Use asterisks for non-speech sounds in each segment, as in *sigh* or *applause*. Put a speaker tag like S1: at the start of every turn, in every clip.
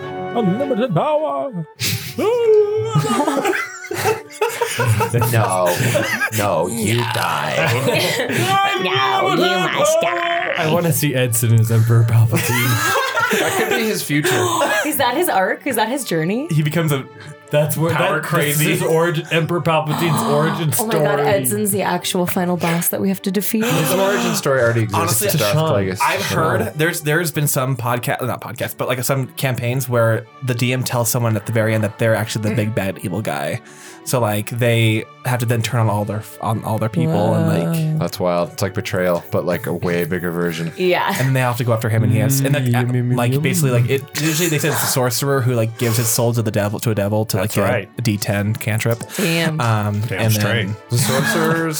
S1: Unlimited power.
S2: No,
S3: *laughs*
S2: no, you die.
S4: No, you must die.
S5: I want to see Edson as Emperor Palpatine.
S2: That could be his future.
S4: Is that his arc? Is that his journey?
S5: he becomes a. That's where
S2: Power
S5: that,
S2: crazy.
S5: This is his origin, Emperor Palpatine's origin
S4: *gasps* Oh
S5: story.
S4: my god, Edson's the actual final boss that we have to defeat.
S2: His origin story already exists.
S3: Honestly,
S2: in Darth
S5: T'Challa.
S2: Plagueis.
S3: I've heard there's there's been some podcast not podcast but like some campaigns where the DM tells someone at the very end that they're actually the big
S6: Mm.
S3: bad evil guy, so like they have to then turn on all their on all their people and like
S2: That's wild. It's like betrayal, but like a way bigger version.
S4: Yeah.
S3: and then they have to go after him and he has and like,
S5: yum, yum,
S3: like
S5: yum.
S3: basically like it usually they said it's the sorcerer who like gives his soul to the devil to a devil to like
S5: That's
S3: get
S5: right.
S3: a D10 cantrip.
S4: Damn.
S3: Um,
S5: Damn
S3: and
S5: straight.
S3: then
S2: *laughs* The
S3: *laughs*
S2: sorcerers,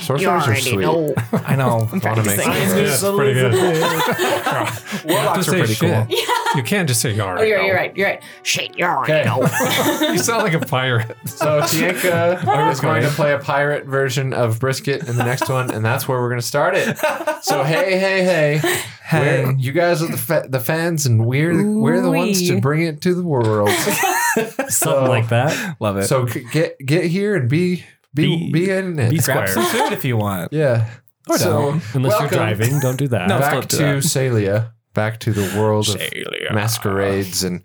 S2: sorcerers are sweet. *laughs*
S3: I
S5: *laughs*
S3: know
S2: Wanna make
S5: Yeah, it's pretty good. *laughs*
S2: Warlocks are pretty cool.
S5: You can't just say yarn.
S4: Oh, you're, you're right. You're right. Shit, you're right.
S2: *laughs*
S5: You sound like a pirate.
S3: *laughs*
S2: So Tienka is going to play a pirate version of Brisket in the next one, and that's where we're going to start it. *laughs* So hey, hey, hey, We're- you guys are the fa- the fans, and we're the, we're the ones to
S4: Ooh-wee.
S2: bring it to the world.
S3: *laughs*
S5: Something like that.
S3: love it.
S2: so c- get get here and be be be,
S5: Be-
S2: in it.
S5: be Squire.
S3: grab some food if you want.
S2: yeah.
S3: Or
S2: so
S3: don't.
S5: Unless
S2: welcome
S5: you're driving, don't do *laughs* that.
S3: No.
S2: back
S3: don't
S2: to
S3: do that.
S2: Salia, back to the world of masquerades and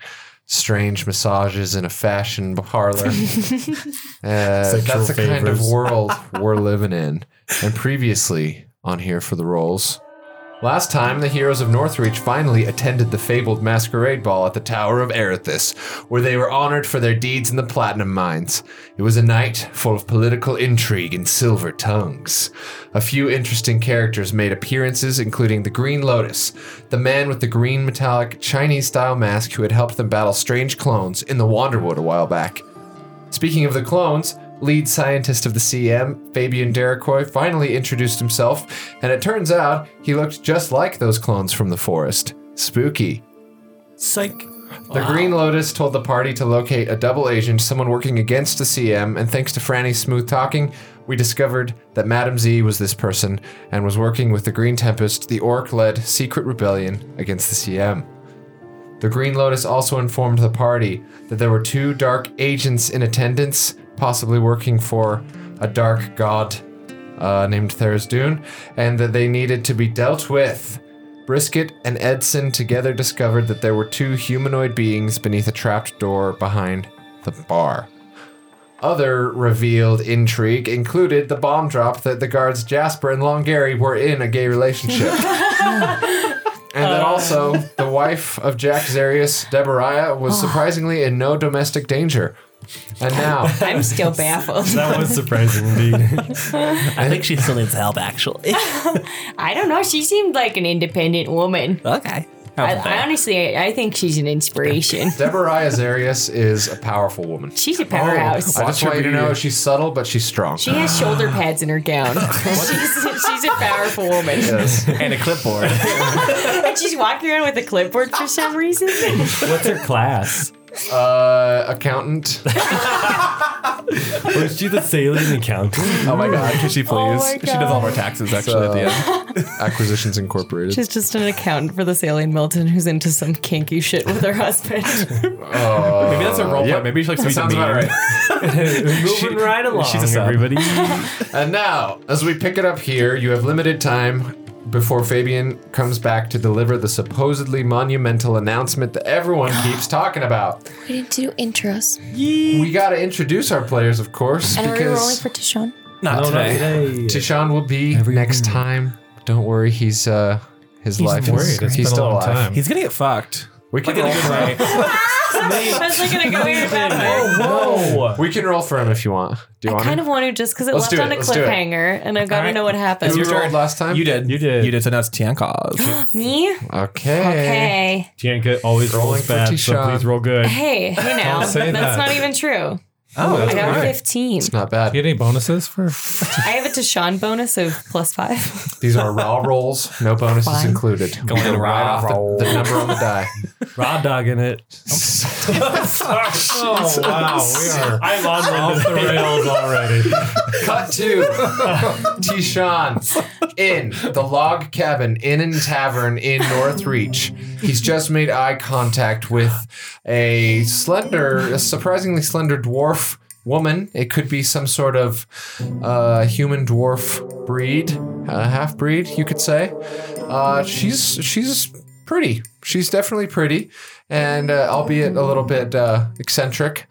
S2: strange massages in a fashion parlor.
S5: *laughs*
S2: Uh, that's the kind of
S5: favors.
S2: world we're living in. And previously on Here for the Rolls. Last time, the heroes of Northreach finally attended the fabled masquerade ball at the Tower of Erithus, where they were honored for their deeds in the platinum mines. It was a night full of political intrigue and silver tongues. A few interesting characters made appearances, including the Green Lotus, the man with the green metallic Chinese style mask who had helped them battle strange clones in the Wanderwood a while back. Speaking of the clones, lead scientist of the CM, Fabian Dericoy, finally introduced himself, and it turns out he looked just like those clones from the forest. Spooky.
S3: Psych.
S2: The Green Lotus told the party to locate a double agent, someone working against the CM, and thanks to Franny's smooth talking, we discovered that Madam Z was this person and was working with the Green Tempest, the orc led secret rebellion against the CM. The Green Lotus also informed the party that there were two dark agents in attendance, possibly working for a dark god uh, named Therisdune, and that they needed to be dealt with. Brisket and Edson together discovered that there were two humanoid beings beneath a trapped door behind the bar. Other revealed intrigue included the bomb drop that the guards Jasper and Longary were in a gay relationship. And
S4: Uh.
S2: then also, the wife of Jack Zarius, Deborah, was
S4: Ah.
S2: surprisingly in no domestic danger. And
S4: *laughs*
S2: now,
S4: I'm still baffled.
S5: That was surprising
S3: *laughs*
S5: indeed.
S6: I think she still needs help, actually.
S4: I don't know. She seemed like an independent woman.
S6: okay.
S4: I, I honestly, I think she's an inspiration.
S2: Deborah Zarius is a powerful woman. Oh,
S4: She's a powerhouse.
S2: I just want you to know she's subtle, but she's strong.
S4: She has shoulder pads in her gown. she's, she's a powerful woman.
S2: Yes.
S3: And a clipboard.
S4: And she's walking around with a clipboard for some reason.
S5: What's her class?
S2: Uh,
S4: *laughs*
S2: accountant.
S5: Or is she the salient accountant?
S3: oh my god, can she please?
S4: my
S3: she does all of our taxes actually at the end.
S2: Acquisitions Incorporated.
S4: She's just an accountant for this alien Milton who's into some kinky shit with her husband.
S3: Maybe that's a
S5: uh,
S3: role
S2: Uh, yep.
S3: play. Maybe she likes to
S2: That
S3: be the
S2: sounds about
S3: meme.
S2: right.
S5: Moving
S7: *laughs*
S5: right along,
S3: she's a sub.
S5: everybody.
S2: And now, as we pick it up here, you have limited time before Fabian comes back to deliver the supposedly monumental announcement that
S4: *gasps*
S2: everyone keeps talking about.
S8: We didn't do intros.
S2: We got to introduce our players, of course,
S8: And are we rolling
S2: because
S8: for Tishon?
S3: Not today.
S2: Tishan will be next time. Don't worry, he's uh his life
S5: Worried.
S2: is
S5: It's been
S2: he's
S5: a
S2: still
S5: long
S2: alive.
S5: time.
S3: He's gonna get fucked.
S2: We can
S3: In a
S2: roll
S3: good
S2: for
S3: way.
S4: That's not gonna go in that
S2: Oh,
S4: way.
S5: Whoa!
S2: *laughs* we can roll for him if you want. Do you
S4: I
S2: want
S4: kind
S2: him?
S4: of want to just because it
S2: Let's
S4: left
S2: do
S4: on
S2: it,
S4: a
S2: let's do it.
S4: cliffhanger, and I gotta
S3: Alright.
S4: know what happened.
S2: Who
S3: your
S2: rolled
S3: turn.
S2: last time?
S3: You did.
S5: You did.
S3: You did. So now
S4: *gasps*
S3: it's Tiankov.
S4: Me?
S2: Okay.
S4: Okay.
S5: Tianka always
S2: Rolling
S5: rolls
S2: for
S5: bad, so
S2: Tishan.
S5: please roll good.
S4: Hey, hey now. That's
S5: say that.
S4: not even true.
S3: Oh,
S4: I got
S3: alright.
S4: 15.
S2: Not bad.
S5: Get any bonuses for?
S4: I have a Deshaun bonus of plus five.
S2: These are raw rolls, no bonuses
S4: Fine.
S2: included. Going
S3: raw
S2: right off the, the number on the die.
S5: *laughs* Raw dogging it. Oh wow, we
S7: *laughs*
S5: are
S1: I'm on
S5: off the rails already.
S2: Cut to Tishan in the log cabin inn and tavern in Northreach. He's just made eye contact with a slender, a surprisingly slender dwarf woman. It could be some sort of uh, human dwarf breed, uh, half breed, you could say. Uh, she's she's pretty. She's definitely pretty, and uh, albeit a little bit uh, eccentric,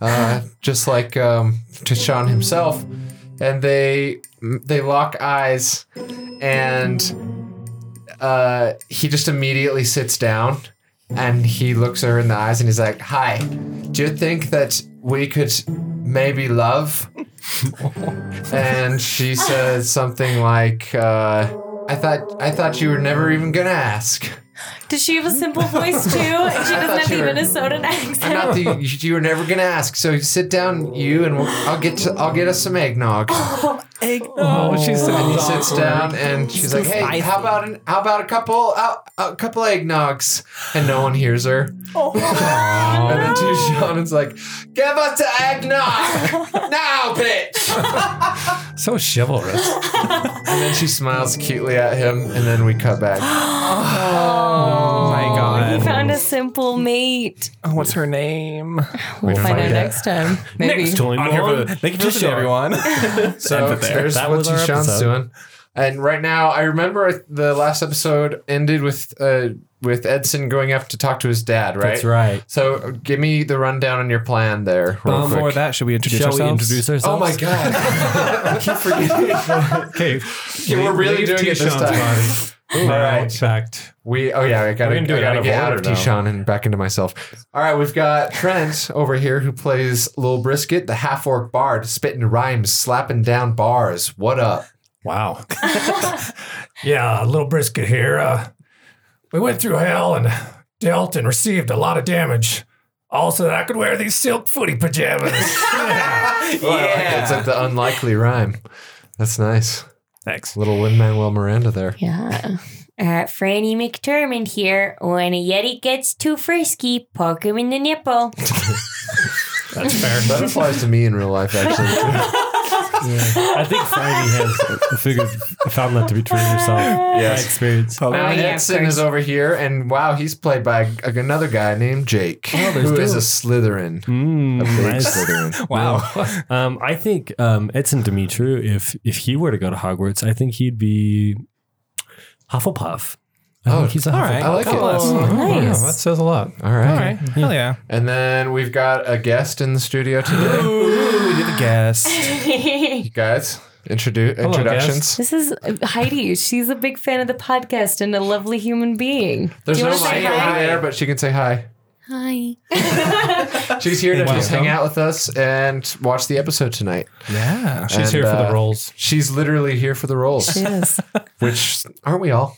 S2: uh, just like um, Tishan himself. And they they lock eyes, and uh, he just immediately sits down, and he looks her in the eyes, and he's like, "Hi, do you think that we could maybe love?" and she says something like, uh, "I thought I thought you were never even gonna ask."
S4: Does *laughs* she have a simple voice too? And she doesn't have
S2: you
S4: the
S2: were-
S4: Minnesotan
S2: I'm
S4: accent.
S2: not the you were never gonna ask. So sit down, you, and we'll, I'll get to, I'll get us some eggnog.
S3: Oh, she's
S2: And he sits down, and she's like, "Hey,
S6: spicy.
S2: how about an, how about a couple uh, a couple eggnogs?" And no one hears her.
S5: Oh.
S2: *laughs* and then Tishan is like, "Give us the
S5: *laughs*
S2: eggnog now, bitch!"
S5: So chivalrous. *laughs*
S2: And then she smiles cutely at him, and then we
S5: *gasps*
S2: cut back.
S3: my
S4: He
S3: god.
S4: found a simple mate.
S3: Oh, what's her name?
S4: We'll
S2: don't
S4: find
S2: know
S4: out
S2: yet.
S4: next time. Maybe.
S5: Totally normal.
S3: Thank you just
S5: Sure.
S3: everyone.
S2: So there's
S5: That
S2: what
S5: was our
S2: Tishan's
S5: episode.
S2: doing. And right now, I remember the last episode ended with uh, with Edson going up to talk to his dad, right?
S5: That's right. Oh,
S2: So give me the rundown on your plan there, real
S3: Before
S2: quick.
S3: that, should we introduce
S5: Shall we
S3: ourselves?
S5: introduce ourselves?
S2: Oh my god! *laughs* I keep forgetting.
S5: Okay.
S2: Yeah, we're really doing it this time.
S5: All
S2: right.
S5: right. In fact,
S2: We oh yeah, I gotta,
S5: We're gonna do
S2: I
S5: it
S2: gotta
S5: out of
S2: get out of
S5: order now.
S2: Tishan and back into myself. All right, we've got Trent over here who plays Lil Brisket, the half orc bard, spitting rhymes, slapping down bars. What *laughs* up?
S5: wow. *laughs* yeah, a little brisket here. Uh, we went through hell and dealt and received a lot of damage. Also, that I could wear these silk footy pajamas.
S2: Yeah, it's Oh, like the unlikely rhyme. That's nice.
S5: Thanks.
S2: Little Lin Manuel Miranda there.
S8: Yeah. Uh, Franny McDermott here. When a Yeti gets too frisky, poke him in the nipple.
S5: That's fair.
S2: That applies to me in real life, *laughs* actually.
S5: I think Franny has figured found that to be true herself.
S2: Yes.
S5: My experience.
S2: And
S4: yeah, of
S2: Edson
S4: course.
S2: is over here, and wow, he's played by a, another guy named Jake, who is a Slytherin.
S5: Mm,
S2: A big
S5: nice.
S2: Slytherin.
S3: Wow.
S5: Um, I think um, Edson Dimitru, if if he were to go to Hogwarts, I think he'd be *laughs* Hufflepuff. I
S2: Oh,
S5: think he's a
S3: all
S5: Hufflepuff.
S3: right.
S2: I like it. Oh,
S4: nice.
S5: that says a lot.
S2: All right.
S3: All right. Hell yeah.
S2: And then we've got a guest in the studio today.
S3: Ooh, you're the guest.
S2: you guys, introdu-
S5: Hello,
S2: introductions.
S4: This is uh, Heidi. She's a big fan of the podcast and a lovely human being.
S2: There's
S4: Do you
S2: no
S4: wanna say
S2: mic
S4: hi?
S2: over there, but she can say hi.
S8: Hi.
S2: *laughs* She's here to
S5: Wow.
S2: just hang out with us and watch the episode tonight.
S3: Yeah.
S5: She's
S2: And,
S5: here for
S2: uh,
S5: the roles.
S2: She's literally here for the roles,
S4: Yes.
S2: which aren't we all?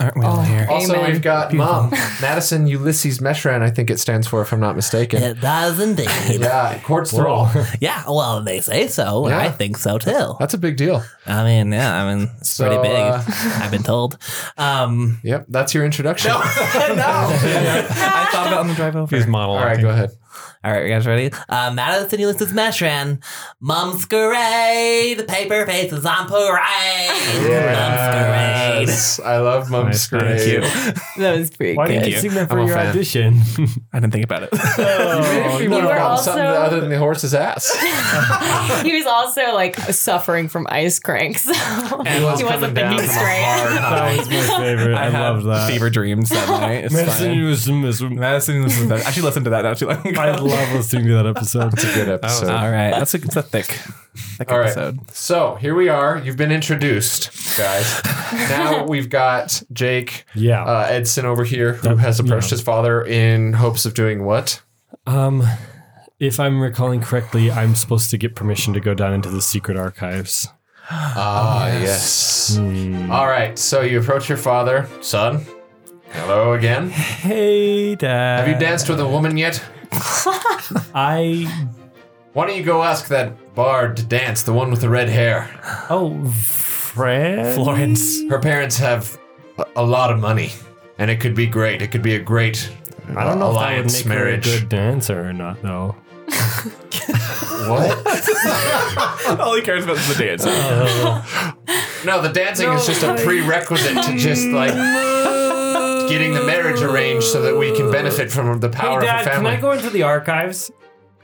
S3: Aren't we
S4: Oh.
S3: all here?
S2: Also,
S4: Amen.
S2: we've got Mom, Madison Ulysses Meshran, I think it stands for, if I'm not mistaken.
S6: It does
S3: *laughs*
S6: indeed.
S2: Yeah, Quartz Thrall.
S6: yeah, well, they say so, and
S2: Yeah.
S6: I think so too.
S2: That's a big deal.
S6: I mean, yeah, I mean, it's pretty
S2: So,
S6: big.
S2: uh,
S6: I've been told.
S2: *laughs*
S6: Um,
S2: Yep, that's your introduction.
S3: I thought about it on the drive over.
S5: He's monologuing.
S2: *laughs* All right, go ahead.
S6: all right, you guys ready? Uh, Madison Ulysses Meshran, Mum's Parade, the paper faces on *laughs* parade. Mum's Parade.
S2: Yes, I love
S5: Nice,
S2: Mum's
S5: thank
S2: Parade.
S5: you.
S2: *laughs*
S4: That was pretty
S5: Why
S4: good.
S5: didn't you sing that
S2: I'm
S5: for
S2: a
S5: your
S2: fan.
S5: audition?
S3: *laughs* I didn't think about it.
S2: You
S4: You
S2: want to
S4: were
S2: call
S4: also-
S2: something other than the horse's
S4: *laughs*
S2: ass.
S4: He was also like suffering from ice cranks. *laughs* So he wasn't thinking straight.
S5: that was my favorite. I,
S3: had
S5: love that.
S3: Fever dreams that night. It's
S5: Madison
S3: fine.
S1: *laughs*
S5: was- was-
S3: Madison was the best. I should listen to that not too long *laughs* ago.
S5: I love listening to that episode.
S1: *laughs*
S5: It's a
S2: Good episode.
S3: All right. That's a, it's a thick, thick
S2: All right.
S3: episode.
S2: So here we are. You've been introduced,
S5: *laughs*
S2: guys. now we've got Jake
S5: Yeah.
S2: uh, Edson over here who has approached his father in hopes of doing what?
S5: Um, if I'm recalling correctly, I'm supposed to get permission to go down into the secret archives. Oh,
S2: Ah, yes.
S5: Hmm.
S2: All right. So you approach your father, son. Hello again.
S5: Hey, Dad.
S2: Have you danced with a woman yet?
S5: I.
S2: Why don't you go ask that bard to dance, the one with the red hair?
S5: Oh, Fred.
S3: Florence.
S2: Her parents have a- a lot of money, and it could be great. It could be a great
S1: I don't know if I would
S2: Alliance
S1: make
S2: marriage.
S1: her a good dancer or not, though.
S2: What?
S3: *laughs* All he cares about is the dance.
S2: no, the dancing is just a prerequisite to just like getting the marriage arranged so that we can benefit from the
S1: Hey,
S2: power of
S1: Dad,
S2: a
S1: can
S2: family.
S1: I go into the archives?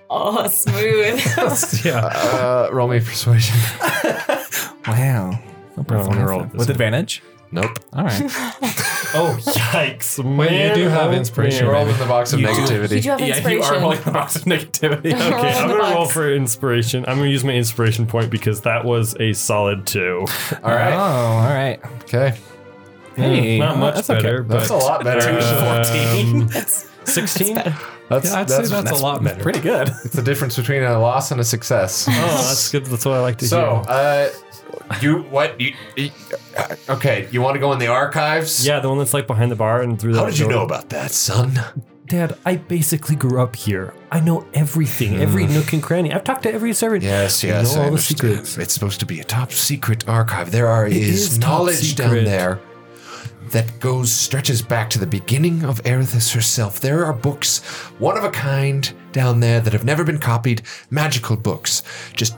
S4: Oh, smooth.
S1: *laughs* Yeah.
S2: uh, roll me persuasion.
S3: Wow.
S1: I want to roll this
S3: Oh, With
S1: one.
S3: advantage.
S2: Nope.
S3: All *laughs* right.
S1: Oh, *laughs* yikes, man.
S5: Wait, you do have
S1: Oh,
S5: inspiration,
S1: man.
S2: Roll in the box of
S3: You-
S4: you
S2: negativity.
S4: do have
S3: Yeah, you
S4: inspiration. *laughs*
S3: are rolling the box of negativity.
S1: Okay,
S4: Roll
S1: I'm
S4: the
S1: gonna roll
S4: box.
S1: for inspiration. I'm gonna use my inspiration point because that was a solid *laughs* two.
S2: All
S1: Ah,
S2: right.
S3: Oh, all right.
S2: Okay.
S3: Hey,
S1: Not much
S3: that's okay.
S1: better, but
S2: That's a lot better. Uh,
S1: *laughs* Um, Sixteen.
S2: That's,
S1: Yeah, I'd
S2: that's,
S1: say that's, a lot better.
S3: Pretty *laughs* good.
S2: the difference between a loss and a success.
S1: Oh, that's good. That's what I like to
S2: so,
S1: hear.
S2: uh, you what? You, you- uh, okay, you want to go in the archives?
S1: Yeah, the one that's like behind the bar and through the.
S2: How did you know about that, son?
S1: Dad, I basically grew up here. I know everything, every nook and cranny. I've talked to every servant.
S2: Yes,
S1: I
S2: yes,
S1: know
S2: I
S1: all the
S2: understand.
S1: secrets.
S2: It's supposed to be a top secret archive. There are is,
S1: is top
S2: knowledge down
S1: secret.
S2: there that goes stretches back to the beginning of Erithis herself. There are books, one of a kind, down there that have never been copied. Magical books, just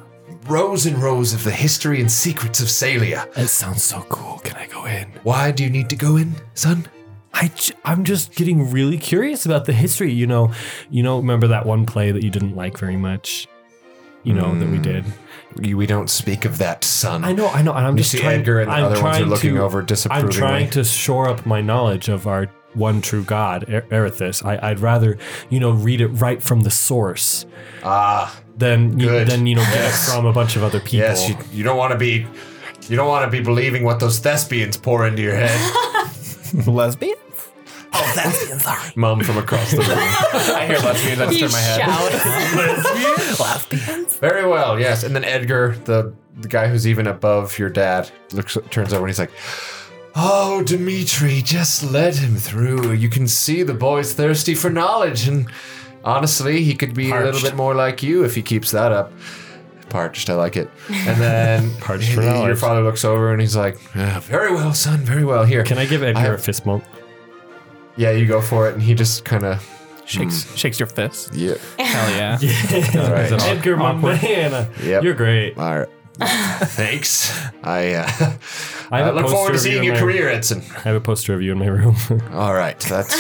S2: rows and rows of the history and secrets of Salia.
S1: That sounds so cool. Can I go in?
S2: Why do you need to go in, son?
S1: I j- I'm just getting really curious about the history. You know, you know. Remember that one play that you didn't like very much. You know that
S2: Hmm.
S1: we did.
S2: We we don't speak of that, son.
S1: I know, I know, and I'm
S2: You
S1: just
S2: see
S1: trying.
S2: Edgar and the
S1: I'm
S2: other ones are
S1: trying
S2: looking
S1: to,
S2: over
S1: I'm
S2: disapprovingly.
S1: trying to shore up my knowledge of our one true God, Er- Erithus. I, I'd rather, you know, read it right from the source
S2: Ah,
S1: than you,
S2: Good.
S1: than you know get it from a bunch of other people.
S2: yes, you, you don't want to be. You don't want to be believing what those thespians pour into your head.
S3: *laughs*
S1: *laughs*
S3: Lesbian?
S6: Oh, that's I'm sorry.
S2: Mom from across the room.
S3: I hear lesbian. I just
S4: You
S3: turn my head.
S4: shout.
S2: Very well, yes. And then Edgar, the, the guy who's even above your dad, looks turns over and he's like, "Oh, Dimitri, just let him through. You can see the boy's thirsty for knowledge, and honestly, he could be a little
S1: Parched.
S2: bit more like you if he keeps that up." Parched, I like it. And then
S1: *laughs* Parched for
S2: your
S1: knowledge.
S2: father looks over and he's like, "Ah, "Very well, son. Very well. Here,
S1: Can I give Edgar
S2: I-
S1: a fist bump?
S2: yeah, you go for it." And he just kind of,
S3: Shakes, shakes your fist. *laughs*
S2: yeah,
S3: Hell Hmm. yeah.
S2: *laughs*
S3: *laughs*
S2: all right.
S1: Edgar, my *laughs* man,
S2: Yep.
S1: you're great.
S2: All right. *laughs* Thanks. I uh,
S1: I
S2: *laughs* I,
S1: have a
S2: look
S1: poster
S2: forward to
S1: of you
S2: seeing
S1: in
S2: your
S1: my-
S2: career, Edson.
S1: I have a poster of you in my room. *laughs*
S2: All right, that's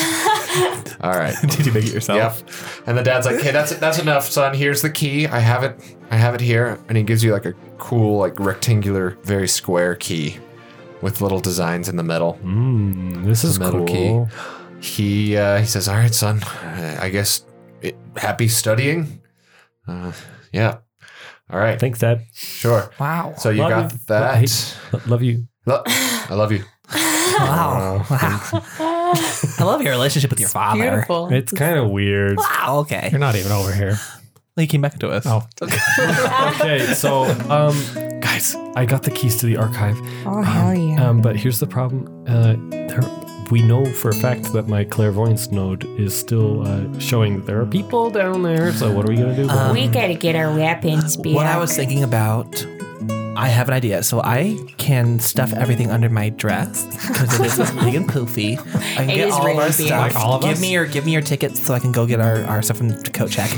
S8: *laughs*
S2: all right.
S3: Did you make it yourself?
S2: Yep. And the dad's like, "Okay, that's that's enough, son. Here's the key. I have it. I have it here." And he gives you like a cool, like rectangular, very square key with little designs in the metal.
S1: Mm, this is
S2: Metal
S1: cool.
S2: key. He uh, he says, "All right, son. I I guess it, happy studying. Uh, yeah. All right.
S1: Thanks, Dad.
S2: Sure.
S3: Wow.
S2: So you
S1: Love
S2: got
S1: you.
S2: that.
S1: Lo- Love you.
S2: Lo- I love you."
S8: Oh,
S3: Wow. *laughs* wow.
S4: *laughs*
S3: I love your relationship with your father.
S4: Beautiful.
S1: It's kind of weird.
S3: Wow. Okay.
S5: *laughs* You're not even over *laughs* here.
S3: Well, He came back to us.
S5: Oh.
S1: okay, so um, guys, I got the keys to the archive.
S8: Oh, hell yeah.
S1: Um, but here's the problem. Uh, there, we know for a fact that my clairvoyance node is still uh, showing that there are people down there. So what are we gonna do?
S2: Uh,
S1: about it?
S8: we gotta get our weapons back.
S3: What I was thinking about, I have an idea. So I can stuff everything under my dress because it
S8: *laughs*
S3: is big and poofy. I can
S8: It
S3: get
S8: is
S3: all of
S8: really
S3: our
S8: big.
S3: stuff.
S5: Like all of
S3: give
S5: us?
S3: me your give me your tickets so I can go get our, our stuff from the coat check.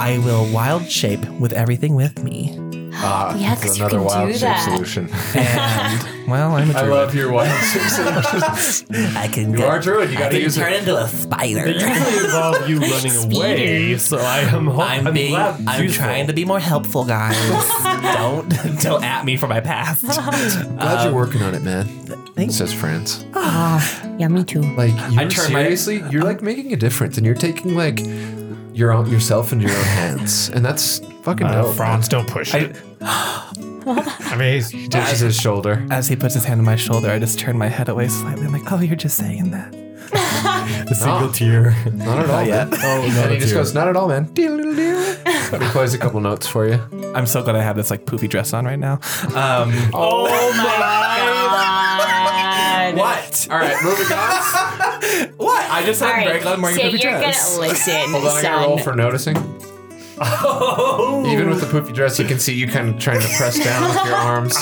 S3: I will wild shape with everything with me.
S2: Ah,
S8: Yeah,
S2: it's
S8: 'cause you can do
S2: shape
S8: that.
S2: solution.
S3: And well, I'm a
S2: I
S3: druid.
S2: love your wild shape solutions.
S3: *laughs* I can
S2: You
S3: get-
S2: are a druid. You
S3: I
S2: got to
S3: can
S2: use
S3: turn
S2: it.
S3: into a spider.
S1: It usually involves you
S3: *laughs*
S1: running away. So I am. Ho-
S3: I'm, being.
S1: glad it's
S3: I'm
S1: useful.
S3: trying to be more helpful, *laughs* guys. don't don't at me for my *laughs* past.
S2: Glad
S3: Um,
S2: you're working on it, man.
S3: Thanks.
S2: Says France.
S8: Ah, Yeah, me too.
S2: Like you are
S3: turn my-
S2: seriously, you're like making a difference, and you're taking like your own yourself into your own hands, and that's fucking
S5: Uh,
S2: dope.
S5: Franz, don't push it. I, mean, he's,
S2: He touches his shoulder.
S3: As he puts his hand on my shoulder, I just turn my head away slightly. I'm like, oh, you're just
S2: *laughs*
S3: saying that.
S1: a single tear.
S2: Not at all.
S3: yet.
S2: Man. Oh, and he just goes, not at all, man. Diddle-diddle-diddle. he plays a couple notes for you.
S3: I'm so glad I have this like poofy dress on right now. Um,
S1: oh my!
S4: God.
S3: what?
S2: All right, moving on.
S3: *laughs* What? I just
S4: All
S3: had
S4: right,
S3: very glad I'm wearing
S4: so
S3: a
S4: you're
S3: poofy dress.
S4: gonna listen,
S2: Hold on, I got
S4: son.
S2: a roll for noticing.
S3: Oh. *laughs*
S2: Even with the poofy dress, you can see you kind of trying to press down with your arms.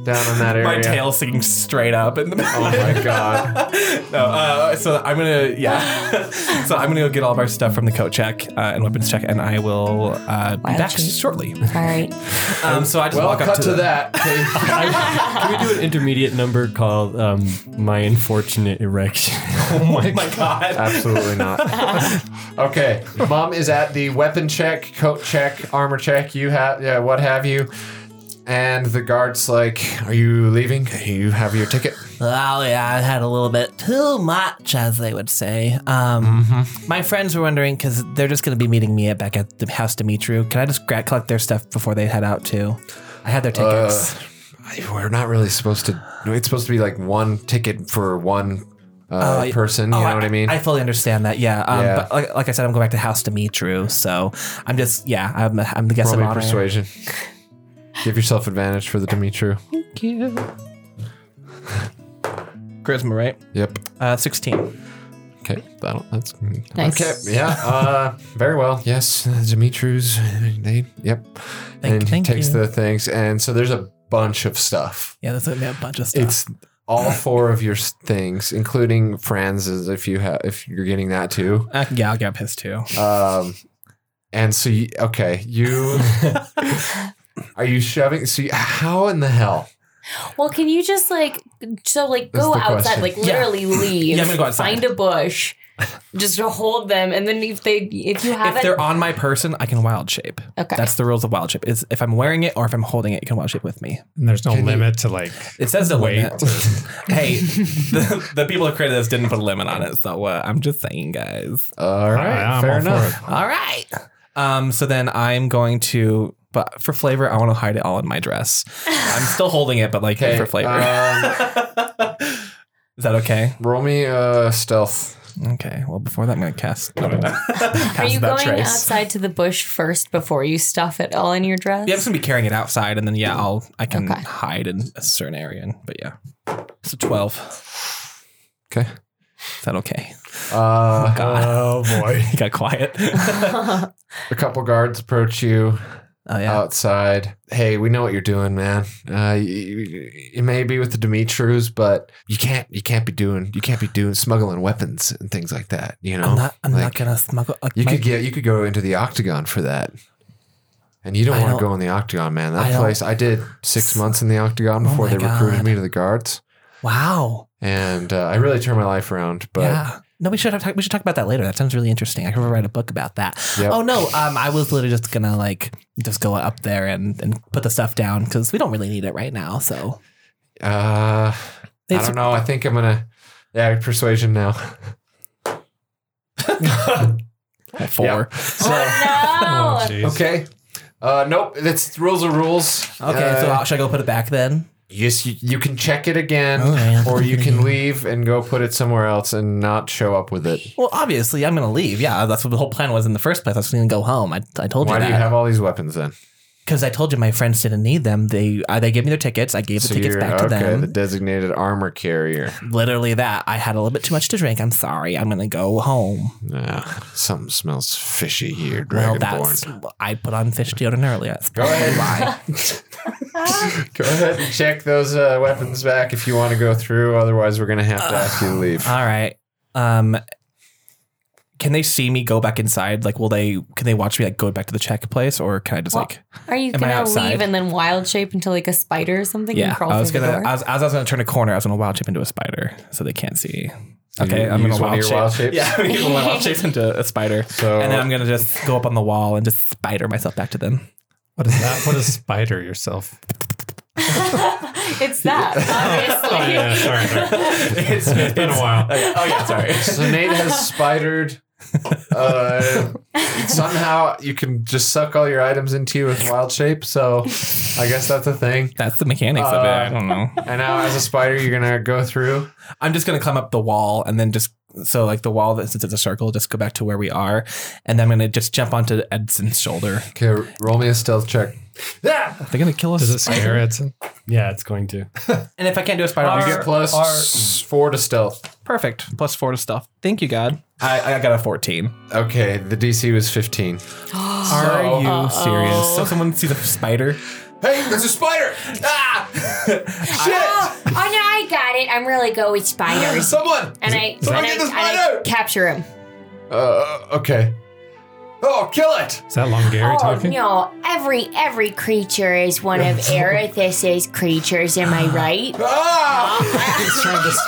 S2: down on that area.
S3: My tail sticking straight up in the *laughs*
S2: Oh
S3: middle.
S2: my god.
S3: no, uh, so I'm gonna yeah. *laughs* so I'm gonna go get all of our stuff from the coat check uh, and weapons check, and I will uh, be
S8: Wild
S3: back
S8: shape.
S3: shortly.
S8: All right.
S3: *laughs* Um, so I just
S2: Well,
S3: walk
S2: cut
S3: up to,
S2: to,
S3: the-
S2: that. *laughs*
S1: Can we do an intermediate number called um, My Unfortunate Erection? *laughs*
S3: Oh my god.
S2: Absolutely not. *laughs* okay, mom is at the weapon check, coat check, armor check. You have yeah, what have you? And the guard's like, "Are you leaving? You have your ticket."
S6: Oh yeah, I had a little bit too much, as they would say. Um,
S2: Mm-hmm.
S6: My friends were wondering because they're just going to be meeting me at back at the house to meet you. Can I just gra- collect their stuff before they head out too? I
S2: Uh,
S6: had their tickets.
S2: I- We're not really supposed to. It's supposed to be like one ticket for one uh,
S6: y-
S2: person. You
S6: Oh,
S2: know what I mean?
S6: I fully understand that. Yeah. Um,
S2: Yeah.
S6: But like, like I said, I'm going back to house to meet you. So I'm just yeah. I'm I'm the guest
S2: Roll
S6: of
S2: me
S6: honor.
S2: persuasion. Give yourself advantage for the Dimitru.
S3: Charisma, right?
S2: Yep.
S3: Uh, 16.
S2: Okay. That'll, that's
S4: Nice.
S2: okay. Yeah. Uh, very well. Yes, uh, Dimitru's. They, yep.
S6: Thank-
S2: and he
S6: thank
S2: takes
S6: you.
S2: the things, and so there's a bunch of stuff.
S6: Yeah, that's gonna be a bunch of stuff.
S2: It's all four of your s- things, including Franz's, if you have, if you're getting that too.
S3: Uh, yeah, I'll grab his too.
S2: Um, and so, you, okay, you
S6: *laughs*
S2: are you shoving? So, you, how in the hell?
S4: Well, can you just like so like
S2: That's
S4: go
S2: the
S4: outside,
S2: question.
S4: like literally leave?
S3: Yeah, *laughs* I'm gonna go outside.
S4: Find a
S3: *laughs*
S4: bush, just to hold them, and then if they if you
S3: If
S4: haven't,
S3: they're on my person, I can wild shape.
S4: Okay.
S3: That's the rules of wild shape. Is if I'm wearing it or if I'm holding it, you can wild shape with me.
S5: And there's no
S2: Can you-
S5: limit to like.
S3: It says no
S5: Wait.
S3: limit. *laughs* hey, the, the people who created this didn't put a limit on it, so uh, I'm just saying, guys.
S2: All right,
S5: I'm
S2: fair
S5: all for
S2: enough.
S3: All right. Um, so then I'm going to, but for flavor, I want to hide it all in my *laughs* dress. I'm still holding it, but like
S2: Okay,
S3: for flavor.
S5: *laughs*
S2: um,
S3: *laughs* Is that okay?
S2: roll me uh, stealth.
S3: Okay. Well, before that, I'm going to cast. *laughs*
S4: are you going
S3: that trace.
S4: outside to the bush first before you stuff it all in your dress? *laughs*
S3: *laughs* Yeah, I'm just gonna be carrying it outside, and then yeah, I'll I can
S4: Okay.
S3: hide in a certain area. and- But yeah, it's a *sighs* twelve.
S2: Okay.
S3: Is that okay? *laughs*
S2: Uh,
S3: God,
S5: Oh boy.
S3: he got *laughs* quiet. oh
S2: a couple guards approach you
S3: yeah.
S2: Oh, outside. Hey, we know what you're doing, man. Uh, you, you may be with the Dimitrus, but you can't. You can't be doing. You can't be doing smuggling weapons and things like that. You know,
S3: I'm not. I'm not
S2: Like,
S3: gonna smuggle. Like,
S2: You
S3: my-
S2: could get you could go into the octagon for that. And you don't
S3: I
S2: want to
S3: don't-
S2: go in the octagon, man.
S3: I
S2: That
S3: don't- Oh
S2: place I did six months in the octagon before
S3: my
S2: they recruited
S3: God.
S2: me to the guards,
S3: Wow.
S2: and uh, I really turned my life around. But
S3: yeah. No, we should have talk, we should talk about that later. That sounds really interesting. I could write a book about that.
S2: Yep.
S3: Oh no, um, I was literally just gonna like just go up there and, and put the stuff down because we don't really need it right now. So
S2: uh, I
S3: It's-
S2: don't know. I think I'm gonna yeah persuasion now.
S3: four. *laughs*
S2: Yep.
S4: Oh no!
S2: Okay. Uh, nope. That's rules are rules.
S3: Okay,
S2: Uh,
S3: so I'll- should I go put it back then?
S2: yes, you, you can check it again,
S3: All right, I'll
S2: or
S3: Oh, check
S2: you
S3: it
S2: can
S3: again.
S2: leave and go put it somewhere else and not show up with it.
S3: Well, obviously, I'm gonna leave. Yeah, that's what the whole plan was in the first place. I was gonna go home. I, I told
S2: Why
S3: you
S2: do you
S3: that
S2: have all these weapons then?
S3: because I told you my friends didn't need them. They uh, they gave me their tickets. I gave the tickets back to them.
S2: the designated armor
S3: *laughs*
S2: carrier.
S3: Literally that. I had a little bit too much to drink. I'm sorry. I'm gonna go home.
S2: Nah, something smells fishy here,
S3: Well,
S2: Dragonborn.
S3: that's I put on fish deodorant earlier. That's
S2: Go ahead.
S3: why.
S2: *laughs* Go ahead and check those uh, weapons back if you want to go through. Otherwise, we're going to have to ask you to leave.
S3: All right. Um, can they see me go back inside? Like, will they? Can they watch me like go back to the check place, or can I just
S4: Well,
S3: like?
S4: Are you
S3: Am I
S4: gonna
S3: outside?
S4: leave and then wild shape into like a spider or something?
S3: Yeah,
S4: and crawl
S3: *laughs* I was
S4: through the *laughs*
S3: gonna.
S4: door?
S3: As, as I was gonna turn a corner, I was gonna wild shape into a spider, so they can't see.
S2: you
S3: Okay, I'm
S2: use one
S3: gonna
S2: of
S3: wild
S2: your
S3: shape.
S2: wild shapes?
S3: *laughs* Yeah, I'm gonna use one of my wild shapes into a spider,
S2: So-
S3: and then I'm gonna just go up on the wall and just spider myself back to them.
S5: What is that? What is spider yourself?
S4: it's
S3: *laughs*
S4: that
S3: Oh,
S4: obviously.
S5: Yeah, sorry. sorry.
S4: *laughs*
S3: it's,
S5: It's been a *laughs* while.
S3: oh yeah,
S2: *laughs*
S3: sorry.
S2: So Nate has spidered. Uh, somehow you can just suck all your items into you with wild shape. So I guess that's a thing.
S3: That's the mechanics of it.
S2: Uh,
S3: I don't know.
S2: And now, as a spider, you're going to go through.
S3: I'm just gonna climb up the wall and then just so like the wall that since it's a circle, just go back to where we are, and then I'm gonna just jump onto Edson's shoulder.
S2: Okay, roll me a stealth check.
S3: Are they gonna kill us?
S5: Does it scare Edson?
S1: yeah, it's going to.
S3: and if I can't do a spider,
S2: You
S3: I'll
S2: get plus s- four to stealth.
S3: perfect plus four to stuff. Thank you, God. I, I got a 14.
S2: Okay, the DC was 15.
S3: Are you serious? So someone sees a spider.
S2: Hey, there's a spider! *laughs* Ah! Shit!
S8: Oh, oh no, I got it. I'm really good
S4: *gasps*
S8: with spiders.
S2: Someone!
S8: And I, and
S2: Someone
S8: I,
S2: get the
S8: and I
S2: spider!
S8: capture him.
S2: Uh, okay. Oh, kill it!
S1: Is that Long Gary
S8: Oh
S1: talking?
S8: no, every every creature is
S3: *laughs*
S8: one of Arethis's creatures,
S3: *sighs*
S8: am I right?
S2: Ah!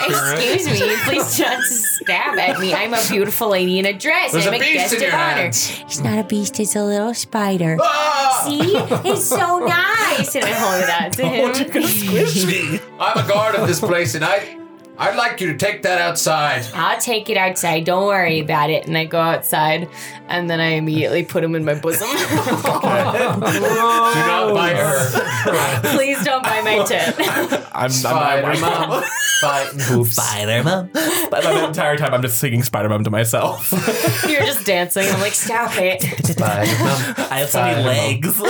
S8: Excuse
S2: *laughs*
S8: me, please don't stab at me. I'm a beautiful lady in a dress.
S2: There's
S8: I'm
S2: a
S8: a,
S2: beast
S8: guest
S2: in your
S8: of honor.
S2: hands.
S8: It's not a beast, it's a little spider.
S2: Ah!
S8: See? It's so nice. And I hold it
S2: *laughs*
S8: out to him.
S2: I'm a guard of this place, and I, I'd like you to take that outside.
S8: I'll take it outside. Don't worry about it. And I go outside, and then I immediately put him in my bosom.
S2: Do not bite her. *laughs*
S8: *laughs* Please don't buy my tip. *laughs*
S3: I'm, I'm,
S2: Spider mom.
S6: Spider Mom.
S3: But the entire time, I'm just singing Spider Mom to myself.
S8: You're just dancing. I'm like, stop it.
S2: Spider mom.
S6: I have so many legs.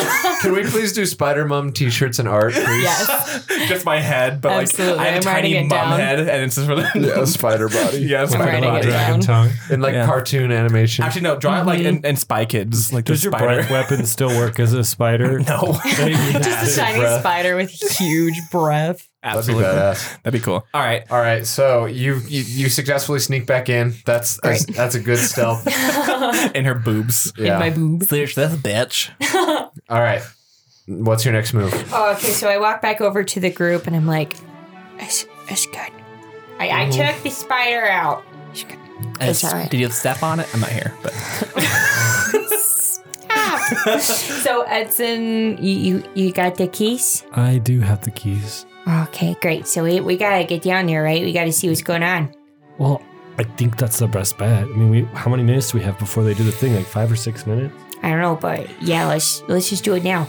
S2: Can we please do Spider mom t-shirts and art, please?
S8: Yes.
S3: *laughs* just my head, but
S8: Absolutely,
S3: like I have
S8: I'm
S3: a
S8: writing
S3: tiny
S8: it
S3: mom
S8: down.
S3: head, and it's just for the *laughs*
S2: Yeah, spider body.
S3: yeah, it's
S8: I'm
S3: my
S8: writing it
S3: body.
S8: down.
S1: Dragon tongue.
S2: In like
S3: Yeah.
S2: cartoon animation.
S3: Actually, no, draw it like in, in Spy Kids, like
S1: Does
S3: the
S1: your
S3: spider.
S1: breath weapon still work as a
S3: *laughs*
S1: spider?
S3: no,
S4: Just a tiny spider with huge breath.
S2: That'd be
S3: absolutely,
S2: badass.
S3: that'd be cool. All right,
S2: All right, so you you, you successfully sneak back in. That's that's, that's a good stealth.
S3: in her boobs.
S2: Yeah.
S4: In my boobs.
S6: There's this bitch.
S2: All right. What's your next move?
S8: Oh, okay, so I walk back over to the group, and I'm like, it's, it's good. I, I took the spider out.
S6: And
S8: It's all right.
S6: Did you step on it? I'm not here, but
S8: So, Edson, you, you, you got the keys?
S1: I do have the keys.
S8: Okay, great. So, we, we gotta get down there, right? We gotta see what's going on.
S1: Well, I think that's the best bet. I mean, we how many minutes do we have before they do the thing? Like five or six minutes?
S8: I don't know, but yeah, let's let's just do it now.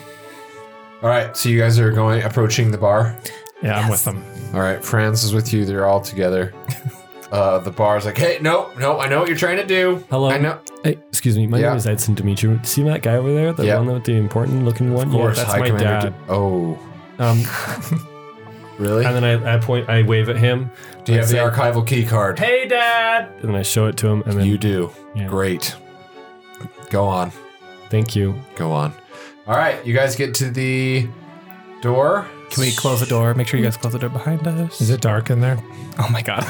S2: All right, so you guys are going approaching the bar.
S1: Yeah, I'm with them.
S2: All right, Franz is with you. They're all
S1: *laughs*
S2: together. Uh, the bar's like, hey, no, no, I know what you're trying to do.
S1: Hello.
S2: I know.
S1: Hey, excuse me. My
S2: Yeah.
S1: name is Edson Dimitri. See that guy over there? The
S2: Yeah.
S1: one with the important looking one?
S2: Of course,
S1: yeah, that's
S2: High
S1: my
S2: Commander.
S1: dad.
S2: Di- oh,
S1: Um,
S2: really?
S1: and then I, I point, I wave at him.
S2: do you have the
S1: say-
S2: archival key card?
S1: Hey, dad. And then I show it to him. And then
S2: you do.
S1: Yeah.
S2: Great. Go on.
S1: thank you.
S2: Go on. All right, you guys get to the door.
S3: Can we close the door? Make sure you guys close the door behind us.
S5: Is it dark in there?
S3: Oh my god,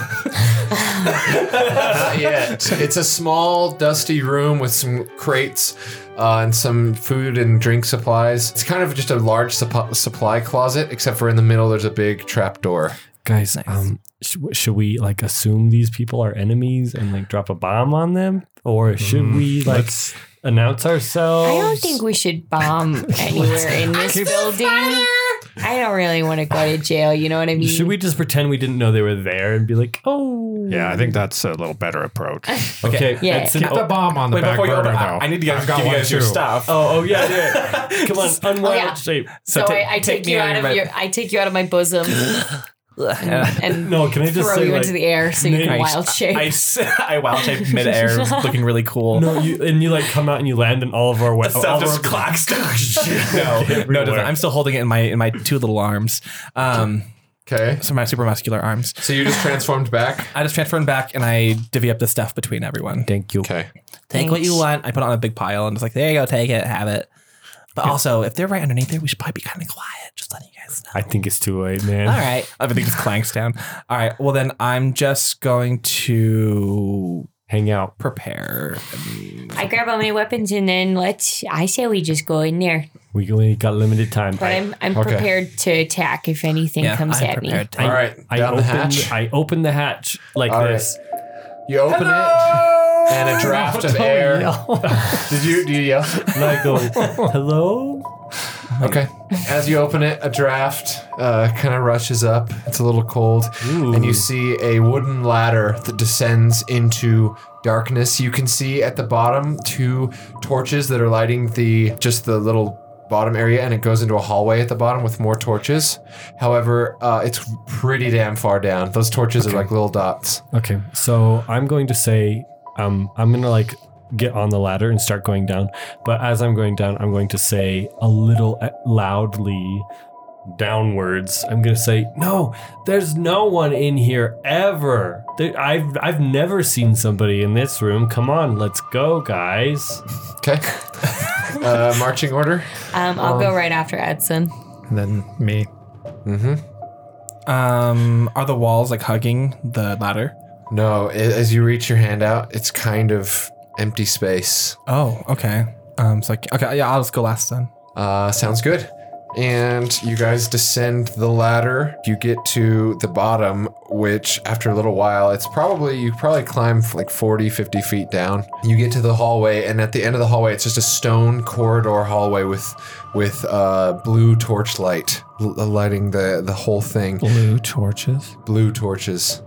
S3: *laughs*
S2: Not
S1: *laughs*
S2: yet. it's a small, dusty room with some crates uh, and some food and drink supplies. It's kind of just a large supp- supply closet, except for in the middle there's a big trap door.
S1: Guys,
S3: *laughs*
S1: um, sh- should we like assume these people are enemies and like drop a bomb on them? Or should
S2: Mm,
S1: we like announce
S4: I
S1: ourselves?
S4: don't think we should bomb anywhere in this building. I don't really want to go to jail. You know what I mean?
S1: Should we just pretend we didn't know they were there and be like, oh,
S5: Yeah, I think that's a little better approach. *laughs*
S1: okay,
S4: Yeah.
S1: Edson,
S5: Get the bomb on the back
S3: Oh, before you
S5: burner,
S3: open, I,
S5: though.
S3: I need to guys,
S5: I've got
S3: give you
S5: one,
S3: guys your
S5: too.
S3: stuff.
S1: Oh, oh yeah, yeah. Come on, unwind
S4: yeah.
S1: shape.
S4: So,
S3: ta-
S4: I, I take, you
S3: me
S4: out
S3: on
S4: of
S3: red-
S4: your, I take you out of my bosom and, and
S1: No, can I just
S4: throw
S1: say
S4: you
S1: like,
S4: into the air so you can
S1: Nate,
S4: wild shape.
S3: I, s- I wild *laughs* shaped midair, looking really cool.
S1: no, Oh, you and you like come out and you land and all of our we- all
S3: Stuff
S1: of our-
S3: just clocks. *laughs* no, no, it
S1: Everywhere.
S3: doesn't. I'm still holding it in my in my two little arms. Um,
S2: Okay.
S3: so my super muscular arms.
S2: So you just transformed back?
S3: I just transfer them back and I divvy up the stuff between everyone.
S1: Thank you.
S2: Okay.
S6: take what you want. I put it on a big pile and just like, there you go, take it, have it. But also, if they're right underneath there, we should probably be kind of quiet. Just letting you guys know.
S1: I think it's too late, man.
S6: All right.
S3: *laughs* Everything just clanks down. All right. Well, then I'm just going to
S1: Hang out.
S3: prepare.
S8: I grab all my weapons and then let's. I say we just go in there,
S1: We only got limited time.
S8: but I'm I'm
S2: Okay.
S8: prepared to attack if anything
S3: Yeah,
S8: comes
S3: I'm
S8: at me.
S3: prepared.
S1: I,
S2: All right,
S1: I
S2: down the
S1: open,
S2: hatch.
S1: I open the hatch like
S2: All right.
S1: this.
S2: You open it, and a draft of air. *laughs* Did you? Do you
S1: *laughs*
S2: yell?
S1: And
S2: *laughs*
S1: I go, hello.
S2: Okay. As you open it, a draft uh, kind of rushes up. It's a little cold, and you see a wooden ladder that descends into darkness. You can see at the bottom two torches that are lighting the just the little bottom area, and it goes into a hallway at the bottom with more torches. However, uh, it's pretty damn far down. Those torches are like little dots.
S1: Okay, so I'm going to say, um, I'm gonna like get on the ladder and start going down. But as I'm going down, I'm going to say a little uh, loudly downwards. I'm gonna say, no, there's no one in here ever. There, I've I've never seen somebody in this room. Come on, let's go, guys.
S2: Okay. uh, marching order. Um,
S8: Um, I'll go right after Edson.
S5: and then me.
S3: Um, are the walls like hugging the ladder?
S2: No, a- as you reach your hand out, it's kind of empty space.
S3: Oh, okay. Um, so like, okay, yeah, I'll just go last then.
S2: Uh, sounds good. And you guys descend the ladder. You get to the bottom, which after a little while, it's probably, you probably climb f- like 40, 50 feet down. You get to the hallway, and at the end of the hallway, it's just a stone corridor hallway with with uh, blue torchlight l- uh, lighting the, the whole thing.
S5: Blue torches.
S2: blue torches.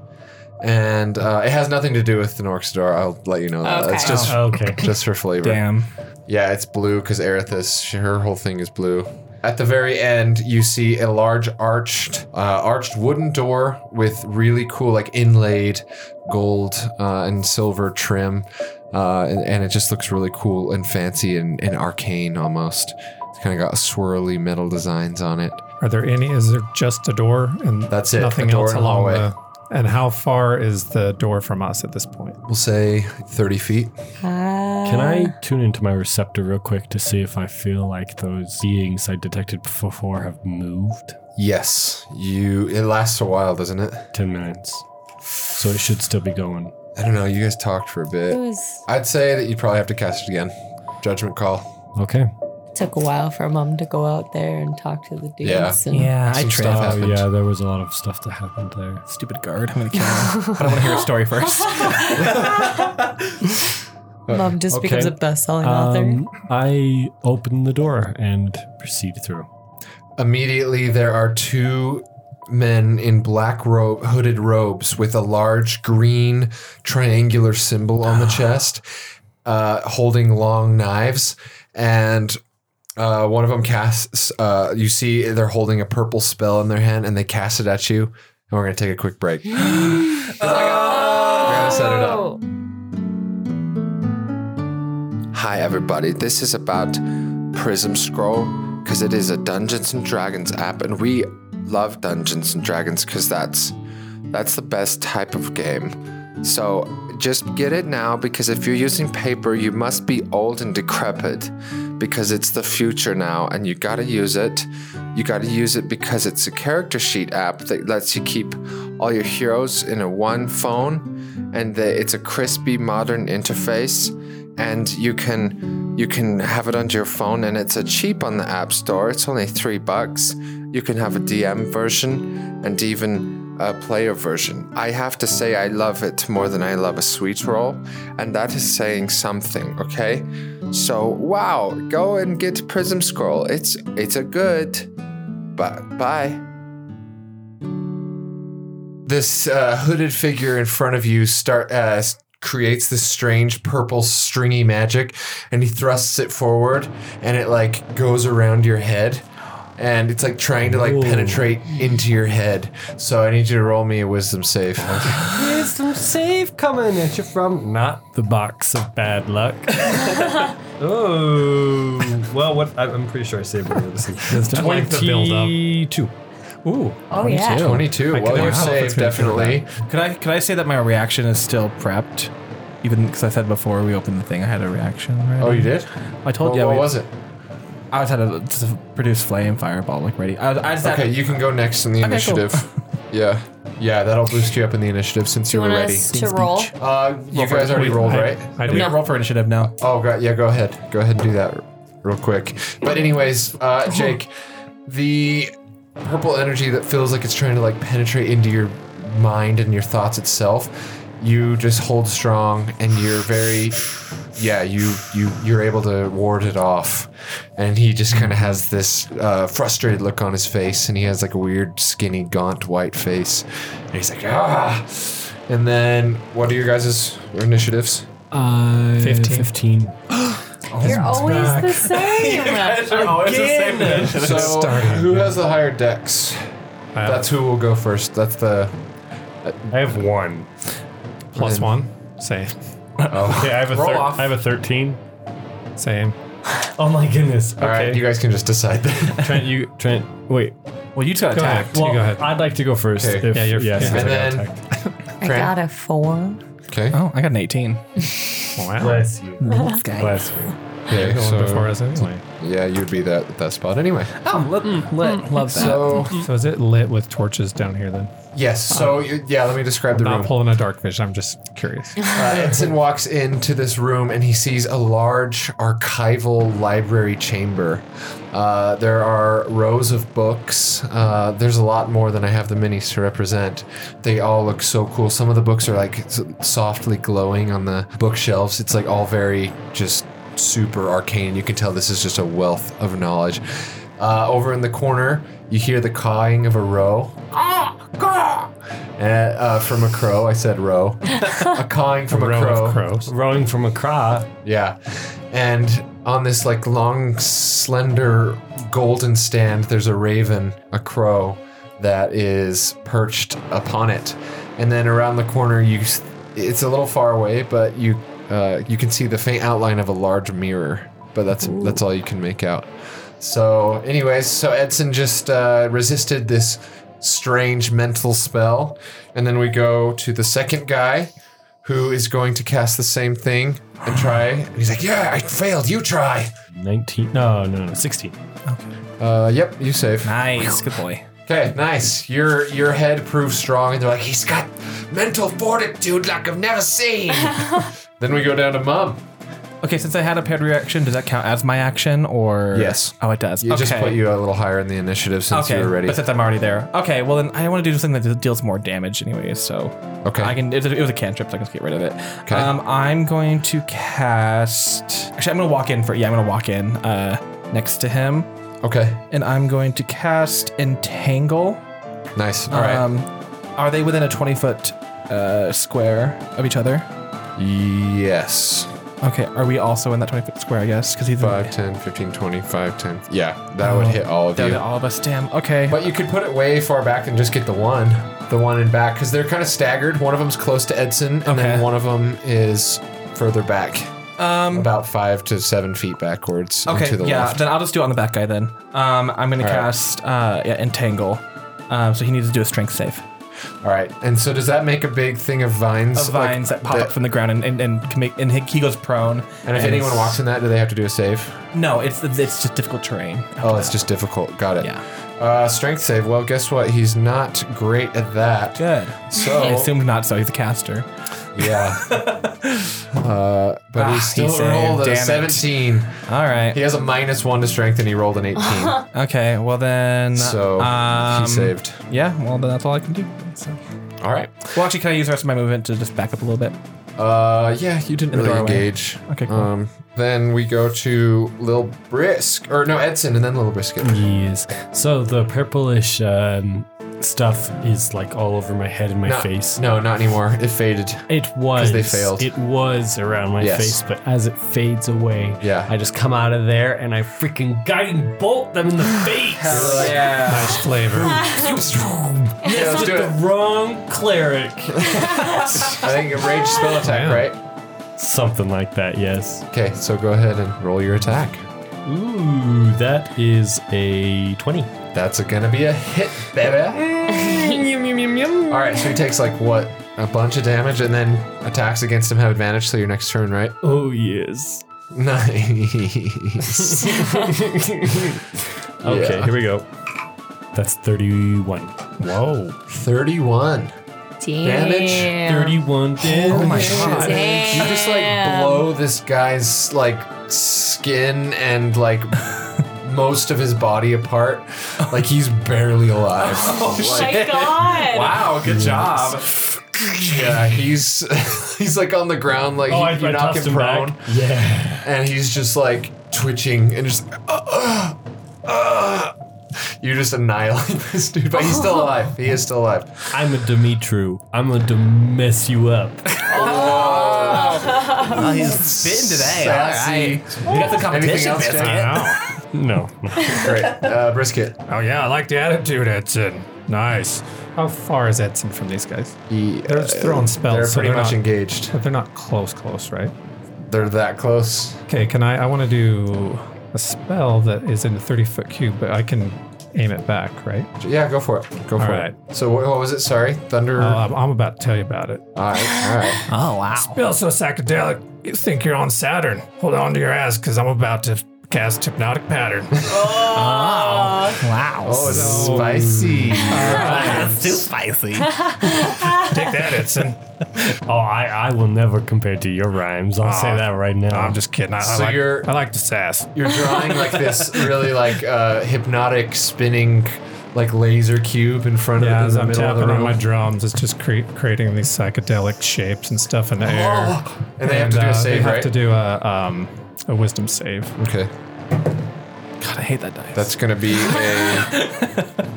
S2: And uh, it has nothing to do with the Norxidor. I'll let you know that.
S4: Okay.
S2: It's
S5: Oh.
S2: just
S1: Okay.
S2: just for flavor.
S3: Damn.
S2: Yeah, it's blue because Erithus, she- her whole thing is blue. At the very end, you see a large arched, uh, arched wooden door with really cool, like inlaid gold uh, and silver trim, uh, and, and it just looks really cool and fancy and, and arcane almost. It's kind of got swirly metal designs on it.
S5: Are there any? Is there just a door and
S2: That's it,
S5: Nothing
S2: a door
S5: else
S2: and a
S5: along
S2: hallway.
S5: the. And how far is the door from us at this point?
S2: We'll say thirty feet.
S4: Uh,
S1: Can I tune into my receptor real quick to see if I feel like those beings I detected before have moved?
S2: Yes, you. It lasts a while, doesn't it?
S1: 10 minutes. So it should still be going.
S2: I don't know. You guys talked for a
S4: It
S2: bit.
S4: was
S2: I'd say that you probably have to cast it again. Judgment call.
S1: Okay.
S4: took a while for mom to go out there and talk to the dudes.
S2: Yeah.
S4: And
S6: Yeah, I
S2: Some
S6: tripped.
S2: stuff
S1: Oh,
S2: happened.
S1: yeah, there was a lot of stuff that happened there.
S3: Stupid guard. I'm gonna kill him. but I want to hear a story
S6: *laughs*
S3: first.
S4: Mom just
S1: Okay.
S4: becomes a best-selling author.
S1: Um, I open the door and proceed through.
S2: Immediately, there are two men in black robe, hooded robes, with a large green triangular symbol on
S1: *sighs*
S2: the chest, uh, holding long knives, and uh, one of them casts. Uh, you see, they're holding a purple spell in their hand, and they cast it at you. And we're gonna take a quick break. *gasps* 'Cause I got- we're gonna set it up. Hi, everybody. This is about Prism Scroll because it is a Dungeons and Dragons app, and we love Dungeons and Dragons because that's that's the best type of game. So just get it now because if you're using paper, you must be old and decrepit because it's the future now, and you gotta use it. You gotta use it because it's a character sheet app that lets you keep all your heroes in a one phone, and the, it's a crispy modern interface and you can you can have it onto your phone and it's a cheap on the app store it's only three bucks you can have a dm version and even a player version i have to say i love it more than i love a sweet roll and that is saying something okay so wow go and get prism scroll it's it's a good but bye this uh, hooded figure in front of you start uh, s- creates this strange purple stringy magic, and he thrusts it forward, and it like goes around your head, and it's like trying to like penetrate into your head. So I need you to roll me a wisdom
S3: *laughs*
S2: save.
S1: There's some save coming at you from not the box of bad luck.
S5: *laughs*
S1: oh, well, what I- I'm pretty sure I saved one of this. *laughs* It's not like the build up.
S3: Ooh.
S4: Oh yeah.
S2: Twenty-two. Well, you saved definitely.
S3: Could I could I say that my reaction is still prepped? Even because I said before we opened the thing, I had a reaction. Right?
S2: Oh, you did.
S3: I told
S2: Well,
S3: you. I
S2: what
S3: would-
S2: was it?
S3: I was had to just produce flame fireball like ready. I, I just had
S2: Okay, you can go next in the
S3: Okay, cool.
S2: initiative.
S3: *laughs*
S2: yeah, yeah, that'll boost you up in the initiative since you
S4: Do you
S2: were
S4: want
S2: ready.
S4: us to roll?
S2: Uh, you guys already rolled, right?
S3: I we don't roll for initiative now.
S2: Oh, go, yeah, go ahead. Go ahead and do that r- real quick. But anyways, uh, Jake, the purple energy that feels like it's trying to like penetrate into your mind and your thoughts itself, you just hold strong and you're very yeah, you you you're able to ward it off. And he just kind of has this uh, frustrated look on his face and he has like a weird skinny gaunt white face. And he's like, "Ah!" And then what are your guys' initiatives?
S1: Uh,
S5: 15.
S1: 15.
S4: You're always
S2: *laughs*
S4: the same.
S3: Oh,
S2: So, who has the higher dex? That's who will go first. That's the.
S1: I have one.
S5: Plus one. Same.
S2: Oh.
S1: Okay, I have a,
S3: Roll
S1: thir-
S3: off.
S1: I have a 13.
S3: *laughs*
S5: Same.
S1: Oh my goodness.
S2: All right, you guys can just decide that.
S1: Trent, you, Trent, wait.
S3: Well, you two got
S5: Go ahead.
S3: attacked.
S5: You go ahead.
S1: I'd like to go first.
S2: Okay.
S5: Yeah, you're- yeah.
S1: since I
S2: And
S1: got
S2: then-
S1: attacked.
S4: I got a four.
S2: Okay.
S3: Oh, I got an 18.
S5: Wow.
S1: Bless you.
S6: *laughs* This guy.
S1: Bless you.
S2: Okay,
S5: The one
S2: so-
S5: before us anyway.
S2: Yeah, you'd be that that spot anyway.
S6: Oh, lit, lit. love that.
S2: So
S5: So is it lit with torches down here then?
S2: yes, so you, yeah, let me describe the
S5: Not
S2: room.
S5: pulling a dark vision. I'm just curious.
S2: Uh, Ensign walks into this room and he sees a large archival library chamber. Uh, there are rows of books. Uh, there's a lot more than I have the minis to represent. They all look so cool. Some of the books are like s- softly glowing on the bookshelves. It's like all very just super arcane. You can tell this is just a wealth of knowledge. Uh, over in the corner, you hear the cawing of a row. Ah, caw! Uh, uh, from a crow. I
S5: *laughs*
S2: said row. a cawing from a,
S5: Row
S2: crow.
S5: of crows.
S1: Rowing from Accra.
S2: Yeah. And on this like long, slender, golden stand, there's a raven, a crow, that is perched upon it. And then around the corner, you s- it's a little far away, but you uh, you can see the faint outline of a large mirror. But that's that's all you can make out. So, anyways, so Edson just uh, resisted this strange mental spell, and then we go to the second guy, who is going to cast the same thing and try. And he's like, "Yeah, I failed. You try."
S1: 19. No, no, no. 16.
S2: Uh, yep, you save.
S3: Nice, good boy.
S2: Okay, nice. Your your head proves strong, and they're like, "He's got mental fortitude like I've never
S3: *laughs*
S2: seen." then we go down to mom.
S3: Okay, since I had a paired reaction, does that count as my action or?
S2: Yes.
S3: Oh, it does.
S2: You
S3: okay.
S2: just put you a little higher in the initiative since
S3: Okay,
S2: you were ready.
S3: but since I'm already there, okay. Well, then I want to do something that deals more damage, anyways. So
S2: Okay.
S3: I can. It, was a- it was a cantrip, so I can just get rid of it.
S2: Okay.
S3: Um, I'm going to cast. Actually, I'm going to walk in for. Yeah, I'm going to walk in uh, next to him,
S2: okay,
S3: and I'm going to cast entangle.
S2: nice. All right.
S3: Um, are they within a 20 foot uh, square of each other?
S2: yes.
S3: Okay. Are we also in that 20 foot square? I guess because he's in-
S2: 5, 10, 15, 20, 5, 10. Yeah, that would hit all of
S3: Oh. Down
S2: you.
S3: to all of us. Damn. Okay.
S2: But you could put it way far back and just get the one, the one in back, because they're kind of staggered. One of them's close to Edson, and then
S3: Okay.
S2: one of them is further back,
S3: um.
S2: about five to seven feet backwards and
S3: Okay,
S2: to the
S3: yeah,
S2: left.
S3: then I'll just do it on the back guy then. Um, I'm gonna
S2: All right.
S3: cast uh, yeah, entangle. Um, so he needs to do a strength save
S2: All right, and so does that make a big thing of vines?
S3: of vines
S2: like,
S3: that pop up from the ground and and, and, can make, and he he goes prone.
S2: And if anyone
S3: it's-
S2: walks in that, do they have to do a save?
S3: no, it's it's just difficult terrain.
S2: Oh, it's just difficult. Got it.
S3: Yeah.
S2: Uh, strength save. Well, guess what? He's not great at that.
S3: Good.
S2: So
S3: *laughs* I assumed not. So he's a caster. *laughs*
S2: yeah. uh, but
S3: Ah,
S2: he
S3: he
S2: still
S3: saved.
S2: rolled
S3: Damn
S2: a
S3: it.
S2: seventeen.
S3: All right.
S2: He has a minus one to strength, and he rolled an eighteen.
S3: Uh, Okay. Well then.
S2: So
S3: um,
S2: he saved.
S3: Yeah. Well then that's all I can do. So.
S2: All right.
S3: Well, actually, can I use the rest of my movement to just back up a little bit?
S2: Uh, yeah, you didn't
S3: In the
S2: really
S3: doorway.
S2: engage.
S3: Okay, cool.
S2: Um, then we go to Lil Brisk, or no, Edson, and then Lil Brisket.
S1: Yes. So the purplish um, stuff is like all over my head and my
S2: No,
S1: face.
S2: No, not anymore. It faded.
S1: It was.
S2: they failed.
S1: It was around my
S2: Yes.
S1: face, but as it fades away,
S2: Yeah.
S1: I just come out of there and I freaking guiding bolt them
S2: *sighs*
S1: in the face.
S3: Oh, Yeah.
S5: Nice flavor.
S2: Yeah, let's do
S1: The
S2: it.
S1: wrong cleric.
S2: I think a rage spell attack,
S5: Yeah.
S2: right?
S1: Something like that, yes.
S2: Okay, so go ahead and roll your attack.
S1: Ooh, that is a 20.
S2: That's gonna be a hit, baby. All right, so he takes like what a bunch of damage, and then attacks against him have advantage till your next turn, right?
S1: Oh, yes.
S2: Nice. *laughs*
S1: Okay,
S2: Yeah.
S1: here we go. That's 31.
S5: Whoa.
S2: Thirty-one. Damage?
S1: 31 damage.
S2: Oh my god.
S4: Damn.
S2: You just like *laughs* blow this guy's like skin and
S1: *laughs*
S2: like most of his body apart. Like he's barely alive.
S4: *laughs*
S1: *laughs*
S4: Oh my god.
S3: Wow. Good job.
S2: yeah, he's *laughs* he's like on the ground like
S1: Oh, I,
S2: you
S1: I
S2: knock
S1: knocked
S2: him
S1: him
S2: prone
S1: back. Yeah.
S2: and he's just like twitching and just uh, uh, uh. you just annihilate *laughs* this dude, but he's
S6: Oh.
S2: still alive. He is still alive.
S1: I'm a Dimitru. I'm going to mess you up.
S6: Oh, he's spitting today. All right.
S2: We got the competition
S5: Wow.
S1: No.
S2: Great. Uh, brisket.
S5: Oh yeah, I like the attitude, Edson. Nice. How far is Edson from these guys? They're
S7: uh,
S5: just throwing spells,
S2: They're
S5: so
S2: pretty
S5: they're
S2: much
S5: not-
S2: engaged.
S5: But they're not close, close, right?
S2: They're that close.
S5: Okay, can I? I want to do a spell that is in a 30 foot cube, but I can
S7: aim it back, right?
S2: Yeah, go for it. Go for
S7: All
S2: it.
S7: right.
S2: So what, what was it? Sorry, thunder.
S7: Uh, I'm- I'm about to tell you about it.
S2: all right, all right.
S6: Oh wow.
S5: Feels so psychedelic. You think you're on Saturn. Hold on to your ass because I'm about to cast hypnotic pattern. *laughs*
S6: Wow.
S2: Oh, it's spicy.
S6: That's too spicy.
S5: Take that,
S7: *laughs*
S5: Edson.
S1: Oh, I, I will never compare to your rhymes. I'll
S2: Ah.
S1: say that right now.
S5: No, I'm just kidding. I, I
S2: So
S5: like,
S2: you're-
S5: I like the sass.
S2: You're drawing like this really like uh, hypnotic spinning like laser cube in front
S7: Yeah,
S2: of
S7: as
S2: it in
S7: I'm
S2: the middle of the
S7: tapping on
S2: room.
S7: my drums, it's just cre- creating these psychedelic shapes and stuff in the air.
S2: Oh, and they have to do a
S7: uh,
S2: save,
S7: They have
S2: right?
S7: to do a um, a wisdom save.
S2: okay,
S3: God, I hate that dice.
S2: that's gonna
S3: *laughs*
S2: be a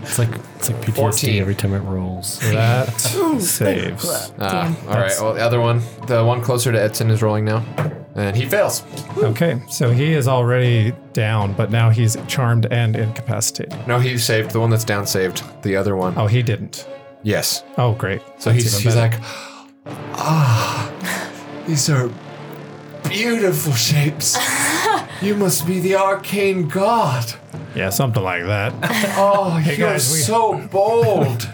S1: it's like it's like PTSD
S2: 14.
S1: every time it rolls.
S7: That saves.
S2: ah, all right. Well, the other one, the one closer to Edson, is rolling now, and he fails.
S7: Okay, so he is already down, but now he's charmed and incapacitated.
S2: No, he saved the one that's down. Saved the other one.
S7: Oh, he didn't.
S2: Yes.
S7: Oh, great.
S2: So
S7: That's
S2: he's
S7: even
S2: he's
S7: better.
S2: like, ah, these are beautiful shapes. you must be the arcane god.
S7: yeah, something like
S2: *laughs*
S7: that.
S2: Oh, you're
S7: guys, we-
S2: so bold.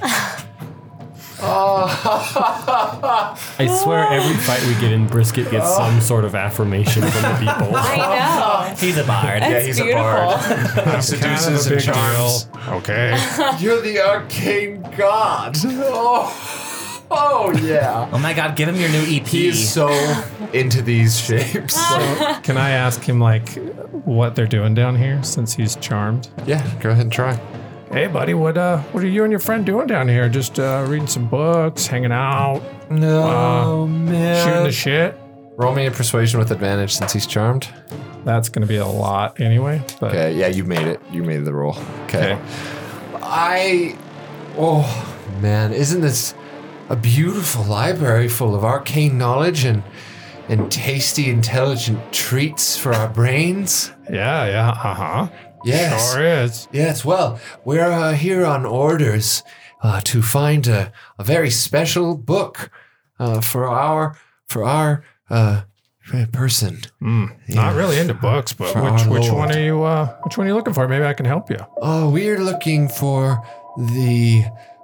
S2: Ah.
S1: I swear, every fight we get in, Brisket gets
S2: Oh.
S1: some sort of affirmation from the
S2: *laughs*
S1: people.
S4: I know.
S6: He's a bard.
S4: That's
S2: he's a
S4: beautiful.
S2: bard.
S7: Kind of
S2: Seduces
S7: a big
S2: and charms.
S7: deal. Okay.
S2: You're the arcane god. Oh, *laughs* oh yeah.
S6: Oh my god, give him your
S3: E
S6: new EP.
S2: He is so into these shapes. Like-
S7: Can I ask him like what they're doing down here since he's charmed?
S2: yeah, go ahead and try.
S7: Hey, buddy, what uh, what are you and your friend doing down here? Just uh, reading some books, hanging out,
S2: No,
S7: Wow. shooting
S2: man.
S7: the shit.
S2: Roll me a persuasion with advantage since he's charmed.
S7: That's gonna be a lot anyway. But
S2: Okay, yeah, you made it. You made the roll.
S7: okay.
S2: okay. I. Oh, man. Isn't this a beautiful library full of arcane knowledge and and tasty, intelligent treats for our brains?
S7: Yeah, yeah, uh huh.
S2: Yes.
S7: Sure is.
S2: Yes, well, we're uh, here on orders uh, to find a, a very special book uh, for our for our uh, person.
S7: Hmm, Not really into books, but
S2: For
S7: which
S2: our
S7: which
S2: Lord.
S7: one are you uh which one are you looking for? Maybe I can help you.
S2: Oh, we're looking for the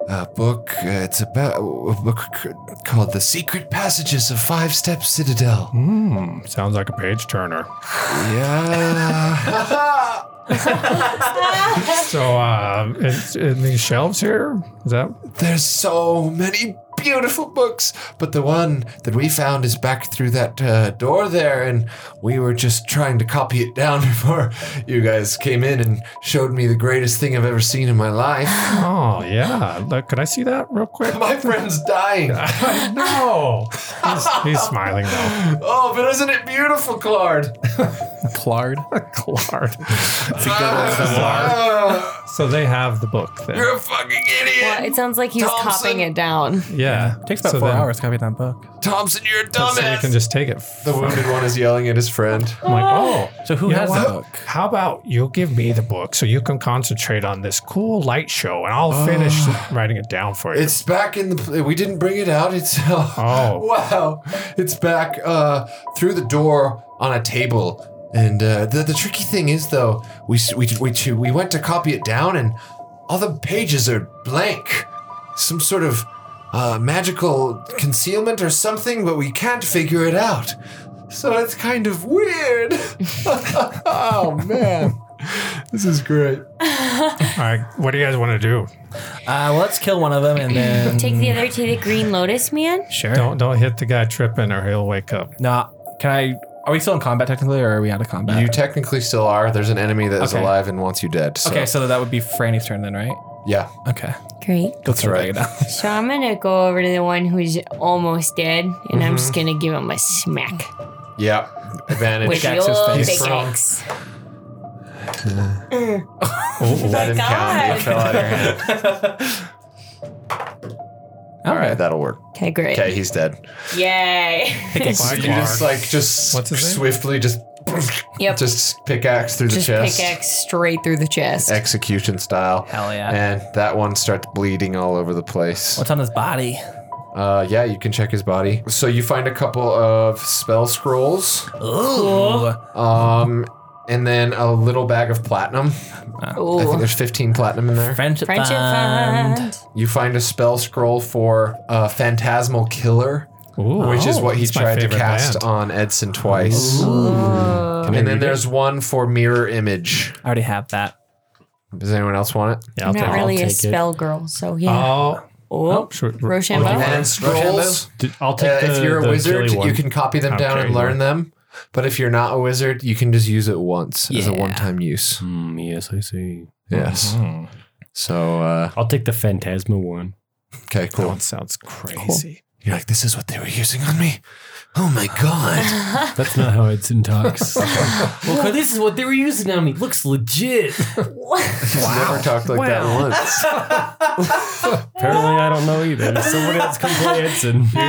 S2: uh, book. Uh, it's about a book c- called "The Secret Passages of Five Step Citadel."
S7: Hmm, sounds like a page turner.
S2: *laughs* Yeah.
S7: So uh it's in these shelves here. Is that
S2: There's so many beautiful books, but the one that we found is back through that uh, door there, and we were just trying to copy it down *laughs* before you guys came in and showed me the greatest thing I've ever seen in
S7: *laughs*
S2: my life.
S7: Oh yeah. Look, could I see that real quick?
S2: my friend's
S7: *laughs*
S2: dying.
S7: no. He's, he's smiling
S2: *laughs*
S7: though.
S2: Oh, but isn't it beautiful, Claude?
S3: Clared.
S7: Clark.
S2: Ah,
S7: So they have the book then.
S2: you're a fucking idiot.
S4: Well, it sounds like he's
S2: Thompson.
S4: copying it down.
S7: Yeah.
S3: Takes about
S7: So
S3: four
S7: then-
S3: hours to copy that book.
S2: Thompson, you're a
S7: So you can
S2: dumbass.
S7: just take it.
S2: The wounded one is yelling at his friend.
S7: I'm like, oh,
S3: So who
S7: You
S3: has
S7: know
S3: the
S7: what?
S3: book?
S7: How about you give me the book so you can concentrate on this cool light show and I'll finish writing it down for you.
S2: It's back in the. We didn't bring it out. It's. *laughs*
S7: Oh.
S2: Wow. It's back uh, through the door on a table. And uh, the, the tricky thing is, though, we, s- we, we, ch- we went to copy it down, and all the pages are blank. Some sort of uh, magical concealment or something, but we can't figure it out. So it's kind of *laughs* weird. oh, man. This is great.
S7: All right, what do you guys want to do?
S6: Uh, well, let's kill one of them and then.
S8: Take
S2: Mm.
S8: the other to the Green Lotus, man.
S6: Sure.
S7: Don't don't hit the guy tripping or he'll wake up.
S3: Nah. Can I? Are we still in combat technically, or are we out of combat?
S2: You technically still are. There's an enemy that is
S3: Okay.
S2: alive and wants you dead. So,
S3: okay, so that would be Franny's turn then, right?
S2: yeah.
S3: Okay.
S8: Great.
S3: Go That's *laughs*
S2: right.
S8: So I'm gonna go over to the one who's almost dead, and I'm just
S2: Mm-hmm.
S8: gonna give him a smack
S2: Yeah. Advantage.
S8: with the
S3: axe his
S8: old
S3: face.
S8: big
S2: Strong.
S8: axe.
S2: that didn't count. It fell out of your hand.
S3: All right.
S2: *laughs* That'll work.
S8: Okay, great.
S2: Okay, he's dead.
S8: Yay.
S2: So you just like just
S7: What's his name?
S2: swiftly just
S8: Yep.
S2: just pickaxe through
S4: *laughs* Just
S2: the chest,
S4: pickaxe straight through the chest.
S2: execution style.
S6: Hell yeah.
S2: And that one starts bleeding all over the place.
S6: What's on his body?
S2: Uh, yeah, you can check his body. So you find a couple of spell scrolls.
S6: Ooh.
S2: Um, and then a little bag of platinum. I think
S4: Ooh.
S2: there's 15 platinum in there.
S6: Friendship,
S4: Friendship
S6: fund.
S4: fund.
S2: You find a spell scroll for uh, Phantasmal Killer, which is what he
S7: Oh, that's my
S2: tried to
S7: favorite
S2: cast
S7: band.
S2: on Edson twice. And then there's one for Mirror Image.
S6: I already have that.
S2: Does anyone else want it? Uh,
S1: Yeah,
S4: I'm
S1: take-
S4: not really
S1: take
S4: a
S1: it.
S4: spell girl, so yeah.
S7: Oh,
S4: oh,
S7: sure.
S4: Rochambeau.
S2: And scrolls.
S1: Did- I'll
S2: Uh,
S1: take the,
S2: if you're a
S1: the
S2: wizard,
S1: Gilly one.
S2: you can copy them
S1: How
S2: down
S1: dare
S2: and
S1: you.
S2: learn them. But if you're not a wizard, you can just use it once as a
S6: Yeah.
S2: one-time use.
S1: Hmm, yes, I see.
S2: Yes.
S7: Hmm.
S2: So uh,
S1: I'll take the Phantasma one.
S2: okay,
S7: That
S2: cool.
S7: one sounds crazy.
S2: You're like, this is what they were using on me. Oh my god.
S1: *laughs* That's not how it's in talks.
S6: Well, 'cause this is what they were using on me. Looks legit.
S2: Never talked like that once.
S1: *laughs* *laughs* Apparently, I don't know either. Someone else can play
S2: *laughs*
S1: Edson.
S2: Usually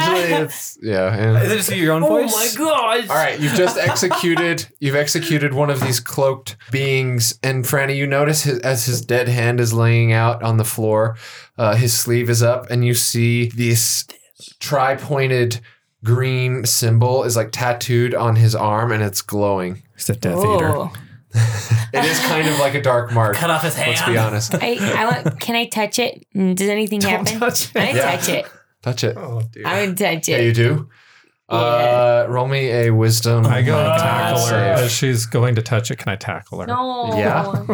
S2: it's yeah. and-
S3: Is it just your
S6: Oh
S3: own voice?
S6: gosh.
S2: All right, you've just executed. You've executed one of these cloaked beings, and Franny, you notice his, as his dead hand is laying out on the floor, uh, his sleeve is up, and you see this tri-pointed green symbol is like tattooed on his arm, and it's glowing.
S3: It's the Death Eater.
S4: Oh.
S2: It is kind of like a dark mark.
S6: Cut off his hand.
S2: Let's be honest.
S8: I, I
S2: *laughs*
S8: want, can I touch it? Mm, Does anything happen?
S3: Touch
S8: I'm
S3: it.
S8: gonna
S2: Yeah.
S8: touch it.
S2: Touch it.
S7: Oh, dude.
S8: I'm gonna touch
S2: Yeah, you
S8: it.
S2: do. Uh, roll me a wisdom.
S7: I go to tackle her.
S2: save.
S7: As she's going to touch it, can I tackle her?
S8: No.
S2: *laughs* Yeah.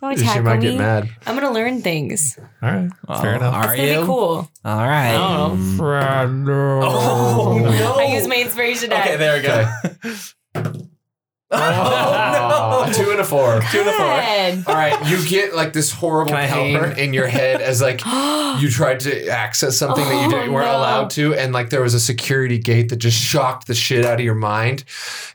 S8: Don't attack
S2: She might
S8: me.
S2: get mad.
S8: I'm gonna learn things. It's
S7: All right. Fair enough.
S6: Are
S8: gonna
S6: you?
S8: be cool.
S6: All right.
S3: Oh, no.
S8: I use my inspiration die.
S3: Okay, there we go.
S8: *laughs*
S2: Oh, no. Two and a four.
S3: Two to four.
S8: Good.
S2: All right, you get like this horrible
S3: Can I help
S2: pain
S3: her?
S2: in your head as
S8: *gasps*
S2: like you tried to access something that you didn't,
S8: Oh,
S2: weren't
S8: no.
S2: allowed to, and like there was a security gate that just shocked the shit out of your mind,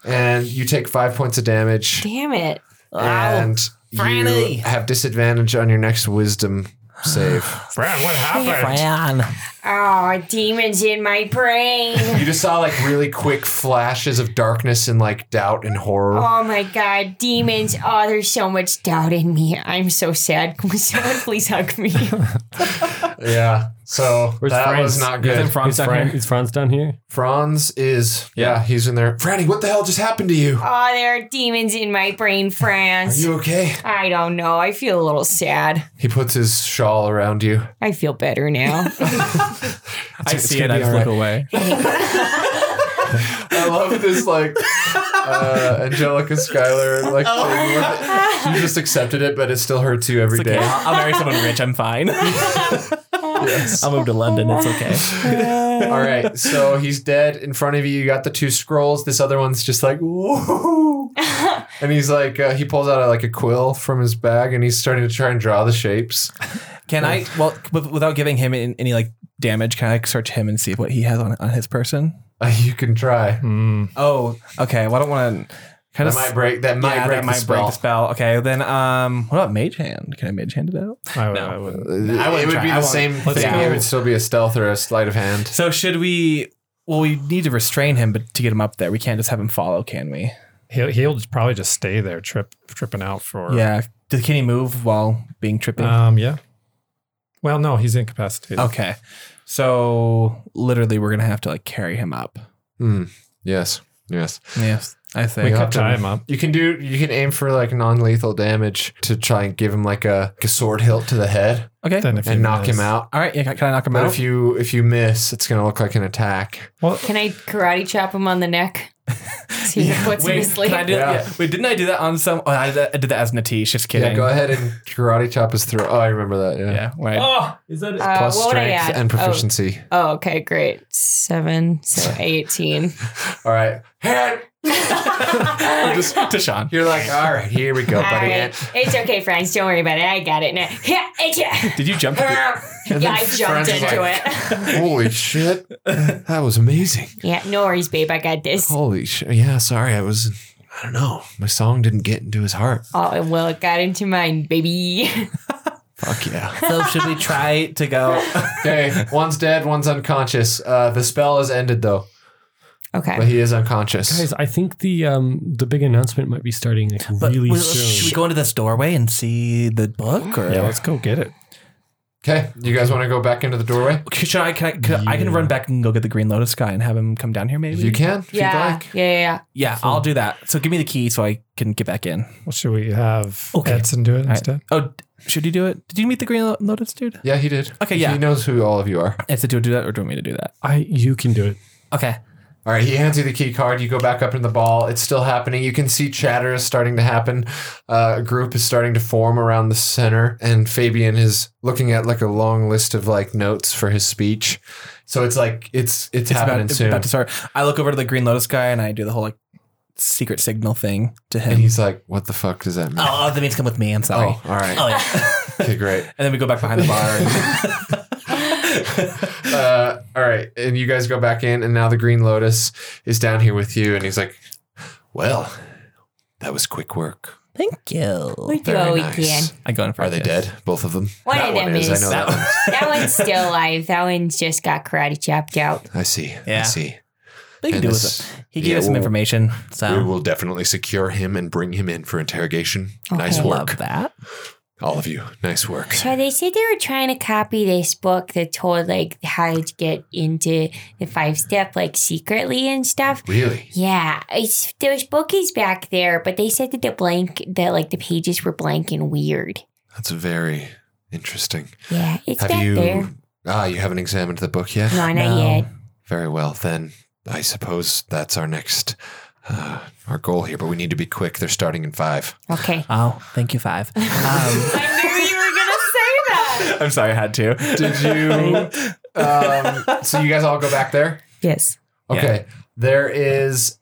S2: and you take five points of damage,
S8: Damn *laughs* it.
S2: and
S6: Franny.
S2: you have disadvantage on your next Wisdom
S8: *sighs*
S2: save.
S7: Fran, what happened?
S6: Fran.
S8: Oh, demons in my brain.
S2: you just saw like really quick flashes of darkness and like doubt and horror.
S8: Oh my god, demons. Oh, there's so much doubt in me. I'm so sad. Can someone please
S2: *laughs*
S8: hug me?
S2: Yeah, so
S1: Where's
S2: that
S1: Franz?
S2: was not good.
S1: Is, Fran- is Franz down here?
S2: Franz is yeah, he's in there. Franny, what the hell just happened to you?
S8: Oh, there are demons in my brain,
S2: Are
S8: France.
S2: you okay?
S8: I don't know. I feel a little sad.
S2: He puts his shawl around you.
S8: I feel better
S2: *laughs*
S8: now.
S3: I see it. I just look away.
S2: I love this, like, uh, Angelica Schuyler, like, thing with it. you just accepted it, but it still hurts you every day.
S3: I'll, I'll marry someone rich. I'm fine. I'll move to London. It's okay.
S2: All right, so he's dead in front of you. You got the two scrolls. This other one's just like, whoa. and he's like, uh, he pulls out a, like a quill from his bag and he's starting to try and draw the shapes.
S3: Can I? Well, with- without giving him in- any like damage, can I like, search him and see what he has on on his person?
S2: Uh, you can try.
S3: Oh, okay. Well, I don't want to. Kind
S2: That might break. That might
S3: yeah,
S2: break
S3: that
S2: the
S3: might
S2: spell.
S3: break the spell. Okay, then um, what about mage hand? Can I mage hand it out?
S7: I, I wouldn't.
S2: I
S3: wouldn't
S2: it would
S3: try.
S2: be the
S3: I won't.
S2: same
S7: Let's
S2: thing.
S7: go.
S2: It would still be a stealth or a sleight of hand.
S3: So should we? Well, we need to restrain him, but to get him up there, we can't just have him follow, can we?
S7: He'll, he'll just probably just stay there, trip tripping out for.
S3: Yeah. Does, can he move while being tripping?
S7: Um. Yeah. Well, no, he's incapacitated.
S3: okay. So literally, we're gonna have to like carry him up.
S2: Hmm. Yes. Yes.
S3: Yes, I
S7: We
S3: think.
S7: could
S2: to-
S7: tie him up.
S2: You can do. You can aim for like non-lethal damage to try and give him like a, a sword hilt to the head
S3: Okay.
S7: Then if
S2: and
S7: he
S2: knock
S7: does-
S2: him out.
S3: All right. Yeah. Can can I knock him
S2: But
S3: out?
S2: if you if you miss, it's gonna look like an attack.
S7: Well,
S4: Can I karate chop him on
S2: *laughs*
S4: the neck? See *laughs* what's in
S3: Wait,
S4: his sleep.
S3: can I do
S2: Yeah.
S3: yeah. Wait, didn't I do that on some? Oh, I did that, I did that as Natish. Just kidding.
S2: Yeah, go ahead and karate chop his throat. Oh, I remember that. Yeah.
S3: Yeah. Wait.
S6: Oh, is that
S4: Uh,
S2: Plus
S4: what would I
S2: strength
S4: add?
S2: and
S4: Oh.
S2: proficiency.
S4: Oh, okay, great. Seven, so
S2: *laughs*
S4: 18.
S2: All right. Hand.
S3: *laughs* Just to Sean.
S2: You're
S4: *laughs*
S2: like, all right, here we go,
S8: All
S2: buddy.
S8: right. It's okay, France. Don't worry about it. I got it now. *laughs* Yeah, it's- yeah,
S3: Did you jump? *laughs*
S8: I jumped
S2: France is
S8: into
S2: like- *laughs*
S8: it.
S2: Holy shit, that was amazing.
S8: Yeah, no worries, babe. I got this.
S2: Holy shit. Yeah. Sorry, I was. I don't know. My song didn't get into his heart.
S8: Oh, well, it got into mine, baby.
S2: Fuck yeah.
S6: So should we try to go?
S2: Okay, one's dead, one's unconscious. Uh, the spell is ended though, but
S4: *laughs* Okay.
S2: he is unconscious.
S1: Guys, I think the um the big announcement might be starting like really
S6: we-
S1: soon.
S6: Should we go into this doorway and see the book? Or
S7: yeah, let's go get it.
S2: Okay, you guys want to go back into the doorway?
S3: Okay, Should I? Can I? Can, I can run back and go get the Green Lotus guy and have him come down here. Maybe
S2: You can, if
S4: yeah,
S2: you'd like.
S4: yeah, yeah, yeah.
S3: Yeah, I'll do that. So give me the key so I can get back in.
S7: Well, should we have Edson do it instead?
S3: Oh, d- should you do it? Did you meet the Green Lo- Lotus dude?
S2: Yeah, he did.
S3: Okay, yeah.
S2: He knows who all of you are.
S3: Is it do I do that or do you want me to do that?
S1: I you can do it.
S3: Okay.
S2: All right, he hands you the key card. You go back up in the ball. It's still happening. You can see chatter is starting to happen. Uh, a group is starting to form around the center, and Fabian is looking at like a long list of like notes for his speech. So it's like it's it's,
S3: It's
S2: happening
S3: about, it's
S2: soon.
S3: about to start. I look over to the Green Lotus guy and I do the whole like secret signal thing to
S2: and
S3: him.
S2: he's like, "What the fuck does that mean?"
S3: Oh, oh, that means come with me. I'm
S2: Oh,
S3: sorry.
S2: all right.
S3: Oh, yeah.
S2: Okay, great.
S3: *laughs* and then we go back behind the bar.
S2: Uh, all right, and you guys go back in, and now the Green Lotus is down here with you, and he's like, "Well, that was quick work.
S6: *laughs* Thank you.
S8: We
S2: Very
S8: go
S2: nice.
S8: again.
S3: I go in for
S2: Are they dead? Both of them?
S8: One
S2: that
S8: of
S2: one
S8: them
S2: is.
S8: is.
S2: I know that,
S3: That
S2: one.
S8: That one's still alive. That one's just got karate chopped out.
S2: I see. I
S3: Yeah.
S2: see.
S3: They can
S2: And
S3: do with
S2: this-
S3: it. He gave
S2: yeah,
S3: us some
S2: we'll-
S3: information.
S2: We
S3: So
S2: will definitely secure him and bring him in for interrogation. Nice
S8: Okay.
S2: work,
S3: that.
S2: all of you. Nice work.
S8: So they said they were trying to copy this book that told like how to get into the five step like secretly and stuff.
S2: Really?
S8: Yeah, it's, there's bookies back there, but they said that the blank that like the pages were blank and weird.
S2: That's very interesting.
S8: Yeah, it's
S2: Have
S8: back
S2: you?
S8: there.
S2: Ah, you haven't examined the book yet.
S8: No, not yet.
S2: Very well, then. I suppose that's our next. Uh, our goal here, but we need to be quick. They're starting in five.
S8: Okay.
S6: Oh, thank
S2: *laughs*
S6: you, five. Um,
S4: I knew you were gonna say that.
S3: I'm sorry, I had to.
S2: Did
S6: *laughs*
S2: you? Um, *laughs* so you guys all go back there.
S4: Yes.
S2: Okay. There is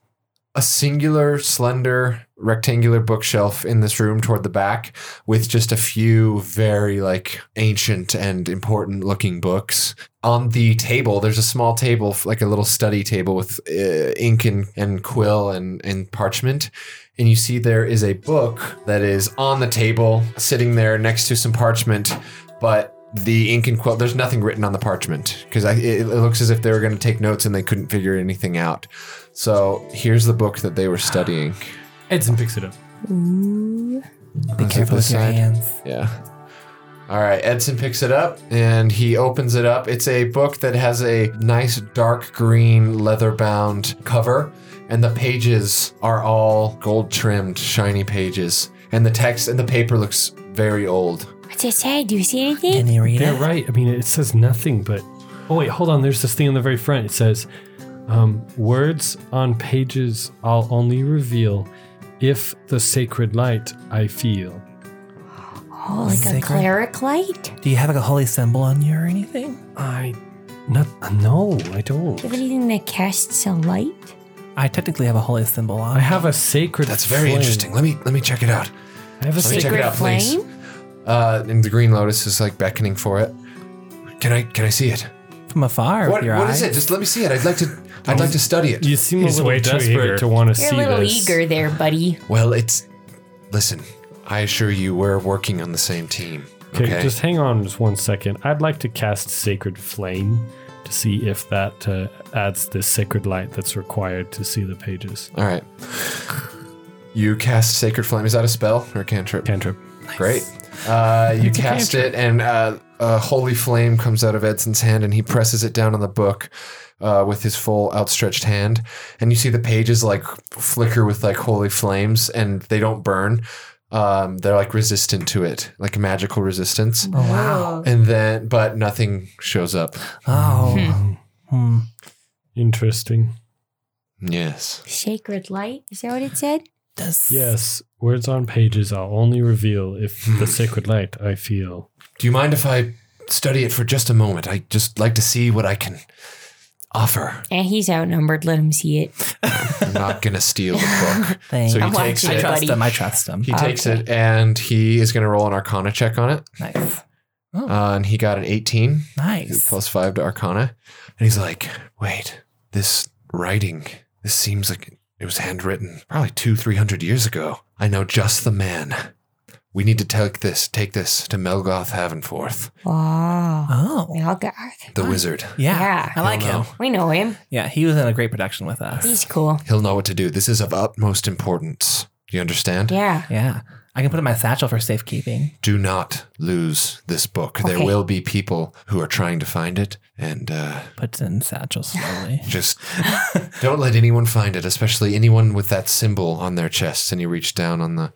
S2: a singular, slender, rectangular bookshelf in this room toward the back with just a few very like ancient and important looking books. On the table, there's a small table, f- like a little study table with uh, ink and, and quill and, and parchment. And you see there is a book that is on the table, sitting there next to some parchment, but the ink and quill there's nothing written on the parchment because it, it looks as if they were going to take notes and they couldn't figure anything out so here's the book that they were studying
S1: Edson picks it up.
S6: be careful with your hands.
S2: yeah all right edson picks it up and he opens it up it's a book that has a nice dark green leather bound cover and the pages are all gold trimmed shiny pages and the text and the paper looks very old
S8: What's it say? Do you see anything?
S6: Can you read
S1: They're
S6: it?
S1: right. I mean, it says nothing, but oh wait, hold on. There's this thing on the very front. It says, um, "Words on pages I'll only reveal if the sacred light I feel."
S8: Oh, like a
S6: Sacred.
S8: cleric light?
S6: Do you have like a holy symbol on you or anything?
S1: I, not no, I don't.
S8: Do you have anything that casts a light?
S6: I technically have a holy symbol
S1: I
S6: on.
S1: have a sacred.
S2: that's very
S1: flame.
S2: interesting let me let me check it out
S1: I have a
S2: Let me
S1: sacred.
S2: check it
S8: Sacred
S2: out, please. uh, and the green lotus is like beckoning for it can i can i see it
S6: From afar,
S2: What,
S6: with your
S2: what is
S6: eye.
S2: it? Just let me see it. I'd like to. I'd like to study it.
S1: You seem a
S7: He's
S1: little
S7: way too eager.
S1: desperate to want to
S8: You're
S1: see
S8: a little
S1: this.
S8: eager there, buddy.
S2: Well, it's. Listen, I assure you, we're working on the same team. Okay.
S1: Okay, just hang on just one second. I'd like to cast Sacred Flame to see if that uh, adds the sacred light that's required to see the pages.
S2: All right. You cast Sacred Flame. Is that a spell or a cantrip?
S1: Cantrip.
S2: Great. Uh, you cast it, and uh, a holy flame comes out of Edson's hand, and he presses it down on the book uh, with his full outstretched hand. And you see the pages like flicker with like holy flames, and they don't burn. Um, they're like resistant to it, like a magical resistance.
S6: Oh, wow.
S2: And then, but nothing shows up.
S6: Oh. Hmm.
S1: Interesting.
S2: Yes.
S8: Sacred light? Is that what it said?
S6: Does-
S1: Yes, words on pages I'll only reveal if
S2: *laughs*
S1: the sacred light I feel.
S2: Do you mind if I study it for just a moment? I just like to see what I can offer.
S8: And Eh, he's outnumbered. Let him see it.
S2: I'm not going to steal the
S6: *laughs*
S2: book.
S6: Thank
S2: So he
S6: you.
S8: I'm
S2: takes
S8: watching,
S6: I
S2: it.
S6: trust
S8: buddy.
S6: him. I trust him.
S2: He takes it and he is going to roll an Arcana check on it.
S6: Nice.
S2: Uh, and he got an 18
S6: Oh. Nice.
S2: plus 5 to Arcana. And he's like, wait, this writing, this seems like it was handwritten probably two, 300 years ago. I know just the man. We need to take this, take this to Melgoth Havenforth,
S8: Wow.
S6: Oh. Yeah.
S8: Melgarth.
S2: the wizard.
S8: Yeah.
S6: I like
S2: He'll
S6: him.
S2: know.
S8: We know him.
S6: Yeah. He was in a great production with us.
S8: He's cool.
S2: He'll know what to do. This is of utmost importance. Do you understand?
S8: Yeah.
S6: Yeah. I can put it in my satchel for safekeeping.
S2: Do not lose this book. There
S8: Okay.
S2: will be people who are trying to find it, and uh,
S6: Put it in the satchel slowly.
S2: just *laughs* don't let anyone find it, especially anyone with that symbol on their chest. And he reached down on the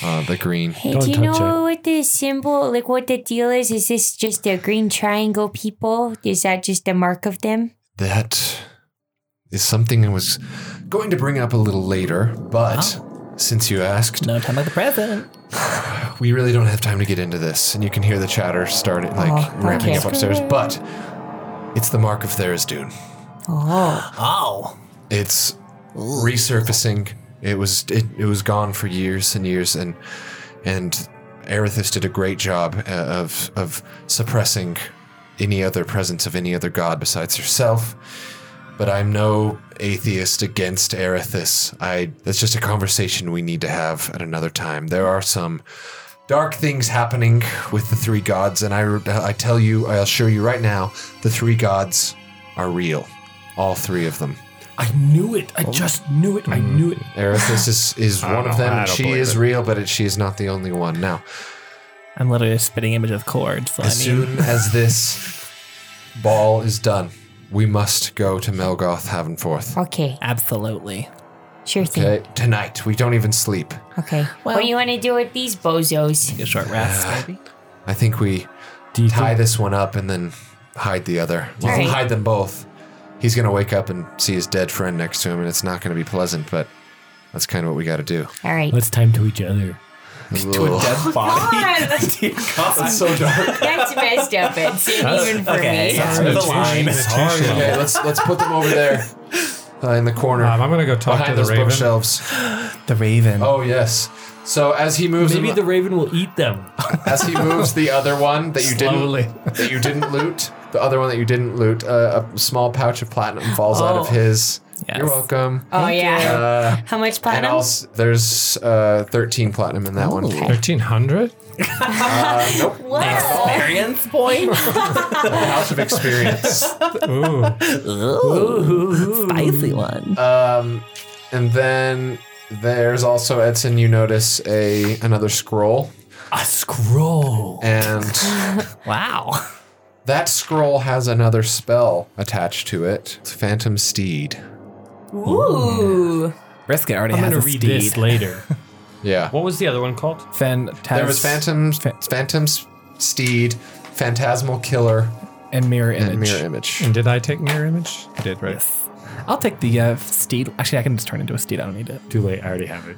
S2: uh, the green.
S8: Hey,
S1: Don't
S8: do you
S1: touch
S8: know what the symbol, like what the deal is? Is this just a green triangle people? Is that just a mark of them?
S2: That is something I was going to bring up a little later, but since you asked,
S6: no time like the present.
S2: we really don't have time to get into this, and you can hear the chatter start like ramping
S4: okay.
S2: up upstairs. But it's the mark of Therisdune.
S8: Oh,
S6: Oh.
S2: It's resurfacing. It was it, it was gone for years and years, and and Aerithus did a great job uh, of of suppressing any other presence of any other god besides herself. But I'm no atheist against Aerithus. I that's just a conversation we need to have at another time. There are some dark things happening with the three gods, and I I tell you, I assure you right now, the three gods are real, all three of them.
S1: I knew it.
S6: Oh.
S1: I just knew it. I
S6: Mm.
S1: knew it.
S7: *laughs*
S2: Aerithus is, is one of
S7: know.
S2: them.
S7: I
S2: and
S7: don't
S2: She
S7: believe
S2: is
S7: it.
S2: real, but it, she is not the only one. Now,
S6: I'm literally a spitting image of cords. So I
S2: as
S6: mean, *laughs*
S2: soon as this ball is done, we must go to Melgoth Havenforth.
S8: okay.
S6: absolutely.
S8: Sure thing. Okay.
S2: Okay, tonight. We don't even sleep.
S8: what do you want to do with these bozos?
S6: Take a short rest, maybe.
S2: I think we
S1: Do you
S2: tie
S1: think-
S2: this one up and then hide the other. Well,
S8: Alright.
S2: hide them both. He's gonna wake up and see his dead friend next to him, and it's not gonna be pleasant. But that's kind of what we got to do.
S8: All right.
S1: let's time to each other.
S2: Ugh.
S6: Oh,
S3: Dead
S4: *laughs*
S3: body.
S2: *laughs*
S8: Oh,
S2: It's so dark.
S8: That's messed up, Benson, even for me.
S3: Sorry. The line.
S2: okay, let's let's put them over there uh, in the corner
S7: Um, I'm gonna go talk to
S2: behind
S7: the
S2: those
S7: raven.
S2: bookshelves.
S3: The Raven.
S2: Oh yes. So as he moves,
S1: Maybe the raven will eat them.
S2: as he moves the other one that you
S1: Slowly.
S2: didn't that you didn't loot, the other one that you didn't loot, uh, a small pouch of platinum falls out of
S6: Oh.
S2: his.
S6: Yes.
S2: You're welcome.
S8: Oh, yeah.
S2: Uh,
S8: How much
S2: and
S8: platinum?
S2: also, there's uh, 13 platinum in that one. *laughs*
S7: Thirteen hundred.
S8: Whoa.
S6: *laughs* Experience point.
S2: Pouch of
S6: *laughs*
S2: experience.
S7: Ooh,
S6: Ooh, spicy one.
S2: Um, and then there's also Edson. You notice a another scroll,
S6: a scroll.
S2: and
S3: *laughs*
S6: Wow.
S2: That scroll has another spell attached to it. It's Phantom Steed.
S4: Ooh.
S6: Brisket already
S1: I'm
S6: has
S1: gonna
S6: a
S1: read
S6: steed.
S1: this later.
S2: Yeah.
S1: what was the other one called?
S6: Fantas-
S2: there was Phantom, Phantom S- Steed, Phantasmal Killer,
S6: and mirror image.
S2: and Mirror Image.
S7: and did I take mirror image? I did, right?
S6: I'll take the uh, steed. Actually, I can just turn into a steed. I don't need it.
S1: Too late. I already have it.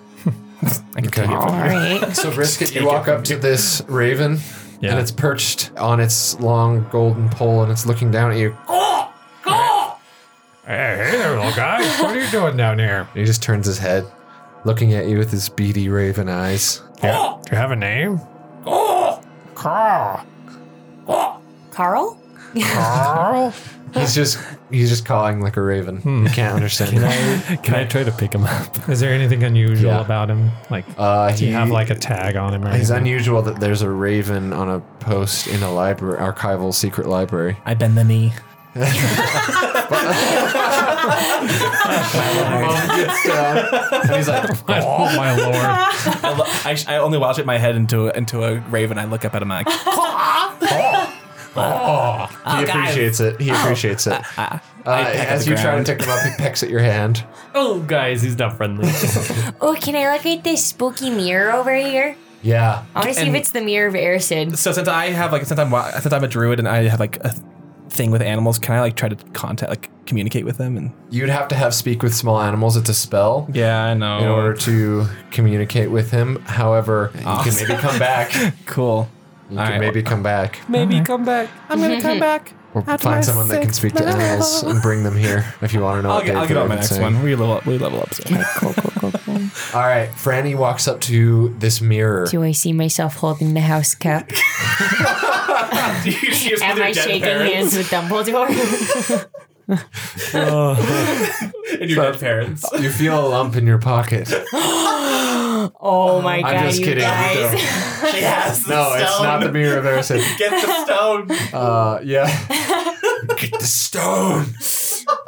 S6: I can take it.
S8: All right.
S2: *laughs* So, Brisket, you walk up to this raven, and it's perched on its long golden pole, and it's looking down at you.
S7: Hey, hey there, little guy. What are you doing down here?
S2: He just turns his head, looking at you with his beady raven eyes.
S7: Yeah. Do you have a name? Carl.
S8: Carl?
S7: Carl.
S2: He's just he's just calling like a raven.
S7: Hmm.
S2: You can't understand. him.
S1: Can I try to pick him up?
S7: Is there anything unusual
S2: Yeah.
S7: about him? Like,
S2: Uh,
S7: do you
S2: he-
S7: have like a tag on him or
S2: It's
S7: anything?
S2: unusual that there's a raven on a post in a library, archival secret library.
S6: I bend the knee.
S2: and he's like,
S3: *laughs*
S7: Oh my lord!
S3: I, lo- I, sh- I only watch it in my head into a, into a raven. I look up at him like,
S7: Oh.
S3: Oh,
S2: he appreciates it. He appreciates it. Uh,
S3: peck at
S2: as
S3: the
S2: you try to
S3: ground.
S2: pick him up, he pecks at your hand.
S1: Oh, guys, he's not friendly.
S8: Oh, can I look at this spooky mirror over here?
S2: Yeah.
S8: I want to see if
S3: And-
S8: it's the mirror of Erison.
S3: so since I have like since I'm wa- since I'm a druid and I have like a thing with animals, can I like try to contact like communicate with them? And
S2: You'd have to have speak with small animals. It's a spell
S3: yeah, I know.
S2: in order to communicate with him. However, you can maybe come
S3: *laughs*
S2: back. You
S3: cool.
S2: can
S3: All right.
S2: maybe come back.
S3: Maybe come back. I'm gonna
S8: *laughs*
S3: come back.
S2: Or find someone that can speak to animals and bring them here if you want to know
S3: I'll
S2: what
S3: get,
S2: they
S3: I'll get on my
S2: they're
S3: next
S2: saying.
S3: one. We level up. We level up. soon.
S2: All right. Franny walks up to this mirror.
S8: Do I see myself holding the house cup? Am I shaking hands
S4: *laughs*
S8: with Dumbledore?
S3: and your dead parents.
S2: You feel a lump in your pocket.
S8: oh my god,
S2: I'm just
S8: you
S2: kidding.
S8: guys.
S2: You don't. No, it's not the mirror of Erison.
S3: Get the stone.
S8: *laughs*
S2: Uh, yeah. Get the stone.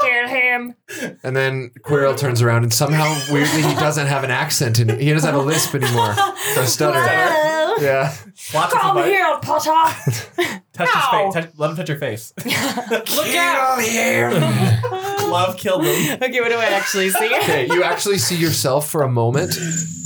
S8: Kill him.
S2: And then Quirrell turns around and somehow weirdly he doesn't have an accent and he doesn't have a lisp anymore or a stutter.
S8: Hello.
S2: Yeah.
S3: Watch
S8: Come
S3: everybody.
S8: here, Potter.
S3: Touch his
S8: Ow.
S3: face. Touch, let him touch your *laughs* face.
S4: Look out!
S3: Love killed him.
S4: *laughs* Okay, what do I actually
S8: *laughs*
S4: see?
S2: *laughs* Okay, you actually see yourself for a moment,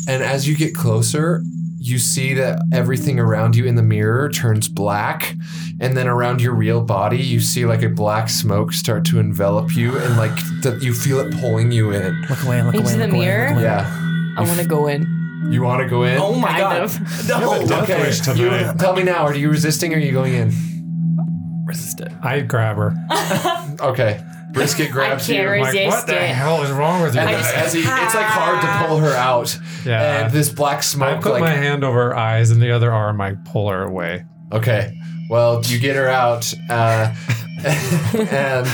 S2: and as you get closer, you see that everything around you in the mirror turns black, and then around your real body, you see like a black smoke start to envelop you, and like that you feel it pulling you in.
S6: Look away, look
S4: Into
S6: away.
S4: the
S6: look away,
S4: mirror?
S6: Look away.
S2: Yeah.
S4: I want to go in.
S2: You want to go in?
S3: Oh my
S4: Kind
S3: god.
S4: of.
S3: No.
S2: okay.
S7: wish
S2: You,
S7: tonight.
S2: tell me now, are you resisting or are you going in?
S3: Resist it.
S7: I grab her.
S2: Okay. Brisket
S8: I
S2: grabs you.
S8: can't
S7: I'm like, what
S8: resist
S7: the
S8: it.
S7: hell is wrong with you?
S2: And
S7: guys?
S2: then as he, it's like hard to pull her out.
S7: Yeah.
S2: And this black
S7: I
S2: smoke
S7: put
S2: like
S7: my hand over her eyes and the other arm I pull her away.
S2: Okay. Well, you get her out,
S7: *laughs*
S2: uh, and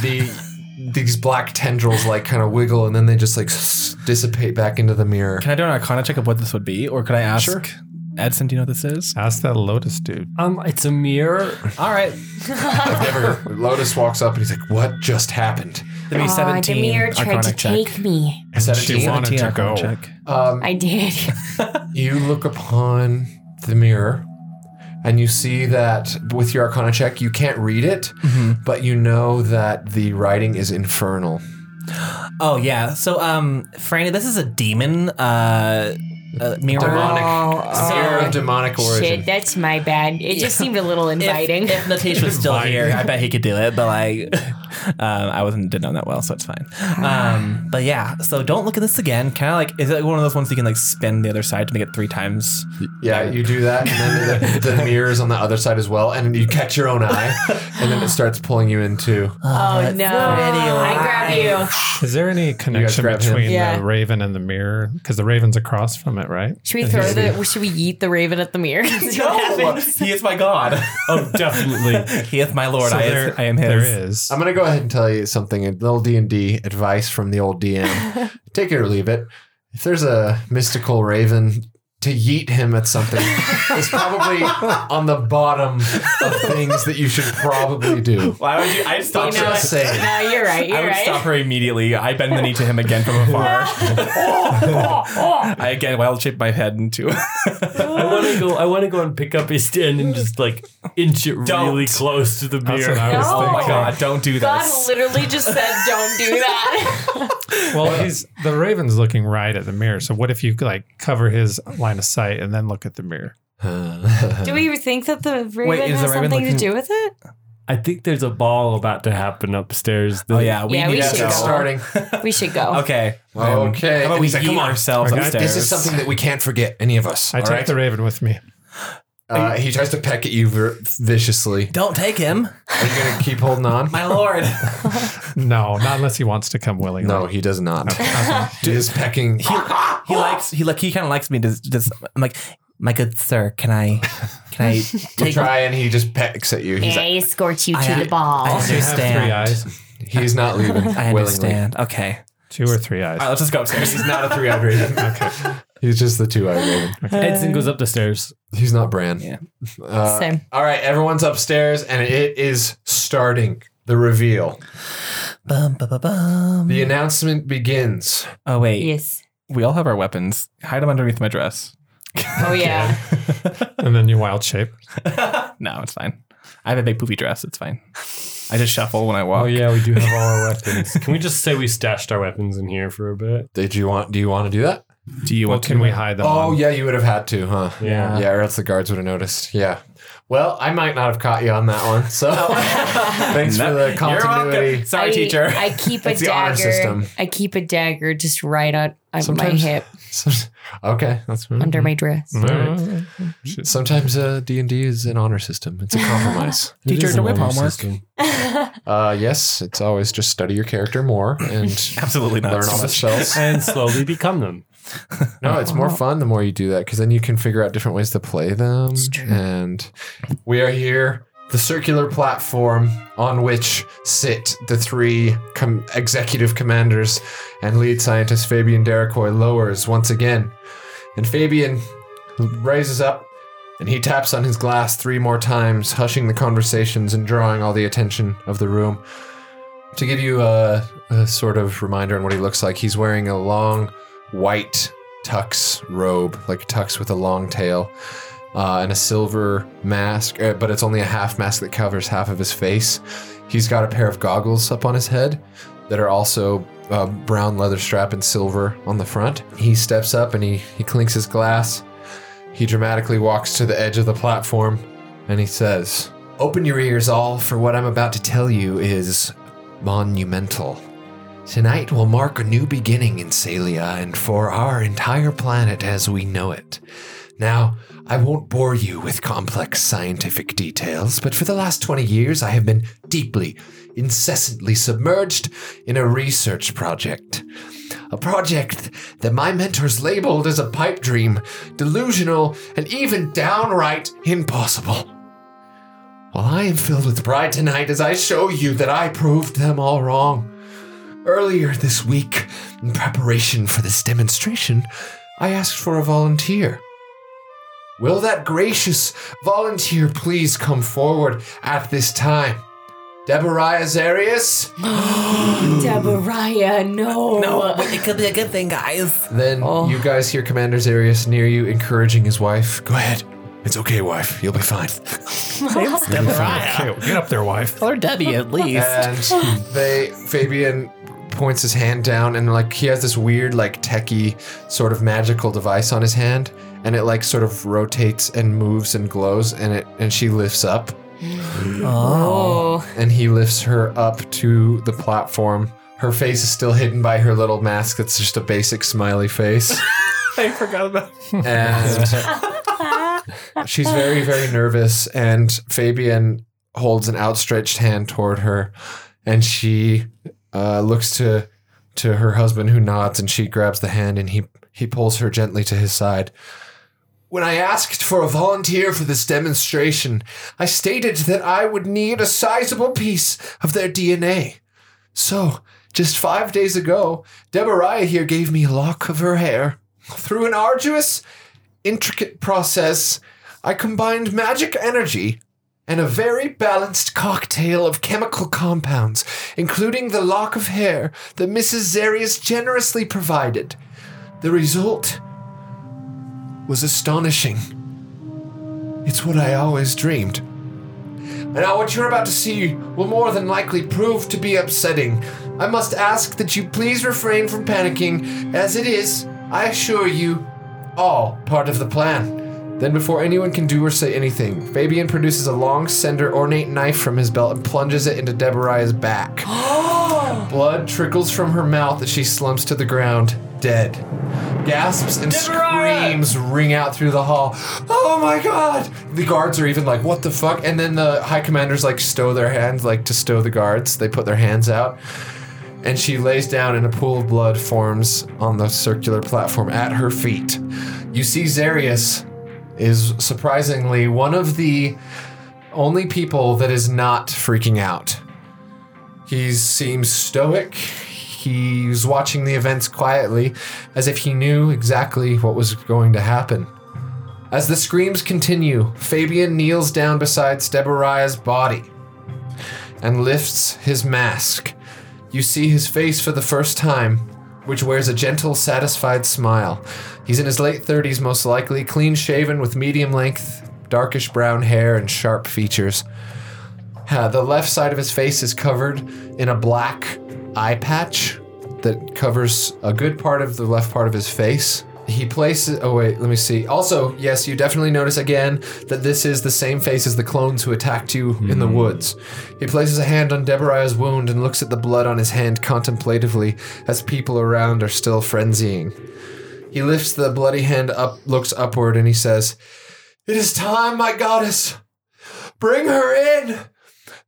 S2: the these black tendrils like kind of wiggle, and then they just like s- dissipate back into the mirror.
S3: Can I do an arcana check of what this would be? Or could I ask
S2: Sure.
S3: Edson, do you know what this is?
S7: Ask that Lotus dude.
S1: Um, it's a mirror.
S3: All right.
S2: I've never.
S7: *laughs*
S2: Lotus walks up and he's like, "What just happened?"
S3: That'd be
S8: Aw,
S3: 17
S8: Uh, the mirror tried to
S3: arcana check.
S8: take me.
S7: She
S2: 17.
S7: wanted to
S3: 17
S7: go.
S3: arcana check.
S2: Um,
S8: I did. *laughs*
S2: you look upon the mirror, and you see that with your Arcana check, you can't read it,
S8: Mm-hmm.
S2: but you know that the writing is infernal.
S6: Oh yeah. So um Franny, this is a demon uh, uh mirror.
S2: Demonic.
S8: Oh,
S2: mirror of demonic origin.
S8: Shit, that's my bad. It just seemed a little
S3: *laughs*
S8: inviting.
S6: If, if Natish was *laughs* still here, I bet he could do it. But like, um, I wasn't didn't know that well, so it's fine. Um, but yeah, so don't look at this again. Kind of like, is it one of those ones you can like spin the other side to make it three times?
S2: Yeah, you do that, and then *laughs* the, the mirror is on the other side as well, and you catch your own eye, and then it starts pulling you into.
S4: Oh no! I grab
S6: already
S4: you.
S7: Is there any connection
S2: grab him?
S7: between
S4: Yeah.
S7: the raven and the mirror? Because the raven's across from it, right?
S4: Should we throw the? Should we eat the raven at the
S8: *laughs*
S4: mirror? See what happens?
S3: He is my god.
S1: Oh,
S7: *laughs*
S1: definitely.
S6: He is my lord. I,
S7: there-
S6: is, I am his.
S7: There is.
S2: I'm gonna go ahead and tell you something, a little D and D advice from the old
S6: *laughs*
S2: DM. Take it or leave it. If there's a mystical raven, to yeet him at something is
S6: *laughs*
S2: probably on the bottom of things that you should probably do.
S3: Why would you? I'd
S2: I'm
S3: stop
S4: You know
S2: just saying.
S4: No, you're right. You're
S3: I would
S4: right.
S3: stop her immediately. I bend the knee to him again from afar. I again wild shape my head into.
S1: I want to go. I want to go and pick up his stand and just like inch it really
S3: Don't.
S1: close to the
S7: That's
S1: mirror.
S7: what I was
S4: No.
S3: oh my
S7: thinking.
S3: god! Don't do
S4: God
S3: this.
S4: literally just said, "Don't do that."
S7: Well, he's the raven's looking right at the mirror. So what if you like cover his line of sight and then look at the mirror?
S4: do we think that the raven
S6: Wait, is
S4: has
S6: the raven
S4: something to
S6: looking-
S4: do with it?
S1: I think there's a ball about to happen upstairs.
S3: Oh yeah, we
S4: Yeah,
S3: need
S4: we
S3: to
S4: should
S3: go.
S2: It's starting.
S4: We should go.
S3: Okay.
S6: um,
S2: Okay.
S3: How about we come ourselves
S7: Okay.
S3: upstairs?
S2: This is something that we can't forget, any of us.
S7: I
S2: all
S7: take
S2: right?
S7: the raven with me.
S2: uh, he tries to peck at you vir- viciously.
S6: Don't take him,
S2: Are you gonna keep holding on?
S6: my *laughs* lord.
S7: No, not unless he wants to come willingly.
S2: No, he does not. he is pecking.
S6: he likes. He like. He kind of likes me. Does, does I'm like, my good sir. Can I? Can
S3: *laughs*
S6: I
S2: You
S6: take?
S2: try and he just pecks at you. He's
S8: yeah,
S2: like,
S8: he escorts you
S6: I-
S8: to
S6: I-
S8: the ball.
S6: I
S7: You have three
S6: understand.
S7: eyes,
S2: he's not leaving
S6: I
S2: willingly.
S6: understand. Okay.
S7: two or three eyes.
S3: All right, let's just go upstairs.
S2: He's not a three eyed raven. okay. He's just the two eyed raven.
S1: Edson goes up the stairs.
S2: He's not Bran.
S6: Yeah.
S2: Uh,
S4: Same.
S2: all right, everyone's upstairs and it is starting the reveal.
S6: *laughs* Bum, bum, bum, bum.
S2: The announcement begins.
S6: Oh wait.
S8: yes.
S3: we all have our weapons. Hide them underneath my dress.
S4: Oh yeah.
S7: and then you wild shape.
S3: No, it's fine. I have a big poofy dress. It's fine. I just shuffle when I walk.
S1: Oh yeah, we do have all our weapons. *laughs* Can we just say we stashed our weapons in here for a bit?
S2: Did you want do you want to do that?
S3: Do you
S7: Well,
S3: want
S7: can we hide them?
S2: Oh
S7: on-
S2: yeah, you would have had to, huh?
S1: Yeah.
S2: Yeah, or else the guards would have noticed. Yeah. Well, I might not have caught you on that one. So thanks for the continuity.
S3: Sorry,
S8: I,
S3: teacher.
S8: I keep a
S2: It's the honor
S8: dagger.
S2: system.
S8: I keep a dagger just right on, on my
S2: Sometimes-
S8: hip
S2: *laughs* okay, that's
S8: under my dress.
S1: All right.
S2: Sometimes uh, D&D is an honor system. It's a compromise.
S1: It
S6: Teacher,
S1: is
S6: do
S1: an
S6: we have
S1: honor
S6: homework?
S1: system.
S2: Uh, yes, it's always just study your character more and
S3: *laughs* *coughs* Absolutely not.
S2: learn all the spells.
S1: And slowly become them.
S2: No, it's more fun the more you do that because then you can figure out different ways to play them. And we are here, the circular platform on which sit the three com- executive commanders and lead scientist Fabian Deracoy lowers once again. And Fabian raises up and he taps on his glass three more times, hushing the conversations and drawing all the attention of the room. To give you a, a sort of reminder on what he looks like, he's wearing a long white tux robe, like a tux with a long tail, uh, and a silver mask, uh, but it's only a half mask that covers half of his face. He's got a pair of goggles up on his head that are also uh, brown leather strap and silver on the front. He steps up and he, he clinks his glass. He dramatically walks to the edge of the platform and he says, Open your ears, all, for what I'm about to tell you is monumental. Tonight will mark a new beginning in Salia and for our entire planet as we know it. Now, I won't bore you with complex scientific details, but for the last 20 years, I have been deeply, incessantly submerged in a research project. A project that my mentors labeled as a pipe dream, delusional, and even downright impossible. Well, I am filled with pride tonight as I show you that I proved them all wrong. Earlier this week, in preparation for this demonstration, I asked for a volunteer. Will that gracious volunteer please come forward at this time? Deborah Azarius?
S4: Deborah, no.
S6: No, but it could be a good thing, guys.
S2: Then you guys hear Commander Azarius near you encouraging his wife. Go ahead. It's okay, wife. You'll be fine. *laughs*
S7: Okay, well, get up there, wife.
S6: Or Debbie, at least.
S2: And they Fabian points his hand down and like he has this weird like techie sort of magical device on his hand and it like sort of rotates and moves and glows and it and she lifts up
S8: Oh.
S2: and he lifts her up to the platform. Her face is still hidden by her little mask that's just a basic smiley face.
S3: *laughs* I forgot about.
S2: and she's very very nervous and fabian holds an outstretched hand toward her and she uh, looks to to her husband who nods and she grabs the hand and he he pulls her gently to his side when I asked for a volunteer for this demonstration, I stated that I would need a sizable piece of their DNA. So, just five days ago, Deborah here gave me a lock of her hair. Through an arduous intricate process, I combined magic energy and a very balanced cocktail of chemical compounds, including the lock of hair that Mrs. Zarius generously provided. The result was astonishing. It's what I always dreamed. Now, what you're about to see will more than likely prove to be upsetting. I must ask that you please refrain from panicking, as it is, I assure you, all part of the plan. Then, before anyone can do or say anything, Fabian produces a long, slender, ornate knife from his belt and plunges it into Deborah's back. Blood trickles from her mouth as she slumps to the ground, dead. Gasps and screams ring out through the hall. Oh my god! The guards are even like, what the fuck? And then the high commanders like stow their hands, like to stow the guards. They put their hands out. And she lays down and a pool of blood forms on the circular platform at her feet. You see Zarius is surprisingly one of the only people that is not freaking out. He seems stoic. He's watching the events quietly, as if he knew exactly what was going to happen. As the screams continue, Fabian kneels down beside Deborah's body and lifts his mask. You see his face for the first time, which wears a gentle, satisfied smile. He's in his late 30s, most likely, clean shaven with medium length, darkish brown hair, and sharp features. Uh, the left side of his face is covered in a black eye patch that covers a good part of the left part of his face. He places. Oh wait, let me see. Also, yes, you definitely notice again that this is the same face as the clones who attacked you in the woods. He places a hand on Deborah's wound and looks at the blood on his hand contemplatively as people around are still frenzying. He lifts the bloody hand up, looks upward, and he says, "It is time, my goddess. Bring her in."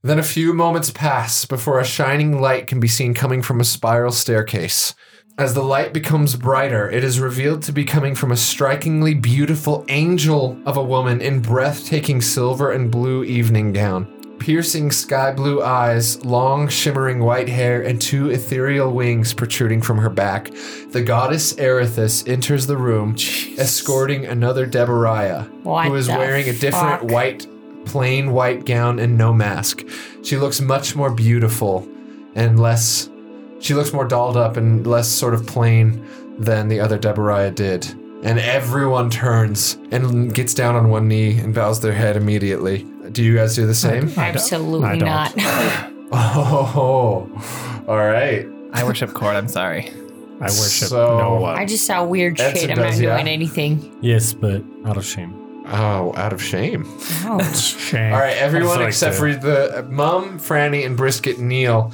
S2: Then a few moments pass before a shining light can be seen coming from a spiral staircase. As the light becomes brighter, it is revealed to be coming from a strikingly beautiful angel of a woman in breathtaking silver and blue evening gown. Piercing sky blue eyes, long shimmering white hair, and two ethereal wings protruding from her back, the goddess Erithus enters the room, escorting another Deborah,
S8: What
S2: who is
S8: the
S2: wearing a different
S8: fuck?
S2: white, plain white gown and no mask. She looks much more beautiful and less. She looks more dolled up and less sort of plain than the other Deborah did. And everyone turns and gets down on one knee and bows their head immediately. Do you guys do the same? *laughs*
S1: I
S8: Absolutely
S1: don't.
S8: not.
S2: Oh, all right.
S3: *laughs* I worship Cord. I'm sorry.
S7: I worship
S2: So-
S7: no
S8: I
S7: one.
S8: just saw weird
S2: That's
S8: shit.
S2: a
S8: I'm not
S2: does,
S8: doing
S2: yeah.
S8: anything.
S1: Yes, but out of shame.
S2: Oh, out of shame.
S8: Ouch.
S7: Shame.
S2: All right, everyone
S1: like
S2: except
S1: to-
S2: for the uh, mum, Franny, and Brisket kneel.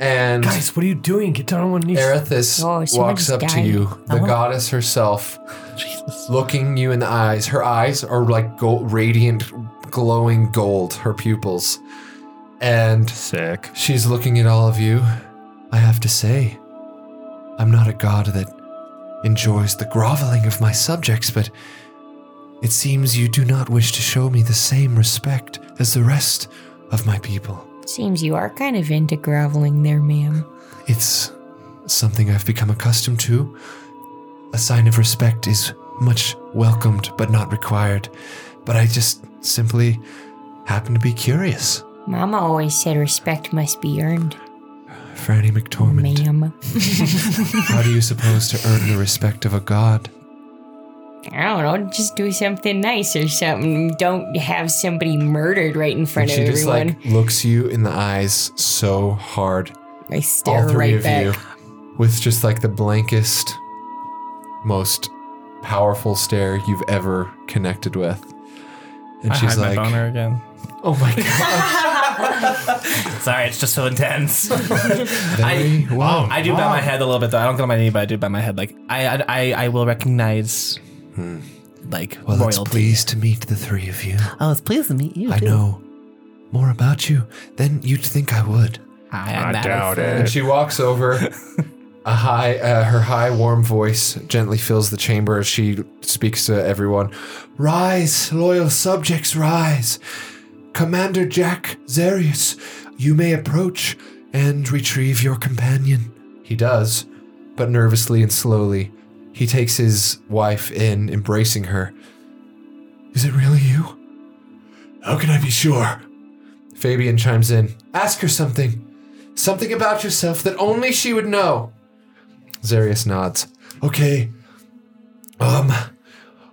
S2: And
S1: Guys, what are you doing? Get down on one knee.
S2: Erithis
S8: Oh, somebody's
S2: walks up to
S8: dying.
S2: you, the goddess herself, looking you in the eyes. Her eyes are like gold, radiant, glowing gold, her pupils. And
S7: Sick.
S2: she's looking at all of you. I have to say, I'm not a god that enjoys the groveling of my subjects, but it seems you do not wish to show me the same respect as the rest of my people.
S8: Seems you are kind of into groveling there, ma'am.
S2: It's something I've become accustomed to. A sign of respect is much welcomed but not required. But I just simply happen to be curious.
S8: Mama always said respect must be earned,
S2: Franny McTormand,
S8: ma'am.
S2: *laughs* how do you suppose to earn the respect of a god?
S8: I don't know, just do something nice or something. Don't have somebody murdered right in front of
S2: she just
S8: everyone.
S2: like looks you in the eyes so hard,
S8: I stare
S2: all three
S8: right
S2: of
S8: back.
S2: you, with just like the blankest, most powerful stare you've ever connected with. And *laughs* she's like,
S3: again.
S2: "Oh my god,
S3: *laughs* Sorry, it's just so intense.
S2: very well."
S3: I do bow my head a little bit though. I don't go on my knee, but I do bow my head. Like I, I, I, I will recognize, like
S2: Hmm. Well, it's
S3: royalty.
S2: pleased to meet the three of you.
S6: I was pleased to meet you.
S2: I know more about you than you'd think I would.
S3: I,
S7: I
S3: am mad.
S7: doubt
S2: And
S7: it.
S2: she walks over. A high, uh, her high, warm voice gently fills the chamber as she speaks to everyone. Rise, loyal subjects, rise! Commander Jack Zarius, you may approach and retrieve your companion. He does, but nervously and slowly. He takes his wife in, embracing her. Is it really you? How can I be sure? Fabian chimes in. Ask her something. Something about yourself that only she would know. Zarius nods. Okay. Um,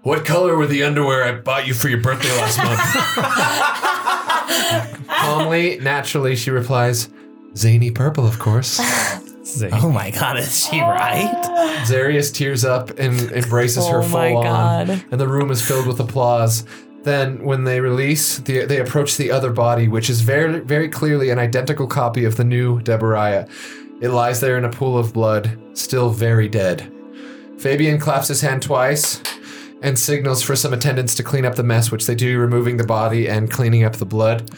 S2: what color were the underwear I bought you for your birthday last month?
S4: *laughs*
S2: Calmly, naturally, she replies, Zany purple, of
S4: *laughs*
S2: course.
S3: Oh my god, is
S2: *laughs*
S3: she right?
S2: Zarius tears up and embraces her
S4: Oh
S2: full
S4: my
S2: on,
S4: God.
S2: and the room is filled with applause. Then, when they release, the, they approach the other body, which is very, very clearly an identical copy of the new Deborah. It lies there in a pool of blood, still very dead. Fabian claps his hand twice and signals for some attendants to clean up the mess, which they do, removing the body and cleaning up the blood.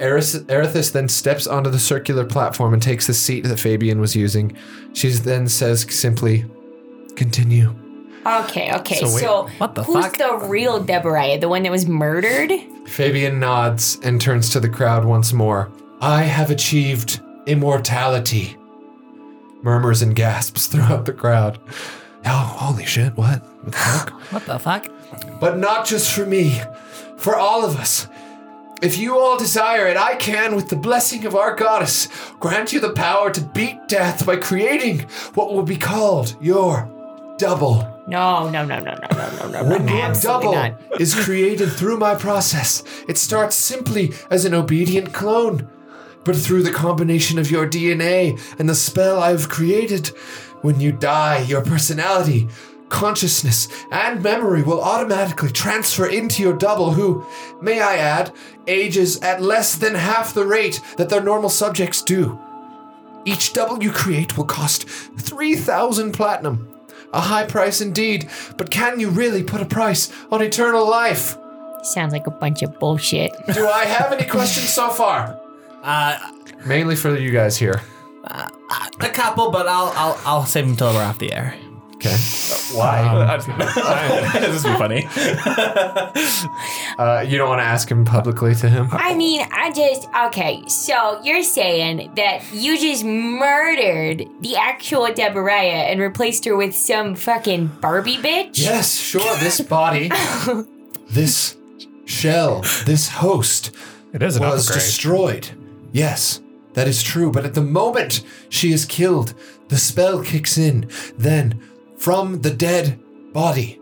S2: Eris- Erithis then steps onto the circular platform and takes the seat that Fabian was using. She then says simply, Continue.
S8: Okay, okay. So, who's the real Deborah? The one that was murdered?
S2: Fabian nods and turns to the crowd once more. I have achieved immortality. Murmurs and gasps *laughs* throughout the crowd. Oh, holy shit, what? What the fuck?
S6: *sighs* What the fuck?
S2: but not just for me, for all of us. If you all desire it, I can, with the blessing of our goddess, grant you the power to beat death by creating what will be called your double.
S8: No, no, no, no, no, no, no, no.
S2: When your
S8: absolutely
S2: double
S8: not.
S2: is created through my process, it starts simply as an obedient clone. But through the combination of your DNA and the spell I've created, when you die, your personality, consciousness, and memory will automatically transfer into your double, who, may I add, ages at less than half the rate that their normal subjects do. Each double you create will cost 3,000 platinum. A high price indeed, but can you really put a price on eternal life?
S8: Sounds like a bunch of bullshit.
S2: Do I have any questions so far?
S3: Uh,
S2: Mainly for you guys here.
S3: a couple, but I'll, I'll, I'll save them till we're off the air.
S2: Okay. Um,
S7: *laughs*
S3: this would be funny.
S2: Uh, you don't want to ask him publicly to him?
S8: I mean, I just okay. So you're saying that you just murdered the actual Deborah and replaced her with some fucking Barbie bitch?
S2: Yes, sure. This body, this shell, this host
S7: It is an
S2: was
S7: upgrade.
S2: destroyed. Yes. That is true, but at the moment she is killed, the spell kicks in. Then, from the dead body,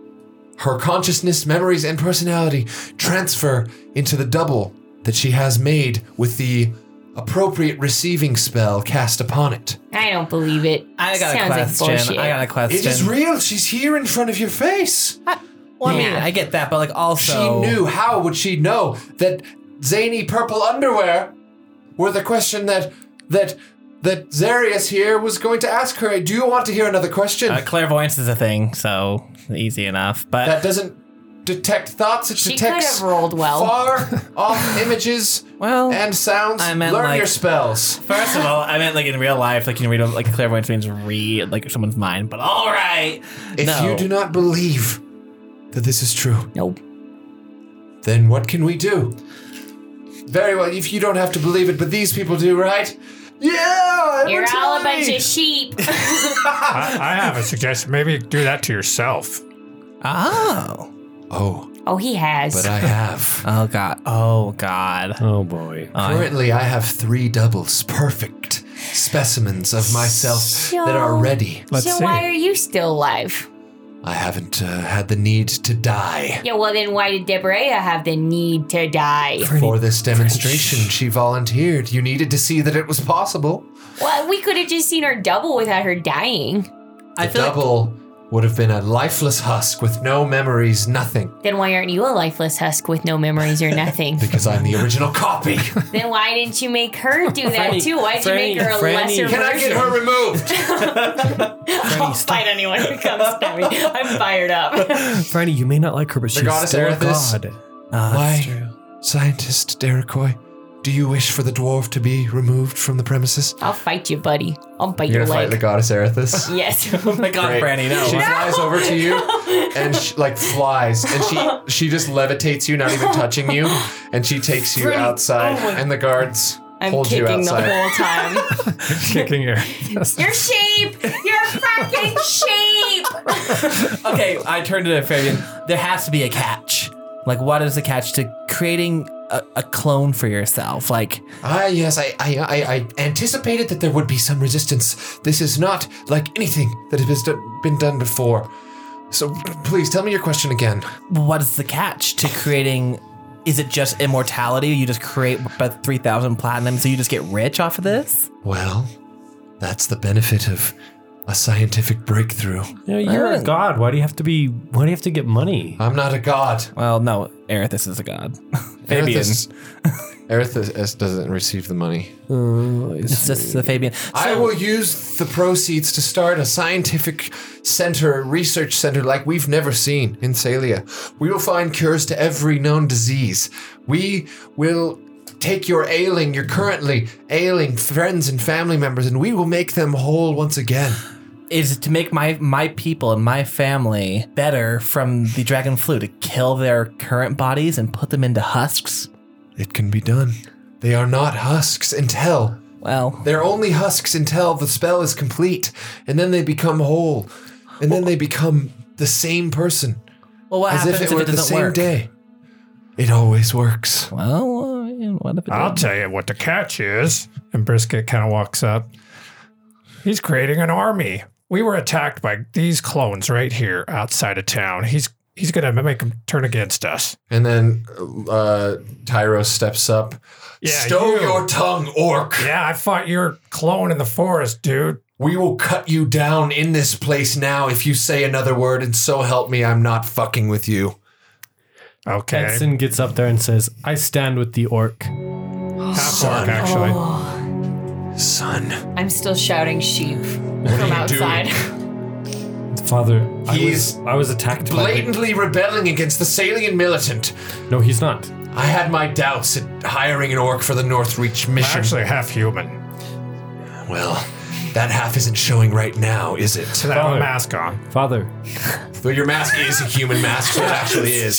S2: her consciousness, memories, and personality transfer into the double that she has made with the appropriate receiving spell cast upon it.
S8: I don't believe it.
S3: I got a
S8: Sounds Like
S3: question.
S8: bullshit.
S3: I got a question.
S2: It is real. She's here in front of your face.
S3: well, I mean,
S8: Yeah.
S3: I get that, but like also,
S2: she knew. How would she know that zany purple underwear were the question that that that Zarius here was going to ask her? Do you want to hear another question?
S3: uh, clairvoyance is a thing, so easy enough. But
S2: that doesn't detect thoughts. It
S8: She could
S2: detects
S8: have rolled well.
S2: far
S8: *laughs*
S2: off images
S3: well,
S2: and sounds.
S3: I
S2: Learn
S3: meant like-
S2: your spells.
S3: First of all, I meant like in real life, like you can read like clairvoyance means read like someone's mind. But all right,
S2: If
S3: no.
S2: you do not believe that this is true,
S3: Nope.
S2: then what can we do? Very well, if you don't have to believe it, but these people do, right? Yeah,
S8: You're
S2: everyone's
S8: all a
S2: telling
S8: bunch
S2: me.
S8: of sheep.
S7: I, I have a suggestion. Maybe do that to yourself.
S3: Oh,
S2: Oh,
S8: oh, he has.
S2: but I have.
S3: *laughs* oh god, oh god.
S1: Oh boy.
S3: Uh-uh.
S2: Currently, I have three doubles, perfect specimens of myself that are
S8: So-
S2: ready.
S7: Let's
S8: so
S7: see.
S8: why are you still alive?
S2: I haven't uh, had the need to die.
S8: Yeah, well then why did Deborah have the need to die?
S2: For this demonstration, she volunteered. You needed to see that it was possible.
S8: Well, we could have just seen her double without her dying.
S3: I
S2: The
S3: feel like-
S2: double would have been a lifeless husk with no memories, nothing,
S8: Then why aren't you a lifeless husk with no memories or nothing?
S2: because I'm the original
S3: *laughs*
S2: copy.
S8: then why didn't you make her do that
S3: Franny,
S8: too? Why'd you make her a
S3: Franny,
S8: lesser
S3: Franny.
S2: Can I get her removed?
S8: I'll fight anyone who comes at me. I'm fired up.
S1: Franny, you may not like her, but she's
S2: goddess
S1: still a
S2: Erithus.
S1: god.
S3: Oh,
S2: Why?
S3: that's true.
S2: Scientist Derekoy, do you wish for the dwarf to be removed from the premises?
S8: I'll fight you, buddy. I'll bite
S2: You're
S8: your
S2: gonna fight
S8: leg.
S2: the goddess Erithus.
S8: *laughs* yes.
S3: My god,
S2: Great.
S3: Brandy,
S1: *laughs*
S3: no.
S2: She flies over to
S8: *laughs*
S2: you and she, like flies and she she just levitates you, not even touching you, and she takes you
S8: Franny,
S2: outside
S8: oh my-
S2: and the guards
S8: I'm
S2: hold you
S8: kicking the
S2: outside.
S8: whole time.
S1: Kicking her.
S8: You're sheep! You're fucking sheep!
S3: Okay, I turned to Fabian. There has to be a catch. Like, what is the catch to creating a, a clone for yourself? Like,
S2: Ah, yes, I, I, I, I anticipated that there would be some resistance. This is not like anything that has been- been done before. So please tell me your question again.
S3: what is the catch to creating? Is it just immortality? You just create about three thousand platinum, so you just get rich off of this?
S2: Well, that's the benefit of a scientific breakthrough.
S1: Yeah, you're
S3: Oh.
S1: a god. Why do you have to be? Why do you have to get money?
S2: I'm not a god.
S3: Well, no, Erithus is a god. *laughs* Fabian.
S2: Erithus, Erithus doesn't receive the money.
S3: It's just the Fabian.
S2: I will use the proceeds to start a scientific center, research center like we've never seen in Salia. We will find cures to every known disease. We will take your ailing, your currently ailing friends and family members, and we will make them whole once again.
S3: is to make my my people and my family better from the dragon flu to kill their current bodies and put them into husks.
S2: It can be done. They are not husks until
S3: Well,
S2: They're only husks until the spell is complete, and then they become whole, and then they become the same person
S3: well, what
S2: as
S3: happens
S2: if it were the
S3: doesn't
S2: same
S3: work?
S2: day. It always works.
S3: Well, I mean, what if it
S7: I'll
S3: doesn't?
S7: tell you what the catch is. And Brisket kind of walks up. He's creating an army. We were attacked by these clones right here outside of town. He's he's gonna make them turn against us.
S2: And then uh, Tyro steps up.
S7: Yeah,
S2: Stow
S7: you.
S2: your tongue, orc.
S7: Yeah, I fought your clone in the forest, dude.
S2: We will cut you down in this place now if you say another word, and so help me, I'm not fucking with you.
S7: Okay,
S1: Benson gets up there and says, "I stand with the orc."
S7: half
S2: son.
S7: orc actually.
S2: Son,
S4: I'm still shouting sheep
S2: what
S4: from
S2: are you
S4: outside.
S2: doing?
S1: Father, I
S2: He's
S1: was, I was attacked by.
S2: Blatantly rebelling against the Salian militant.
S1: the- No, he's not.
S2: I had my doubts at hiring an orc for the Northreach mission.
S7: Actually, half human.
S2: Well, that half isn't showing right now, is
S7: To
S2: it?
S7: that
S1: Father.
S7: mask on.
S1: Father,
S2: Though your mask is a human mask, so
S7: *laughs*
S2: it actually is.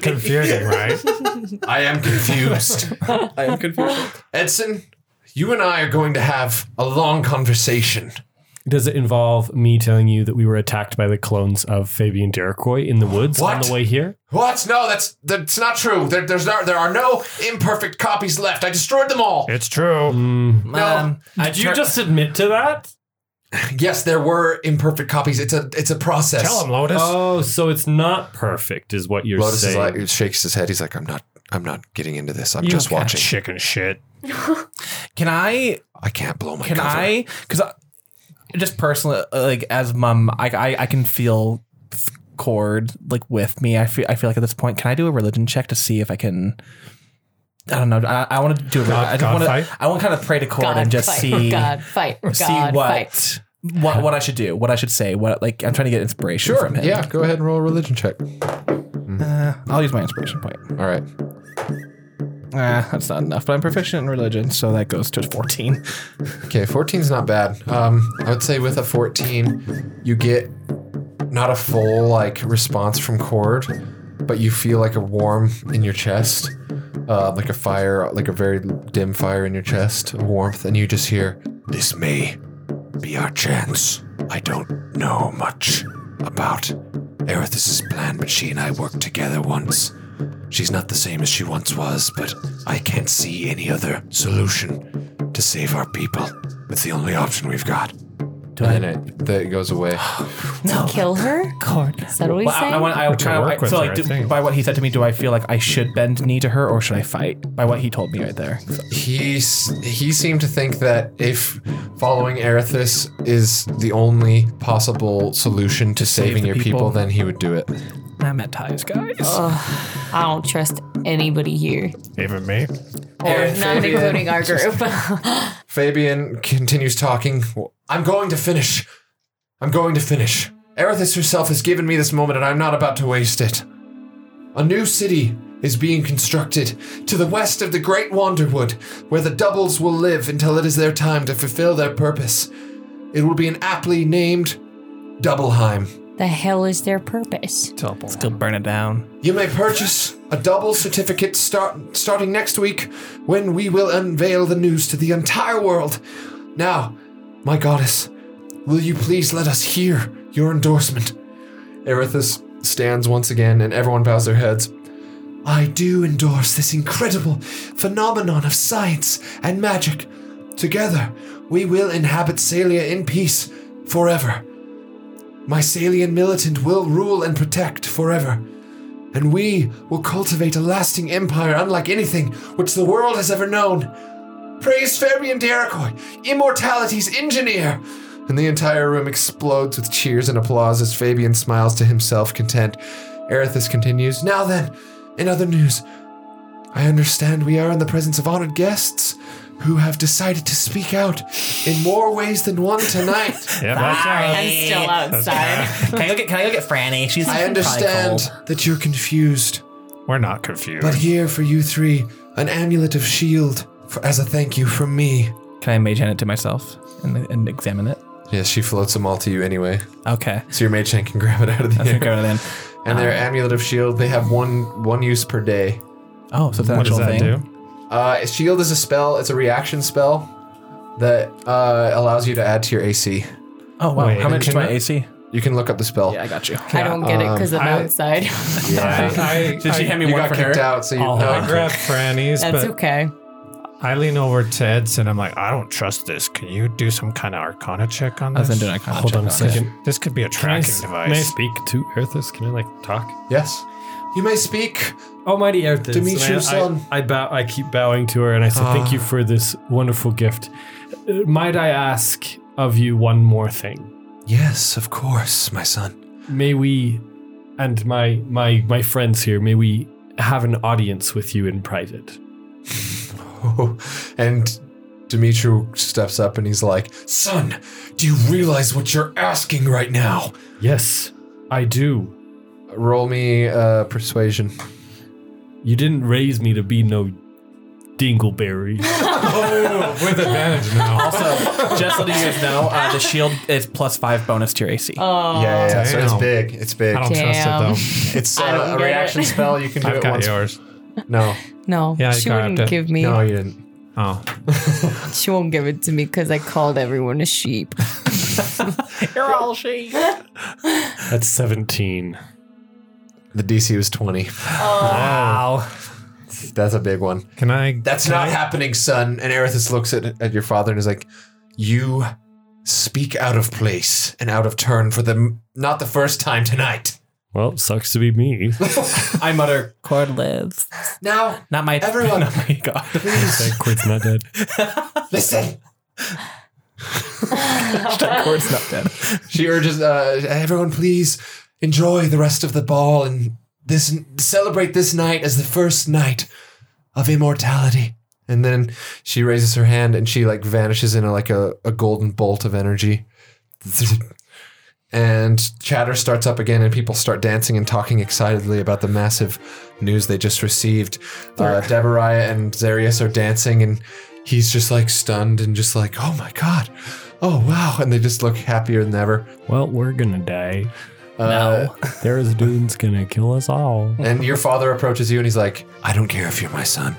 S7: Confusing, *laughs* right?
S2: I am *laughs* confused.
S9: I am confused.
S2: Edson, you and I are going to have a long conversation.
S1: Does it involve me telling you that we were attacked by the clones of Fabian Derekoy in the woods on
S2: What?
S1: the way here?
S2: What? No, that's that's not true. There, there's no, there are no imperfect copies left. I destroyed them all.
S7: It's true.
S1: Mm.
S3: Um,
S2: No.
S1: Did you just admit to that?
S2: Yes, there were imperfect copies. It's a it's a process.
S7: Tell him, Lotus.
S1: Oh, so it's not perfect, is what you're
S2: Lotus is
S1: saying.
S2: like shakes his head. He's like, I'm not I'm not getting into this. I'm
S7: You
S2: just
S7: got
S2: watching.
S7: Chicken shit.
S3: Can I
S2: I can't blow my
S3: Can
S2: cover.
S3: I? Because just personally, uh, like as mom, I I, I can feel cord like with me. I feel I feel like at this point, can I do a religion check to see if I can? I don't know. I, I want to do. A,
S7: God-
S3: I just
S7: God
S3: want
S7: fight?
S3: to. I want to kind of pray to cord and just
S4: fight. *laughs*
S3: see
S4: God fight. God
S3: see what
S4: fight.
S3: what what I should do, what I should say, what like I'm trying to get inspiration
S2: Sure.
S3: from him.
S2: Yeah. Go ahead and roll a religion check.
S3: Uh, I'll use my inspiration point.
S2: All right.
S3: Uh, that's not enough, but I'm proficient in religion, so that goes to 14.
S2: Okay. 14's not bad. Um, I would say with a 14, you get not a full like response from Cord, but you feel like a warm in your chest, uh, like a fire, like a very dim fire in your chest, a warmth, and you just hear, "This may be our chance. I don't know much about Aerith's plan, but she and I worked together once." She's not the same as she once was, but I can't see any other solution to save our people. It's the only option we've got. and then it, then it goes away.
S4: To kill her? Is that what he's
S3: Well, I,
S4: saying?
S3: I want. I,
S7: to
S3: I,
S7: work
S3: I,
S7: with
S3: so, like,
S7: her, I
S3: do-
S7: think.
S3: by what he said to me, do I feel like I should bend knee to her, or should I fight? By what he told me right there.
S2: *sighs* He s- he seemed to think that if following Erithus is the only possible solution to saving
S3: the
S2: your people.
S3: people.
S2: then he would do it.
S3: I'm at ties, guys.
S4: I don't trust anybody here.
S7: Even me.
S4: Or not
S2: Fabian.
S4: including our group.
S8: *laughs*
S2: Fabian continues talking. I'm going to finish. I'm going to finish. Erithus herself has given me this moment, and I'm not about to waste it. A new city is being constructed to the west of the Great Wanderwood, where the doubles will live until it is their time to fulfill their purpose. It will be an aptly named Doubleheim.
S4: the hell is their purpose?
S3: Let's go burn it down.
S2: You may purchase a double certificate start, starting next week when we will unveil the news to the entire world. Now, my goddess, will you please let us hear your endorsement? Erithus stands once again and everyone bows their heads. I do endorse this incredible phenomenon of science and magic. Together, we will inhabit Salia in peace forever. My Salian militant will rule and protect forever and we will cultivate a lasting empire unlike anything which the world has ever known. Praise Fabian Derekoy, immortality's engineer! And the entire room explodes with cheers and applause as Fabian smiles to himself, content. Erithus continues, Now then, in other news, I understand we are in the presence of honored guests who have decided to speak out in more ways than one tonight.
S7: Yeah, that's uh,
S4: I'm still outside.
S6: Can I go get, can I go get Franny? She's
S2: I
S6: *laughs* probably
S2: understand
S6: cold.
S2: that you're confused.
S7: We're not confused.
S2: But here for you three, an amulet of shield for, as a thank you from me.
S3: Can I mage hand it to myself and, and examine it?
S2: Yeah, she floats them all to you anyway.
S3: Okay.
S2: So your mage hand can *laughs* grab it out of the
S3: That's gonna
S2: air.
S3: *laughs* go then.
S2: And their amulet of shield, they have one one use per day.
S3: Oh, so it's an
S7: what does
S3: actual
S7: that
S3: thing.
S7: do?
S2: Uh, shield is a spell. It's a reaction spell that uh, allows you to add to your AC.
S3: Oh wow.
S7: Wait,
S3: How much is
S7: can
S3: my
S7: I-
S3: AC?
S2: You can look up the spell.
S3: I got you.
S4: I don't get it because I'm
S7: I-
S4: outside.
S7: I, I,
S3: Did she hand me
S2: You
S3: one
S2: got
S3: for
S2: kicked
S3: her?
S2: out, so you
S7: I'll- I
S2: know.
S7: grab Franny's,
S4: That's
S7: but
S4: okay.
S7: I lean over to Ed's and I'm like, I don't trust this. Can you do some kind of arcana check on
S3: I was
S7: this?
S3: gonna Oh, do an icon
S1: Hold
S3: check
S1: on a
S3: that.
S1: second.
S7: This could be a
S1: Can I,
S7: tracking
S1: s-
S7: device.
S1: may I speak to Erthus? Can I like talk?
S2: Yes. You may speak.
S1: Almighty Erthus.
S2: To meet
S1: and I-
S2: your
S1: I,
S2: son.
S1: I, bow. I keep bowing to her, and I say, "Thank you for this wonderful gift. Uh, Might I ask of you one more thing?
S2: Yes, of course, my son.
S1: May we, and my my my friends here, may we have an audience with you in private?
S2: *laughs* and Dimitri steps up and he's like, Son, do you realize what you're asking right now?
S1: Yes, I do.
S2: Roll me uh, persuasion.
S1: You didn't raise me to be no *laughs* dingleberry.
S2: With advantage now.
S3: Also, just letting you guys know, uh, the shield is plus five bonus to your AC.
S2: Yeah,
S4: Oh,
S2: yeah, yeah. so it's
S7: Damn.
S2: big. It's big.
S7: I don't
S4: Damn.
S7: trust
S2: It's
S4: I don't
S2: uh, a
S4: get it.
S2: reaction spell. You can
S7: it though.
S2: do
S7: I've
S2: it
S7: got
S2: once.
S7: yours.
S2: No,
S4: no.
S7: Yeah, I
S4: she
S7: grabbed
S4: wouldn't
S7: it.
S4: give me.
S2: no, you didn't.
S7: Oh,
S8: *laughs*
S4: She won't give it to me because I called everyone a sheep.
S6: You're all she.
S1: That's 17.
S2: The DC was 20.
S5: Wow.
S2: *laughs* That's a big one.
S7: Can I?
S2: That's not happening, son. And Erithus looks at, at your father and is like, You speak out of place and out of turn for the not the first time tonight.
S1: Well, sucks to be me.
S3: I mutter, Oh
S6: Cord lives.
S2: Now,
S6: Not my
S2: Everyone.
S3: *laughs*
S6: Not my god.
S1: Thank Quid's not dead.
S2: *sighs* listen.
S6: Cord's not dead.
S2: She urges uh, everyone, please enjoy the rest of the ball and this celebrate this night as the first night of immortality. And then she raises her hand and she like vanishes in a, like a, a golden bolt of energy. *laughs* And chatter starts up again, and people start dancing and talking excitedly about the massive news they just received. Uh, Debariah and Zarius are dancing, and he's just like stunned and just like, oh my god, oh wow. And they just look happier than ever.
S1: Well, we're gonna die. No. There's dude's gonna kill us all.
S2: Uh, And your father approaches you and he's like, I don't care if you're my son.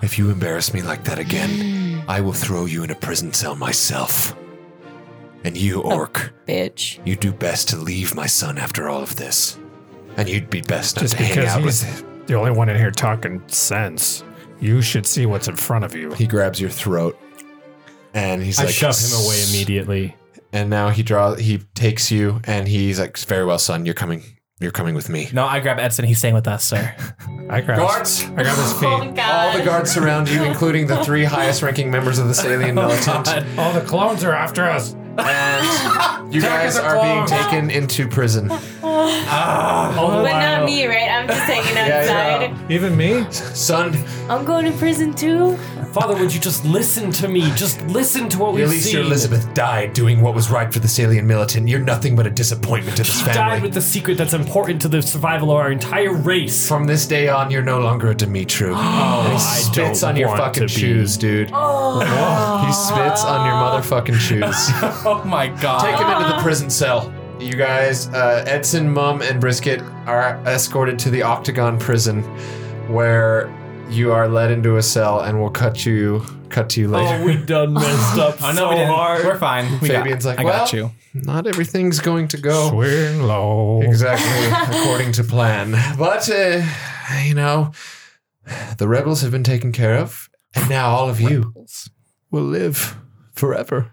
S2: If you embarrass me like that again, I will throw you in a prison cell myself. And you,
S1: Oh.
S2: Orc,
S4: bitch.
S2: you do best to leave my son after all of this. And you'd be best not
S7: Just
S2: to hang
S7: because
S2: out with
S7: he's
S2: him.
S7: the only one in here talking sense, you should see what's in front of you.
S2: He grabs your throat. And he's
S1: I
S2: like,
S1: shove him away immediately.
S2: And now he draws, he takes you, and he's like, "Very well, son. You're coming. You're coming with me."
S6: No, I grab Edson. He's staying with us, sir.
S7: I grab
S2: Guards!
S7: I grab his
S4: Oh,
S7: feet.
S4: God.
S2: All the guards surround you, including the three highest-ranking members of the
S1: *laughs* Oh
S2: Salian militant.
S7: All the clones are after us.
S2: and you guys
S7: the
S2: are being
S7: clones.
S2: taken into prison.
S4: But not me, right? I'm just hanging outside.
S7: Even me?
S2: Son,
S4: I'm going to prison too.
S1: *laughs* Father, would you just listen to me? Just listen to what
S2: your least your Elizabeth died doing what was right for the Salian militant. You're nothing but a disappointment to this
S1: Died
S2: family.
S1: with the secret that's important to the survival of our entire race.
S2: From this day on, you're no longer a Dimitru. Oh, he
S3: *laughs*
S2: spits
S1: don't
S2: on your
S1: want
S2: fucking
S1: to be.
S2: shoes, dude.
S1: Oh.
S2: He spits on your motherfucking shoes.
S1: *laughs*
S3: Oh my god.
S2: Take him into the prison cell. You guys, uh, Edson, Mum, and Brisket are escorted to the Octagon prison, where you are led into a cell, and we'll cut you, cut to you later.
S1: Oh, we
S3: *laughs*
S1: done messed up so
S3: no, we didn't.
S1: hard.
S3: We're fine. We
S2: Fabian's
S3: got,
S2: like,
S3: I
S2: well,
S3: got you.
S2: not everything's going to go
S7: Swing low.
S2: exactly according to plan. But, uh, you know, the rebels have been taken care of, and now all of you will live forever.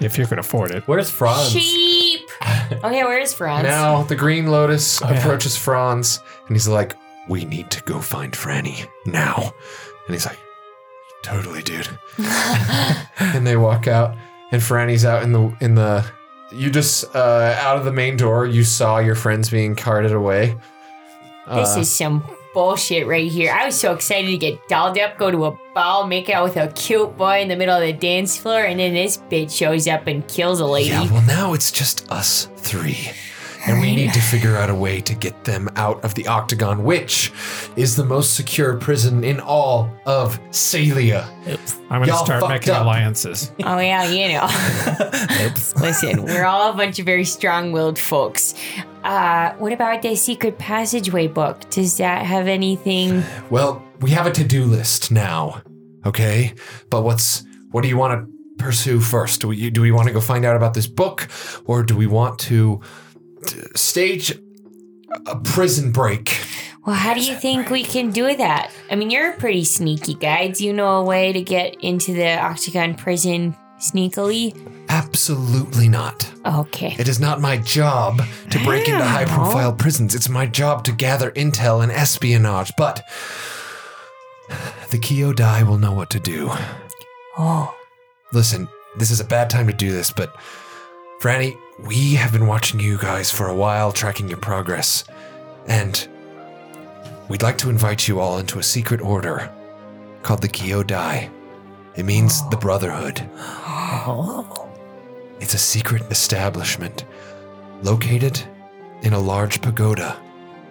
S7: If you can afford it.
S1: Where's Franz?
S8: Sheep.
S2: *laughs*
S8: Okay, where is Franz?
S2: Now the Green Lotus approaches Franz, and he's like, "We need to go find Franny now." And he's like, "Totally,
S8: *laughs*
S2: dude." and they walk out, and Franny's out in the in the. You just uh, out of the main door. You saw your friends being carted away. uh,
S8: This is some bullshit right here. I was so excited to get dolled up, go to a ball, make out with a cute boy in the middle of the dance floor, and then this bitch shows up and kills a lady.
S2: Uh, Yeah, well, now it's just us three. And we need to figure out a way to get them out of the Octagon, which is the most secure prison in all of Salia.
S7: I'm going to
S2: Y'all
S7: start
S2: fucked
S7: making
S2: up.
S7: alliances.
S8: Oh yeah, you know. Listen, we're all a bunch of very strong-willed folks. Uh, what about the secret passageway book? Does that have anything?
S2: Well, we have a to-do list now, okay? But what's what do you want to pursue first? Do we do we want to go find out about this book, or do we want to t- stage a prison break?
S8: Well, how do you think we can do that? I mean, you're a pretty sneaky guy. Do you know a way to get into the Octagon prison sneakily?
S2: Absolutely not.
S8: Okay.
S2: It is not my job to break into high profile prisons. It's my job to gather intel and espionage. But the Kyodai will know what to do.
S8: Oh,
S2: Listen, this is a bad time to do this, but Franny, we have been watching you guys for a while, tracking your progress. And we'd like to invite you all into a secret order called the Kyodai. It means the Brotherhood. It's a secret establishment located in a large pagoda,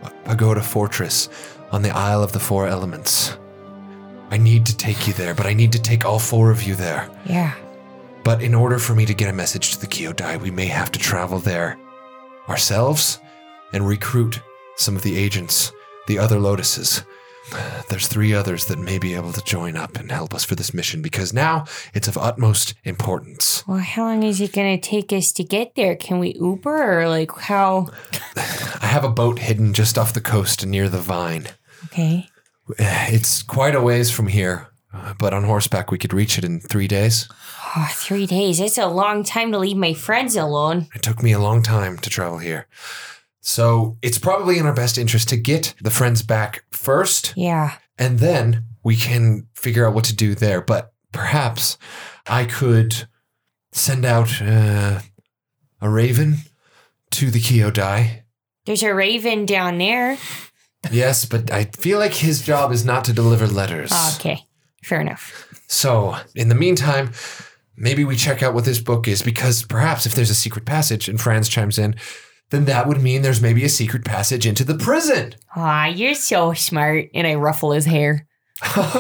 S2: a pagoda fortress on the Isle of the Four Elements. I need to take you there, but I need to take all four of you there.
S8: yeah.
S2: But in order for me to get a message to the Kyodai, we may have to travel there ourselves and recruit some of the agents, the other lotuses. There's three others that may be able to join up and help us for this mission because now it's of utmost importance.
S8: Well, how long is it gonna take us to get there? Can we Uber or like how?
S2: I have a boat hidden just off the coast near the vine.
S8: Okay.
S2: It's quite a ways from here, uh, but on horseback we could reach it in three days.
S8: Oh, three days. It's a long time to leave my friends alone.
S2: It took me a long time to travel here. So it's probably in our best interest to get the friends back first,
S8: Yeah.
S2: and then we can figure out what to do there. But perhaps I could send out uh, a raven to the Kyodai.
S8: There's a raven down there.
S2: Yes, but I feel like his job is not to deliver letters.
S8: Oh, okay. Fair enough.
S2: So, in the meantime, maybe we check out what this book is because perhaps if there's a secret passage and Franz chimes in, then that would mean there's maybe a secret passage into the prison. *laughs*
S8: Aw, you're so smart. And I ruffle his hair.
S2: We're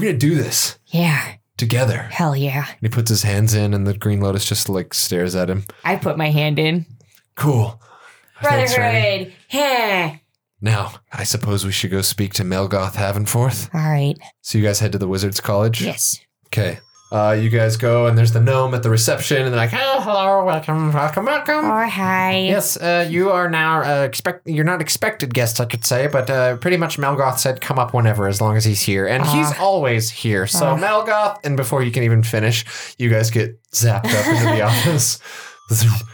S2: going to do this
S8: Yeah.
S2: together.
S8: Hell yeah.
S2: And he puts his hands in, and the Green Lotus just like stares at him.
S8: I put my hand in.
S2: Cool. Thanks, Franny.
S8: Brotherhood. Yeah.
S2: Now, I suppose we should go speak to Melgoth Havenforth.
S8: All right.
S2: So, you guys head to the Wizard's College?
S8: Yes.
S2: Okay. Uh, you guys go, and there's the gnome at the reception, and they're like, oh, hello, welcome, welcome, welcome.
S8: Or hi.
S2: Yes, uh, you are now uh, expect. You're not expected guests, I could say, but uh, pretty much Melgoth said, "Come up whenever, as long as he's here," and he's always here. So Melgoth, and before you can even finish, you guys get zapped up into the office.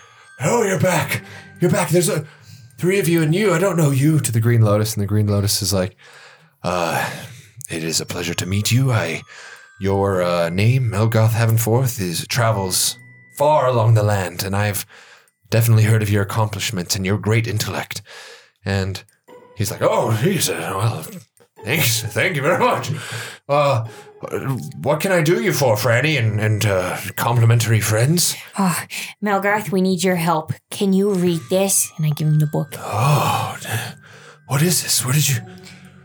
S2: *laughs* oh, you're back! You're back. There's a three of you and you. I don't know you. To the Green Lotus, and the Green Lotus is like, uh, "It is a pleasure to meet you. I, your uh, name, Melgoth Havenforth, is travels far along the land, and I've." definitely heard of your accomplishments and your great intellect. And he's like, oh, he's a, well, thanks, thank you very much. Uh, what can I do you for, Franny, and, and uh, complimentary friends?
S8: Oh, Melgarth, we need your help. Can you read this? And I give him the book.
S2: Oh, what is this? Where did you,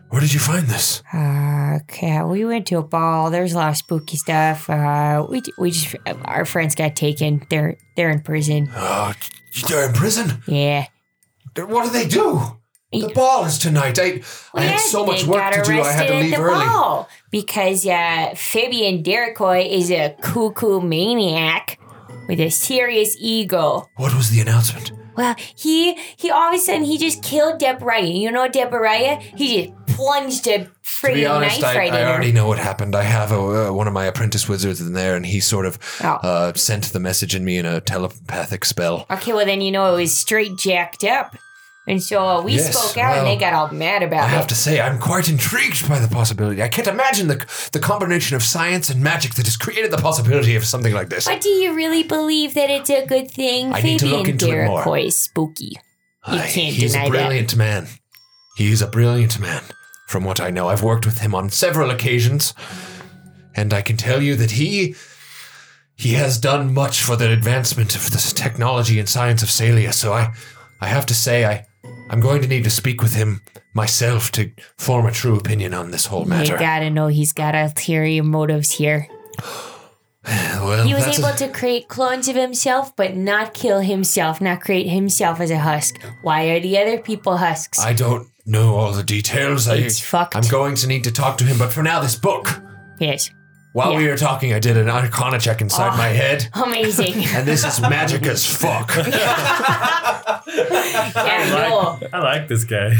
S2: where did you find this?
S8: Okay, we went to a ball. There's a lot of spooky stuff. Uh, we we just our friends got taken. They're they're in prison.
S2: Oh, they're in prison?
S8: Yeah.
S2: What do they do? The ball is tonight. I, I had
S8: Yes,
S2: so much
S8: they
S2: work
S8: got
S2: to do. I had
S8: arrested
S2: to
S8: at
S2: leave
S8: the
S2: early.
S8: Ball because uh, Fabian Derekoy is a cuckoo maniac with a serious ego.
S2: What was the announcement?
S8: Well, he he all of a sudden he just killed Deborah. You know Deborah? He just plunged
S2: To
S8: a
S2: be
S8: freaking
S2: honest,
S8: knife
S2: I,
S8: right
S2: I
S8: in her.
S2: already know what happened. I have a, uh, one of my apprentice wizards in there, and he sort of
S8: Oh.
S2: uh, sent the message in me in a telepathic spell.
S8: Okay, well then you know it was straight jacked up, and so uh, we
S2: Yes,
S8: spoke out
S2: well,
S8: and they got all mad about
S2: I
S8: it.
S2: have to say, I'm quite intrigued by the possibility. I can't imagine the, the combination of science and magic that has created the possibility of something like this.
S8: But do you really believe that it's a good thing?
S2: I need to look into it more.
S8: Derekoy is spooky. You
S2: I-
S8: can't
S2: he's a
S8: deny that.
S2: brilliant man. He is a brilliant man, from what I know. I've worked with him on several occasions, and I can tell you that he he has done much for the advancement of this technology and science of Salia. So I I have to say I I'm going to need to speak with him myself to form a true opinion on this whole
S8: You
S2: matter.
S8: gotta know he's got ulterior motives here.
S2: well,
S8: He was
S2: Oh, that's
S8: able
S2: a-
S8: to create clones of himself, but not kill himself, not create himself as a husk. Why are the other people husks?
S2: I don't know all the details.
S8: It's
S2: I,
S8: fucked.
S2: I'm going to need to talk to him, but for now, this book.
S8: yes.
S2: While we
S8: Yeah. Oh.
S2: were talking, I did an arcana check inside my head. *laughs*
S8: Amazing.
S2: and this
S8: *laughs*
S2: is magic as fuck. Uh,
S8: yeah, cool.
S1: I like this guy.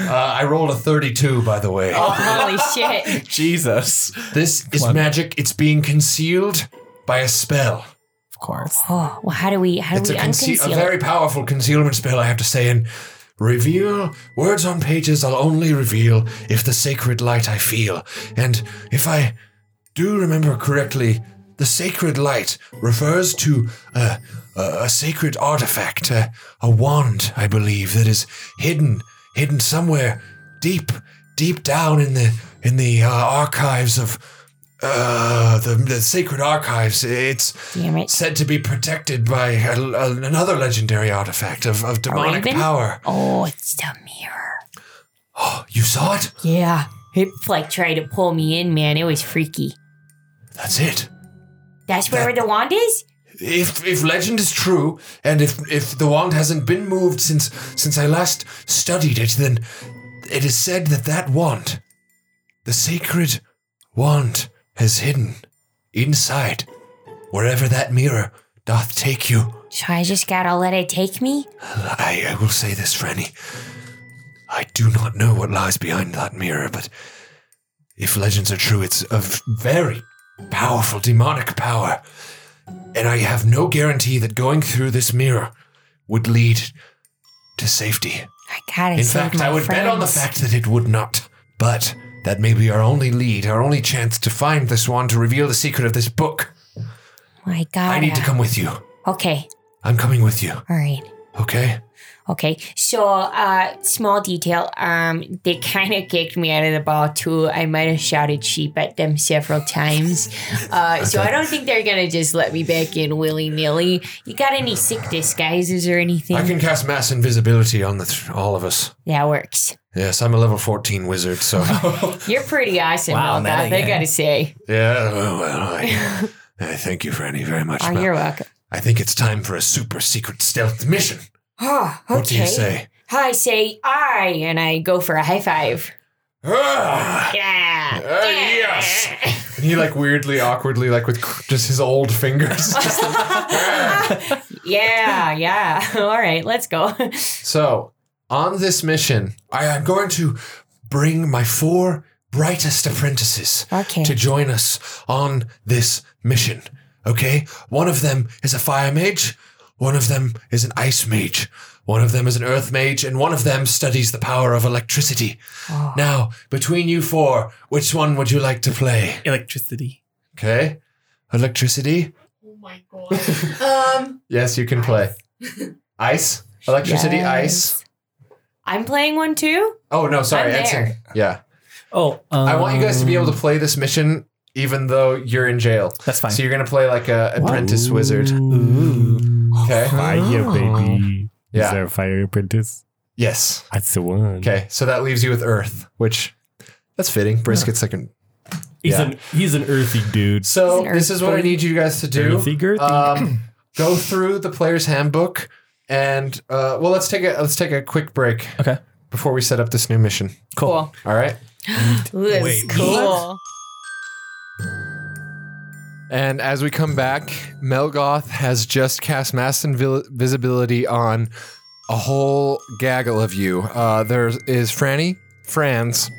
S2: I rolled a 32, by the way.
S8: Holy
S2: *laughs*
S8: shit.
S3: Jesus.
S2: This is magic. It's being concealed by a spell.
S3: Of course.
S8: Oh, well, how do we how do
S2: It's a,
S8: we
S2: conce-
S8: unconceal
S2: a
S8: it?
S2: very powerful concealment spell, I have to say. And reveal words on pages I'll only reveal if the sacred light I feel. And if I do remember correctly, the sacred light refers to uh, a, a sacred artifact, uh, a wand, I believe, that is hidden, hidden somewhere deep, deep down in the in the uh, archives of uh, the, the sacred archives. It's
S8: Damn it.
S2: said to be protected by a, a- another legendary artifact of, of demonic
S8: raven?
S2: power.
S8: Oh, it's the mirror.
S2: You saw it?
S8: Yeah. It like tried to pull me in, man. It was freaky.
S2: That's it.
S8: That's where the wand is?
S2: If if legend is true, and if if the wand hasn't been moved since since I last studied it, then It is said that that wand, the sacred wand, is hidden inside, wherever that mirror doth take you.
S8: So I just gotta let it take me?
S2: I, I will say this, Franny. I do not know what lies behind that mirror, but if legends are true, it's a v- very powerful demonic power. And I have no guarantee that going through this mirror would lead to safety.
S8: I gotta
S2: In
S8: save
S2: fact,
S8: my
S2: I would bet on the
S8: friends.
S2: fact that it would not. But that may be our only lead, our only chance to find this one to reveal the secret of this book.
S8: My God.
S2: I need to come with you.
S8: Okay.
S2: I'm coming with you,
S8: All right.
S2: okay?
S8: Okay, so uh, small detail. Um, they kind of kicked me out of the ball too. I might have shouted sheep at them several
S2: *laughs*
S8: times. Uh, so I don't think they're gonna just let me back in willy nilly. You got any sick disguises or anything?
S2: I can cast mass invisibility on the th- all of us.
S8: that works.
S2: Yes, I'm a level 14 wizard, so.
S8: You're pretty awesome,
S6: Wow,
S8: wow,
S6: that
S8: that I
S6: again.
S8: gotta say.
S2: yeah, well, well I, I thank you, Franny, very much.
S8: Oh,
S2: but
S8: you're welcome.
S2: I think it's time for a super secret stealth mission.
S8: Oh, okay.
S2: What do you say?
S8: I say I, and I go for a high five.
S2: Ah!
S8: Yeah.
S2: Ah, yes.
S8: *laughs*
S2: And he, like, weirdly, awkwardly, like, with cr- just his old fingers. just like, ah!
S8: yeah, yeah. *laughs* All right, let's go. *laughs*
S2: So, on this mission, I am going to bring my four brightest apprentices
S8: Okay.
S2: to join us on this mission. Okay? One of them is a fire mage, one of them is an ice mage, one of them is an earth mage, and one of them studies the power of electricity.
S8: Ah.
S2: Now, between you four, which one would you like to play?
S3: Electricity.
S2: Okay? Electricity?
S10: Oh my god. um,
S2: Yes, you can
S8: *laughs*
S2: play. Ice? Electricity, ice.
S8: I'm playing one too.
S2: Oh, no, sorry.
S8: I'm
S2: Edson.
S8: there.
S2: Yeah.
S1: Oh, um,
S2: I want you guys to be able to play this mission even though you're in jail.
S3: That's fine.
S2: So you're gonna play like a apprentice wizard. Okay.
S1: Fire, baby.
S2: Yeah.
S1: Is there a fire apprentice?
S2: Yes.
S1: That's the one.
S2: Okay. So that leaves you with Earth, which that's fitting. Brisket's like an
S1: He's
S2: Yeah.
S1: an he's an earthy dude.
S2: So
S8: He's an
S2: this is what I
S8: earthbound.
S2: need you guys to do.
S1: Earthy girthy.
S2: Um, go through the player's handbook, and uh, well, let's take a let's take a quick break.
S3: Okay.
S2: Before we set up this new mission.
S8: Cool.
S2: All right.
S8: This
S3: Wait,
S8: is cool.
S2: And as we come back, Melgoth has just cast mass invisibility on a whole gaggle of you. Uh, there is Franny, Franz,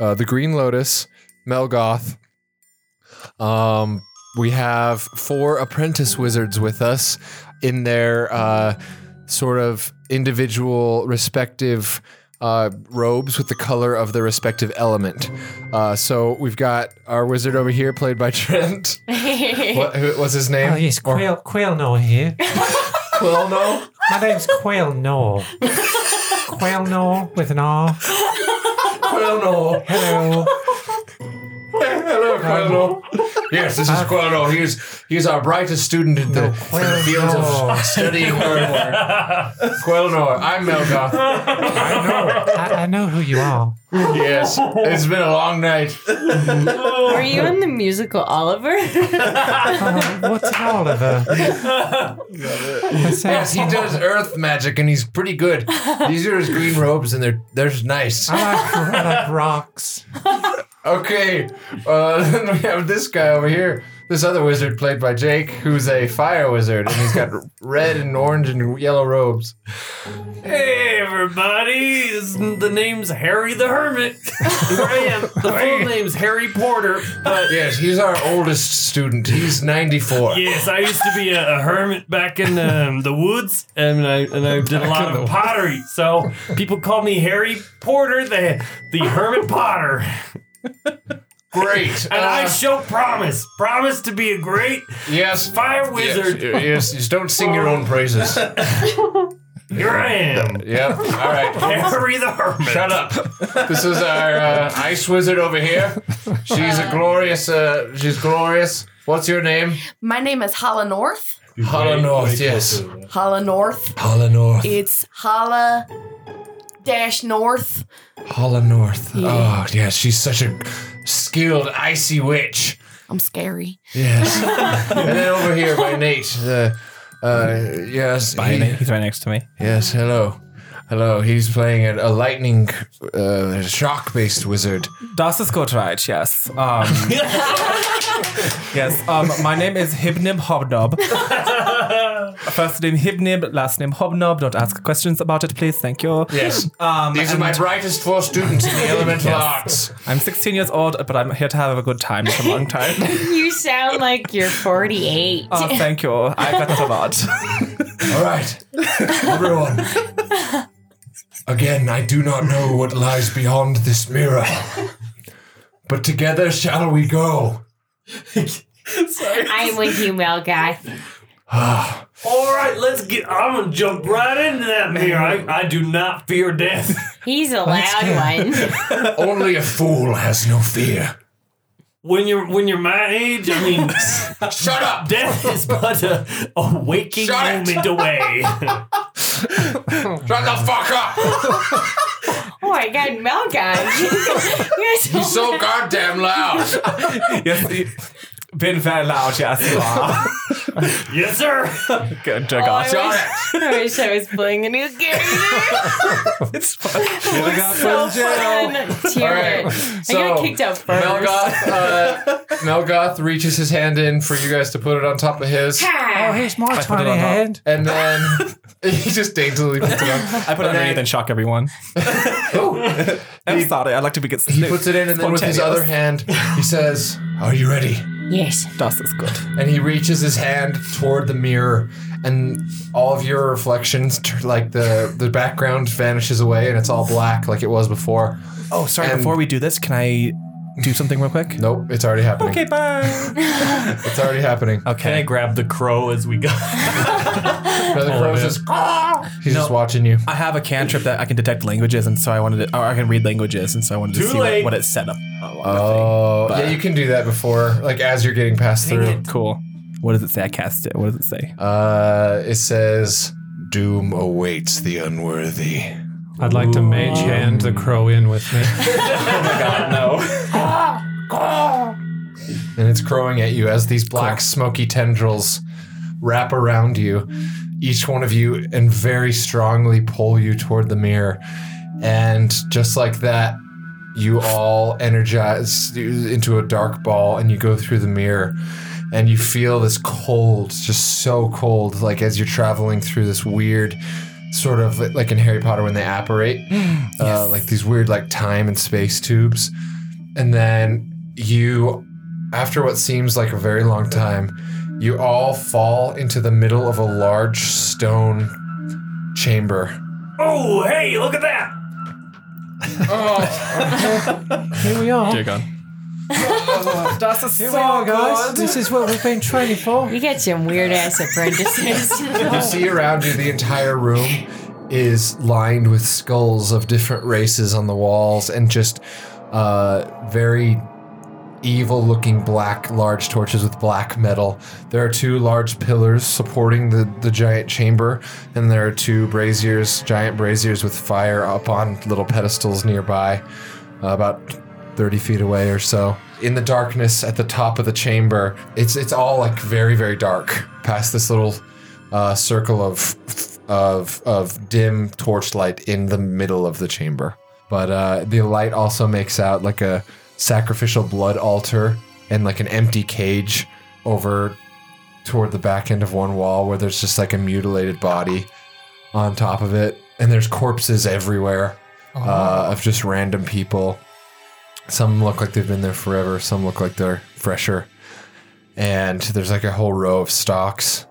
S2: uh, the Green Lotus, Melgoth. Um, we have four apprentice wizards with us in their uh, sort of individual respective uh, robes with the color of the respective element. Uh, so we've got our wizard over here, played by *laughs* Trent. what who, was his name?
S11: Oh, yes, Oh, Quail, Quail No here. *laughs*
S2: Quill, no?
S11: My name's Quail No. Quail No with an R.
S2: Quill, no.
S11: Hello.
S2: Hello, Quello. Yes, this is Quello. He's he's our brightest student in the, in the fields of studying Quello. Quello, I'm Melgoth.
S11: I, I know who you are.
S2: Yes, it's been a long night.
S8: Were you in the musical
S4: *laughs*
S8: Oliver?
S11: Oh, what's an Oliver? That
S2: Yes,
S11: sounds-
S2: he does earth magic and he's pretty good. These are his green robes and they're they're nice.
S11: I like, I like rocks.
S2: Okay, uh, *laughs* then we have this guy over here. This other wizard played by Jake, who's a fire wizard, and he's got red and orange and yellow robes.
S11: Hey, everybody.
S6: The name's Harry the Hermit. Here I am. The full name's Harry Porter. But
S2: Yes, he's our oldest student. He's 94.
S11: Yes, I used to be a, a hermit back in um, the woods, and I and I did a lot of pottery. So people call me Harry Porter, the the hermit potter.
S2: *laughs* Great.
S11: And I
S2: Uh,
S11: show promise, promise to be a great
S2: Yes.
S11: fire
S2: Yes,
S11: wizard.
S2: Yes, yes, don't sing your own praises. *laughs*
S11: Here I am,
S2: yeah. All right.
S11: Harry the hermit.
S2: Shut up. This is our uh, ice wizard over here. She's a glorious. Uh, she's glorious. What's your name?
S10: my name is Hala North.
S2: Hala North. Yes.
S10: Hala North.
S2: Hala North.
S10: It's Hala dash North.
S2: Hala North. Oh yeah, she's such a skilled icy witch.
S10: *laughs* I'm scary.
S2: Yes. *laughs* and then over here by Nate. The, uh, yes. he-
S3: He's right next to me.
S2: Yes. Hello. Hello, he's playing a, a lightning uh, shock based wizard.
S3: Das ist Gottreich, yes. *laughs* Um, yes, um, my name is Hibnib Hobnob. First name Hibnib, last name Hobnob. Don't ask questions about it, please. Thank you.
S2: Yes.
S3: Um,
S2: These are my brightest four students in the elemental arts.
S3: I'm 16 years old, but I'm here to have a good time. It's a long time. *laughs*
S8: You sound like you're 48.
S3: oh, thank you. I got a lot.
S2: All right, everyone. Again, I do not know what lies beyond this mirror. But together shall we go.
S8: I'm with you, Melgoth.
S11: All right, let's get. I'm gonna jump right into that mirror. I, I do not fear death.
S8: He's a loud one.
S2: Only a fool has no fear.
S11: When you're when you're my age, I mean,
S2: Shut up!
S11: death is but a, a waking
S2: Shut it.
S11: moment away.
S2: Shut the fuck up!
S8: Oh my god,
S2: *laughs*
S8: Melgoth. *laughs* you're
S2: He's
S8: so
S2: so goddamn loud.
S3: yes, you- been very loud, yes, you are.
S11: yes, sir.
S3: *laughs* Good, dear
S8: Oh,
S3: God.
S8: I
S2: Shut it!
S8: wish- I wish I was playing a new game.
S3: It's fun. We got
S8: so
S3: friends,
S8: fun. Let's hear
S2: All
S8: it.
S2: right,
S8: I
S2: so,
S8: got kicked out first.
S2: Melgoth, uh, Melgoth reaches his hand in for you guys to put it on top of his,
S8: Ah,
S2: Oh,
S5: here's my
S3: put it
S5: tiny
S3: on top.
S5: hand.
S2: and then *laughs* he just daintily puts it on.
S3: I put it underneath and shock *laughs* everyone. *laughs* I'm sorry, I like to be good.
S2: He puts it in, and then with his other hand, he says, "Are you ready?"
S8: yes.
S3: Dust is good.
S2: And he reaches his hand toward the mirror, and all of your reflections, tur- like the the background, vanishes away, and it's all black like it was before.
S3: Oh, sorry,
S2: And-
S3: before we do this, can I do something real quick?
S2: Nope, it's already happening.
S3: Okay, bye.
S2: It's already happening.
S11: Can I
S3: *laughs* Okay.
S11: grab the crow as we go?
S2: Brother Crow says, "Ah!" He's just
S3: No.
S2: watching you.
S3: I have a cantrip that I can detect languages, and so I wanted to, or I can read languages, and so I wanted to
S11: Too
S3: see what,
S11: late.
S3: what it's set up.
S2: Oh, yeah, you can do that before, like as you're getting passed through.
S3: Cool. What does it say? I cast it. What does it say?
S2: Uh, it says, "Doom awaits the unworthy."
S5: I'd like to mage hand the crow in with me.
S2: and it's crowing at you as these black smoky tendrils wrap around you each one of you and very strongly pull you toward the mirror and just like that you all energize into a dark ball and you go through the mirror and you feel this cold just so cold like as you're traveling through this weird sort of like in harry potter when they apparate uh, like these weird like time and space tubes and then you after what seems like a very long time, you all fall into the middle of a large stone chamber.
S11: oh, hey, look at that.
S5: Here we are.
S3: God.
S5: That's a Here we are, guys. This is what we've been training for.
S8: You got some weird ass apprentices. *laughs*
S2: You *laughs* see around you the entire room is lined with skulls of different races on the walls and just uh, very evil looking black large torches with black metal. There are two large pillars supporting the, the giant chamber, and there are two braziers, giant braziers with fire up on little pedestals nearby, uh, about 30 feet away or so. In the darkness at the top of the chamber, it's it's all like very, very dark past this little uh, circle of of of dim torchlight in the middle of the chamber. But uh, the light also makes out like a sacrificial blood altar and like an empty cage over toward the back end of one wall where there's just like a mutilated body on top of it, and there's corpses everywhere uh, of just random people. Some look like they've been there forever. Some look like they're fresher. And there's like a whole row of stocks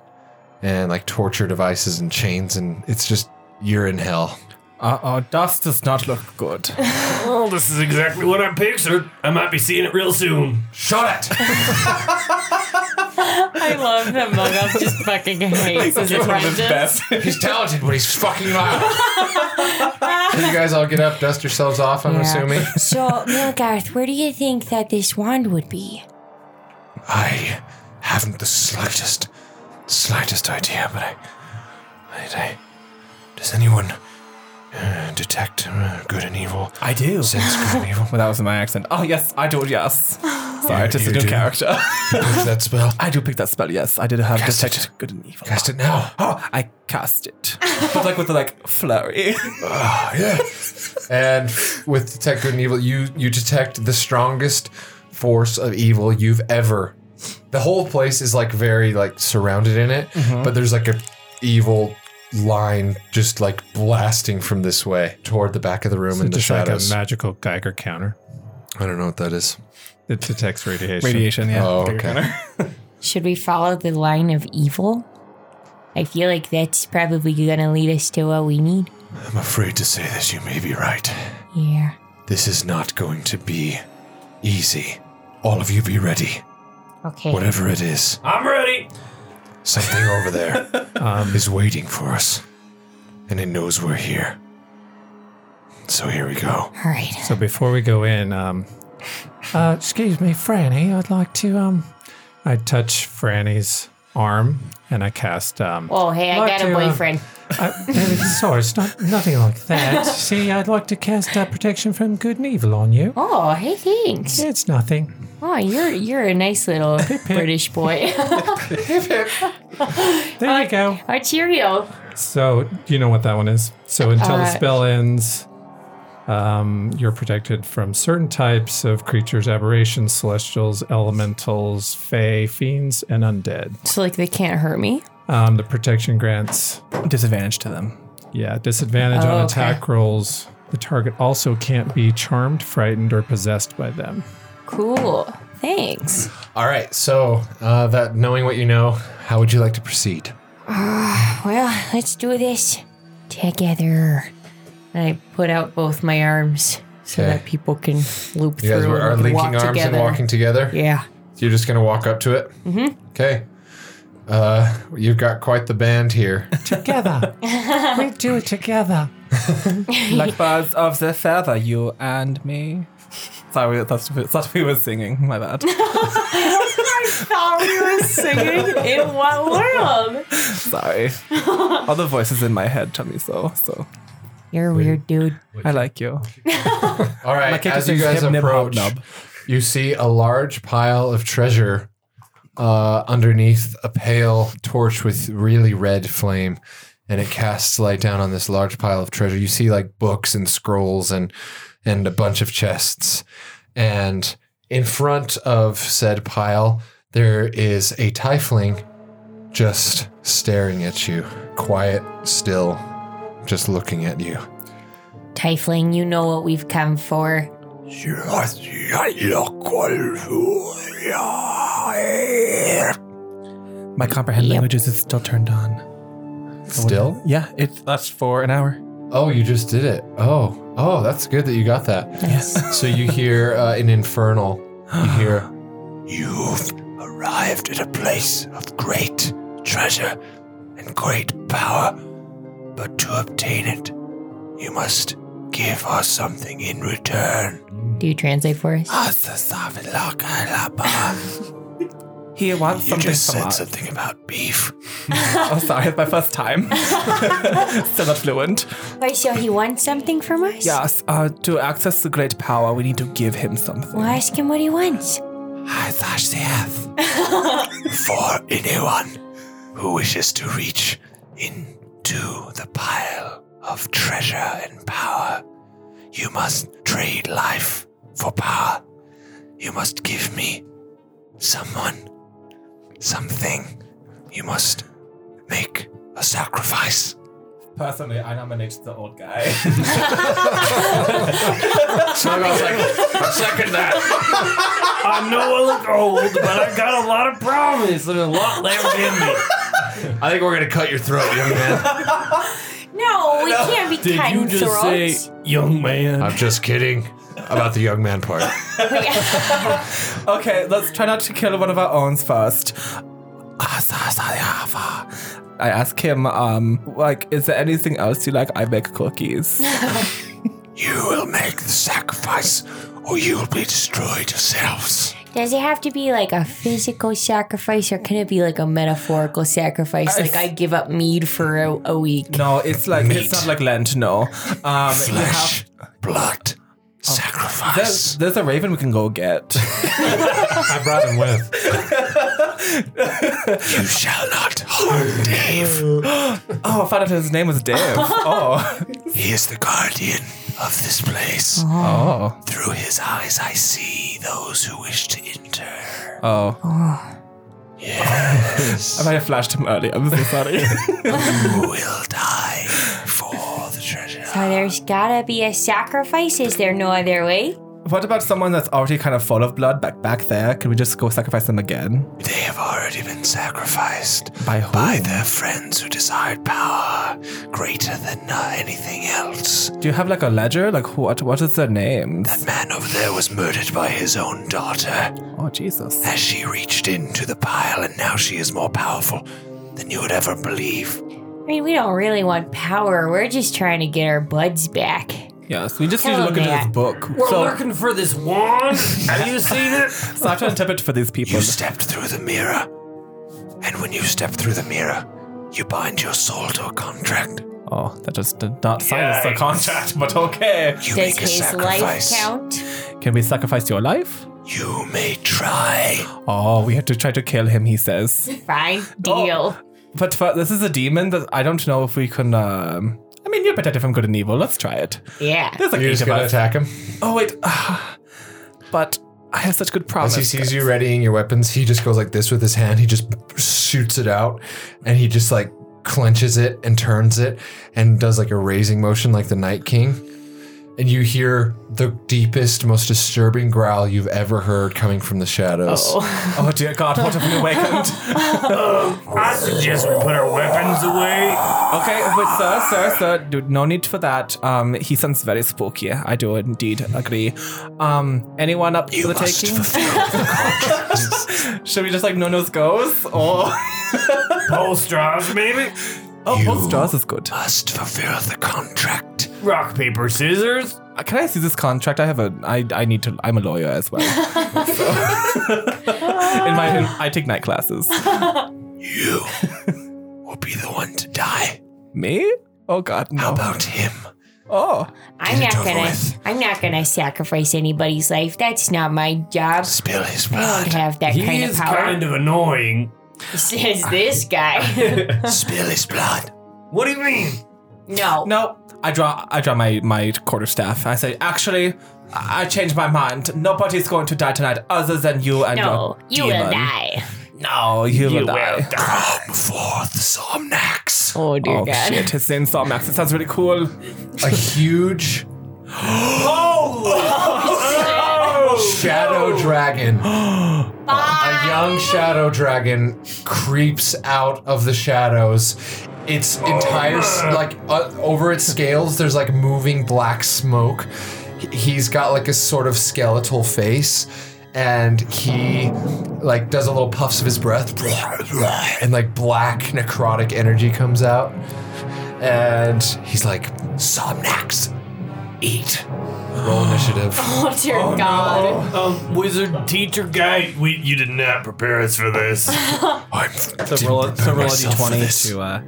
S2: and like torture devices and chains, and it's just you're in hell.
S3: Uh oh, dust does not look good.
S11: Well, Oh, this is exactly what I pictured. I might be seeing it real soon.
S2: Shut it!
S8: I love that Melgoth just
S2: *laughs*
S8: fucking hates his apprentice.
S2: He's talented, but he's fucking loud. you guys all get up, dust yourselves off. I'm
S8: Yeah.
S2: assuming.
S8: So, Melgarth, where do you think that this wand would be?
S2: *laughs* I haven't the slightest, slightest idea, but I. I, I does anyone uh, detect uh, good and evil?
S3: *laughs* I do.
S2: Sense good and evil?
S3: *laughs* Well, that was in my accent. Oh yes, I do. Yes. Sorry, just a new character.
S2: that spell.
S3: *laughs* I do pick that spell. Yes, I did have detect good and evil.
S2: Cast it now.
S3: Oh, I cast *laughs* it, but like with the like flurry.
S2: Ah, yeah. and with detect good and evil, you you detect the strongest force of evil you've ever. The whole place is like very like surrounded in it,
S7: Mm-hmm.
S2: but there's like a evil line just like blasting from this way toward the back of the room in the
S7: Just like a
S2: shadows.
S7: magical Geiger counter.
S2: I don't know what that is.
S7: It detects radiation.
S3: Radiation. Yeah.
S2: Oh,
S3: Bigger
S2: okay.
S3: counter.
S8: Should we follow the line of evil? I feel like that's probably gonna lead us to what we need.
S2: I'm afraid to say this. You may be right.
S8: Yeah.
S2: This is not going to be easy. All of you be ready.
S8: Okay.
S2: Whatever it is,
S11: I'm ready.
S2: something over *laughs* there um, is waiting for us. And it knows we're here. So here we go.
S8: All right.
S7: So before we go in, um, uh, excuse me, Franny, I'd like to. Um, I touch Franny's arm and I cast. Um,
S8: Oh, hey, I
S7: Like
S8: got a
S7: to, uh,
S8: boyfriend.
S7: I, it's sorry, it's not nothing like
S4: *laughs*
S7: that. See, I'd like to cast uh, protection from good and evil on you.
S8: Oh, hey, thanks.
S7: It's nothing.
S8: Oh, you're you're a
S4: *laughs*
S8: nice little British boy.
S7: There you go.
S8: oh, cheerio.
S7: So you know what that one is. So until the
S8: Uh,
S7: spell ends, um, you're protected from certain types of creatures, aberrations, celestials, elementals, fae, fiends, and undead.
S4: So like they can't hurt me.
S7: Um, the protection grants,
S3: Disadvantage to them.
S7: yeah, disadvantage
S4: Oh,
S7: on
S4: okay.
S7: attack rolls. The target also can't be charmed, frightened, or possessed by them.
S4: Cool. Thanks.
S2: All right, so uh, that knowing what you know, how would you like to proceed?
S10: Oh,
S8: Well, let's do this together. I put out both my arms so
S2: Okay.
S8: that people can loop
S2: You guys
S8: through
S2: were, are
S8: and we can
S2: linking
S8: walk
S2: arms
S8: together.
S2: and walking together?
S8: Yeah.
S2: You're just going to walk up to it? Mm-hmm. Okay. Uh, you've got quite the band here.
S7: Together, we do it together.
S3: like birds of the feather, you and me. Sorry, that's that's what we were singing. My bad.
S4: Thought we were singing in what world?
S3: Sorry. All the voices in my head tell me so. So
S8: You're a weird dude.
S3: I like you.
S2: All right, as you guys approach, you see a large pile of treasure uh, underneath a pale torch with really red flame, and it casts light down on this large pile of treasure. You see like books and scrolls and and a bunch of chests, and in front of said pile there is a tiefling just staring at you, quiet, still, just looking at you.
S8: Tifling, you know what we've come for.
S3: My comprehend
S8: Yep.
S3: languages is still turned on.
S2: Still?
S3: Yeah, it lasts for an hour.
S2: Oh, you just did it. Oh, oh, that's good that you got that. *laughs* So you hear uh, an infernal. You hear, *gasps* You've arrived at a place of great treasure and great power, but to obtain it, you must give us something in return.
S8: Do you translate for us?
S3: He wants something from us.
S2: something about beef.
S3: Oh, sorry, it's my first
S11: *laughs*
S3: time. Still not fluent.
S8: *gasps* Wait, so he wants something from us?
S3: Yes, uh, to access the great power, we need to give him something. Ah,
S8: We'll ask him what he wants.
S3: I thought she has.
S2: For anyone who wishes to reach into the pile of treasure and power, you must trade life for power. You must give me someone, something. You must make a sacrifice.
S3: Personally, I nominate the
S2: *laughs*
S3: old guy.
S11: I know I look old, but I got a lot of promise and a lot left in me.
S2: I think we're gonna cut your throat, young man.
S8: No, we can't be
S11: Did you
S8: cutting
S11: just
S8: throats.
S11: say, young man?
S2: I'm just kidding about the young man part.
S3: okay, let's try not to kill one of our owns first. Ah, I ask him, um, like, is there anything else you like? I make *laughs* cookies.
S2: You will make the sacrifice, or you will be destroyed yourselves.
S8: Does it have to be like a physical sacrifice or can it be like a metaphorical sacrifice? Like I give up mead for a, a week.
S3: No, it's like it's not like Lent. No, um, you have
S5: Oh,
S2: blood, Sacrifice.
S3: There's, there's a raven we can go *laughs* get.
S5: I brought him with.
S2: you shall not harm Dave.
S3: Oh, I found out his name was Dave. *laughs* Oh,
S2: He is the guardian of this place.
S5: Uh-huh.
S3: oh,
S2: Through his eyes, I see those who wish to
S5: *laughs*
S2: enter.
S3: oh! I
S2: Yes.
S3: might have flashed him early. I'm so *laughs* sorry.
S2: Who will die for the treasure?
S8: So there's gotta be a sacrifice. Is there no other way?
S3: what about someone that's already kind of full of blood back back there? Can we just go sacrifice them again?
S2: They have already been sacrificed
S3: By who?
S2: by their friends who desired power greater than uh, anything else.
S3: Do you have like a ledger? Like what? What is their names?
S2: Man over there was murdered by his own daughter
S3: Oh Jesus!
S2: as she reached into the pile, and now she is more powerful than you would ever believe.
S8: I mean, we don't really want power. We're just trying to get our buds back.
S3: Yes, we just need to
S8: Tell
S3: look into
S8: that.
S3: this book.
S11: We're
S3: so,
S11: looking for this wand. Have you seen it?
S3: so I have to interpret for these people.
S2: You stepped through the mirror, and when you step through the mirror, you bind your soul to a contract.
S3: Oh, that just did not silence the contract, but okay.
S2: You
S8: Does
S2: make a
S8: his life
S2: sacrifice.
S8: count?
S3: Can we sacrifice your life?
S2: You may try.
S3: Oh, we have to try to kill him, he says.
S8: Fine, deal.
S3: But for, this is a demon that I don't know if we can. Um, I mean, you're better if I'm good and evil. Let's try it.
S8: Yeah.
S3: There's like
S2: You're
S3: eight
S2: just
S3: of
S2: gonna
S3: us.
S2: attack him.
S3: Oh wait, *sighs* but I have such good
S2: As
S3: promise.
S2: he sees *laughs* you readying your weapons, he just goes like this with his hand. He just shoots it out, and he just like clenches it and turns it, and does like a raising motion, like the Night King. And you hear the deepest, most disturbing growl you've ever heard coming from the shadows.
S3: Oh dear God, what have we *laughs* awakened?
S11: I suggest we put our weapons away.
S3: okay, but sir, sir, sir, dude, no need for that. Um, he sounds very spooky. I do indeed agree. Um, anyone up for the taking? *laughs* Should we just like no nos goes
S2: *laughs*
S3: or?
S11: Pole straws, maybe.
S3: Oh,
S2: You-
S3: both straws is good.
S2: Must fulfill the contract.
S11: Rock paper scissors.
S3: Uh, Can I see this contract? I have a. I I need to. I'm a lawyer as well. So- *laughs* in my, in, I take
S2: *laughs*
S3: night classes.
S2: You will be the one to die.
S3: Me? Oh God,
S2: How
S3: no.
S2: about him?
S3: Oh,
S8: I'm
S2: it
S8: not
S2: over
S8: gonna.
S2: with.
S8: I'm not gonna sacrifice anybody's life. That's not my job.
S2: Spill his
S8: I don't *laughs*
S2: blood.
S8: have that
S11: He
S8: kind of
S11: is
S8: power.
S11: kind of
S8: *laughs*
S11: annoying.
S8: Says this
S1: *laughs*
S8: guy.
S2: Spill his blood.
S11: What do you mean?
S8: no.
S3: no. I draw. I draw my my quarter staff. I say, actually, I I changed my mind. Nobody's going to die tonight, other than you and
S8: No,
S3: your
S8: you will
S3: demon.
S8: die.
S3: No, you, will die.
S2: Come forth, Somnax.
S8: Oh dear
S3: Oh
S8: God!
S3: shit! His name's Max. It sounds really cool.
S2: a huge shadow dragon a young shadow dragon creeps out of the shadows its entire s- like uh, over its scales there's like moving black smoke H- he's got like a sort of skeletal face and he like does a little puffs of his breath and like black necrotic energy comes out and he's like somnax eat roll initiative
S8: Oh dear God!
S11: Um, wizard teacher guy, we, you did not prepare us for
S8: *laughs*
S11: this.
S2: *gasps* I'm
S3: So roll, a- so roll a d20 to. Uh,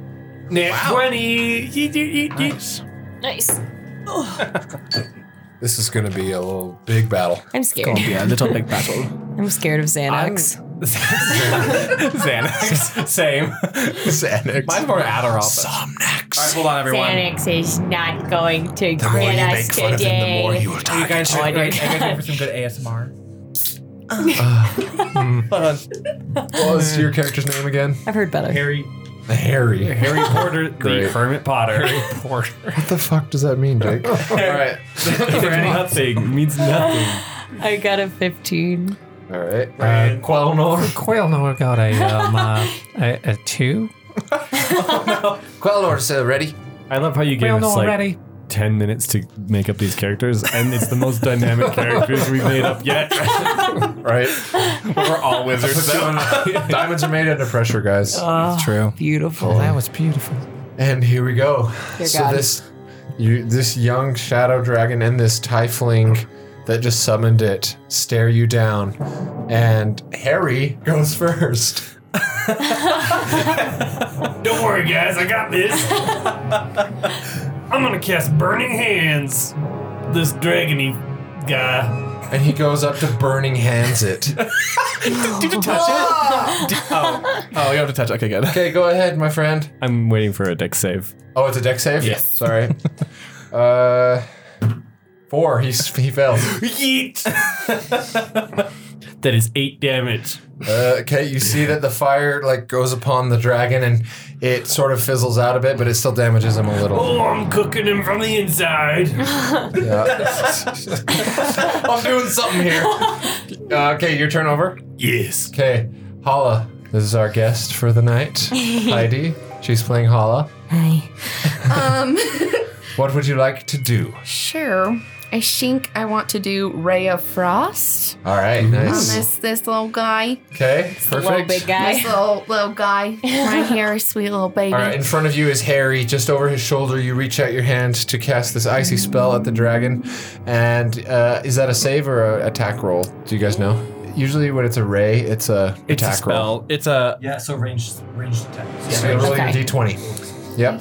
S11: Nat twenty. Yee, yee, yee,
S1: *laughs*
S11: yee.
S8: Nice.
S2: This is going to be a little big *laughs* battle.
S8: I'm scared.
S3: yeah, little big battle. *laughs*
S8: I'm scared of Xanax.
S3: Xanax. Same.
S2: Xanax.
S3: Mine's more Adderall. but- All right,
S2: *laughs* Somnax.
S3: hold on, everyone.
S8: Xanax is not going to
S2: The more you
S8: get us
S2: make fun of him, the
S8: today.
S2: more you will die.
S3: You guys should
S8: Oh, I
S3: you guys
S8: did.
S3: should go for some good ASMR.
S2: what was your character's name again?
S8: I've heard better.
S11: Harry
S2: Harry.
S11: Harry Porter, the
S2: Great.
S11: Hermit Potter.
S1: *laughs*
S2: What the fuck does that mean, Jake? *laughs* All right.
S11: nothing means nothing.
S8: I got a 15.
S2: All right. Uh, Quelnor.
S7: Quailnor got a,
S11: *laughs*
S7: um, uh, a, a two.
S2: Quelnor, so ready?
S1: I love how you gave us like 10 minutes to make up these characters, and it's the
S8: *laughs*
S1: most dynamic characters we've made up yet.
S11: *laughs*
S2: Right. *laughs* We're all wizards. *laughs* Diamonds are made under pressure, guys.
S3: True.
S8: Beautiful.
S7: That was beautiful.
S2: And here we go.
S8: Dear
S2: so
S8: God.
S2: this you this young shadow dragon and this tiefling that just summoned it stare you down. And Harry goes first.
S11: Don't worry, guys, I got this. *laughs* I'm gonna cast Burning Hands. This dragony guy.
S2: And he goes up to burning hands
S8: *laughs*
S2: it.
S3: Did *laughs* you touch it? Did- *laughs* oh, oh, you have to touch. it. Okay, good.
S2: Okay, go ahead, my friend.
S1: I'm waiting for a deck save.
S2: Oh, it's a deck save? Yes. Sorry.
S8: *laughs*
S2: uh, four. He's, he fails.
S11: Yeet. that is eight damage.
S2: Uh, okay, you see that the fire like goes upon the dragon and it sort of fizzles out a bit, but it still damages him a little.
S11: Oh, I'm cooking him from the inside.
S2: I'm doing something here. Uh, okay, your turn over.
S11: yes.
S2: Okay, Hala. This is our guest for the night,
S4: *laughs*
S2: Heidi. She's playing Hala.
S10: Um,
S2: *laughs* What would you like to do?
S10: sure. I think I want to do Ray of Frost
S2: All right,
S10: on
S2: nice.
S10: this this little guy,
S2: Okay,
S4: Mm-hmm. Little
S2: perfect.
S4: big
S10: this
S4: guy.
S10: little little *laughs* guy right here, sweet little baby.
S2: All right, in front of you is Harry. Just over his shoulder, you reach out your hand to cast this icy
S4: Mm-hmm.
S2: spell at the dragon. And uh, is that a save or an attack roll? Do you guys know? Usually, when it's a ray, it's a
S3: It's
S2: attack
S3: a spell.
S2: roll.
S3: It's a
S11: Yeah, so ranged ranged attacks.
S2: So you roll
S4: Okay.
S2: your d20. Yep.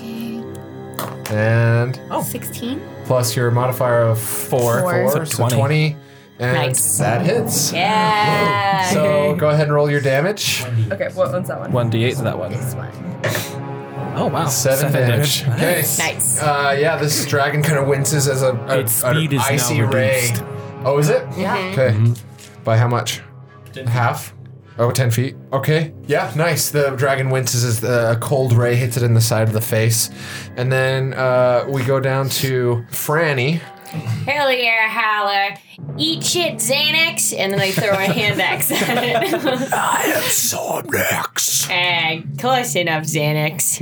S2: And
S10: Oh. 16?
S2: plus your modifier of four,
S10: Four.
S2: four, so 20. and
S4: Nice.
S2: that hits.
S4: Yeah.
S2: So go ahead and roll your damage.
S10: Okay, what one's that one?
S3: one d8 to that one.
S10: This one.
S3: Oh wow,
S2: Seven, damage. *laughs* Okay.
S4: Nice.
S2: Uh, yeah, this dragon kind of winces as a, a,
S1: Its
S2: an
S1: speed is now
S2: icy ray.
S1: reduced. Mm-hmm.
S2: Oh, is it?
S10: Yeah.
S2: Okay. By how much? Half? Oh, 10 feet. Okay. Yeah, nice. The dragon winces as the, a cold ray hits it in the side of the face. And then uh, we go down to Franny.
S4: Hell yeah, holler. Eat shit, Xanax. And then I throw a hand axe at
S2: *laughs*
S4: it.
S5: So next.
S4: Eh, close enough, Xanax.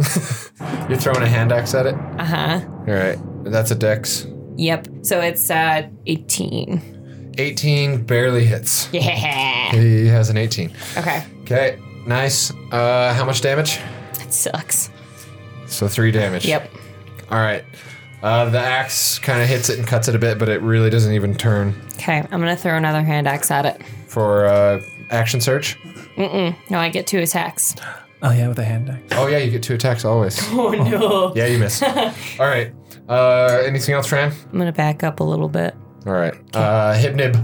S2: You're throwing a hand axe at it.
S4: Uh huh.
S2: All right. That's a dex.
S4: Yep. So it's uh 18.
S2: 18 barely hits.
S4: Yeah.
S2: He has an 18.
S4: Okay.
S2: Okay. Nice. Uh, how much damage?
S4: That sucks.
S2: So three damage.
S4: Yep.
S2: All right. Uh, the axe kind of hits it and cuts it a bit, but it really doesn't even turn
S4: Okay. I'm gonna throw another hand axe at it.
S2: for uh, action search.
S4: No, I get two attacks.
S3: Oh yeah, with a hand axe. *laughs*
S2: Oh yeah, you get two attacks always.
S4: *laughs* Oh no.
S2: Yeah, you
S4: *laughs*
S2: miss. All right. Uh, anything else, Fran?
S4: I'm gonna back up a little bit.
S2: All right. Uh, Hipnib.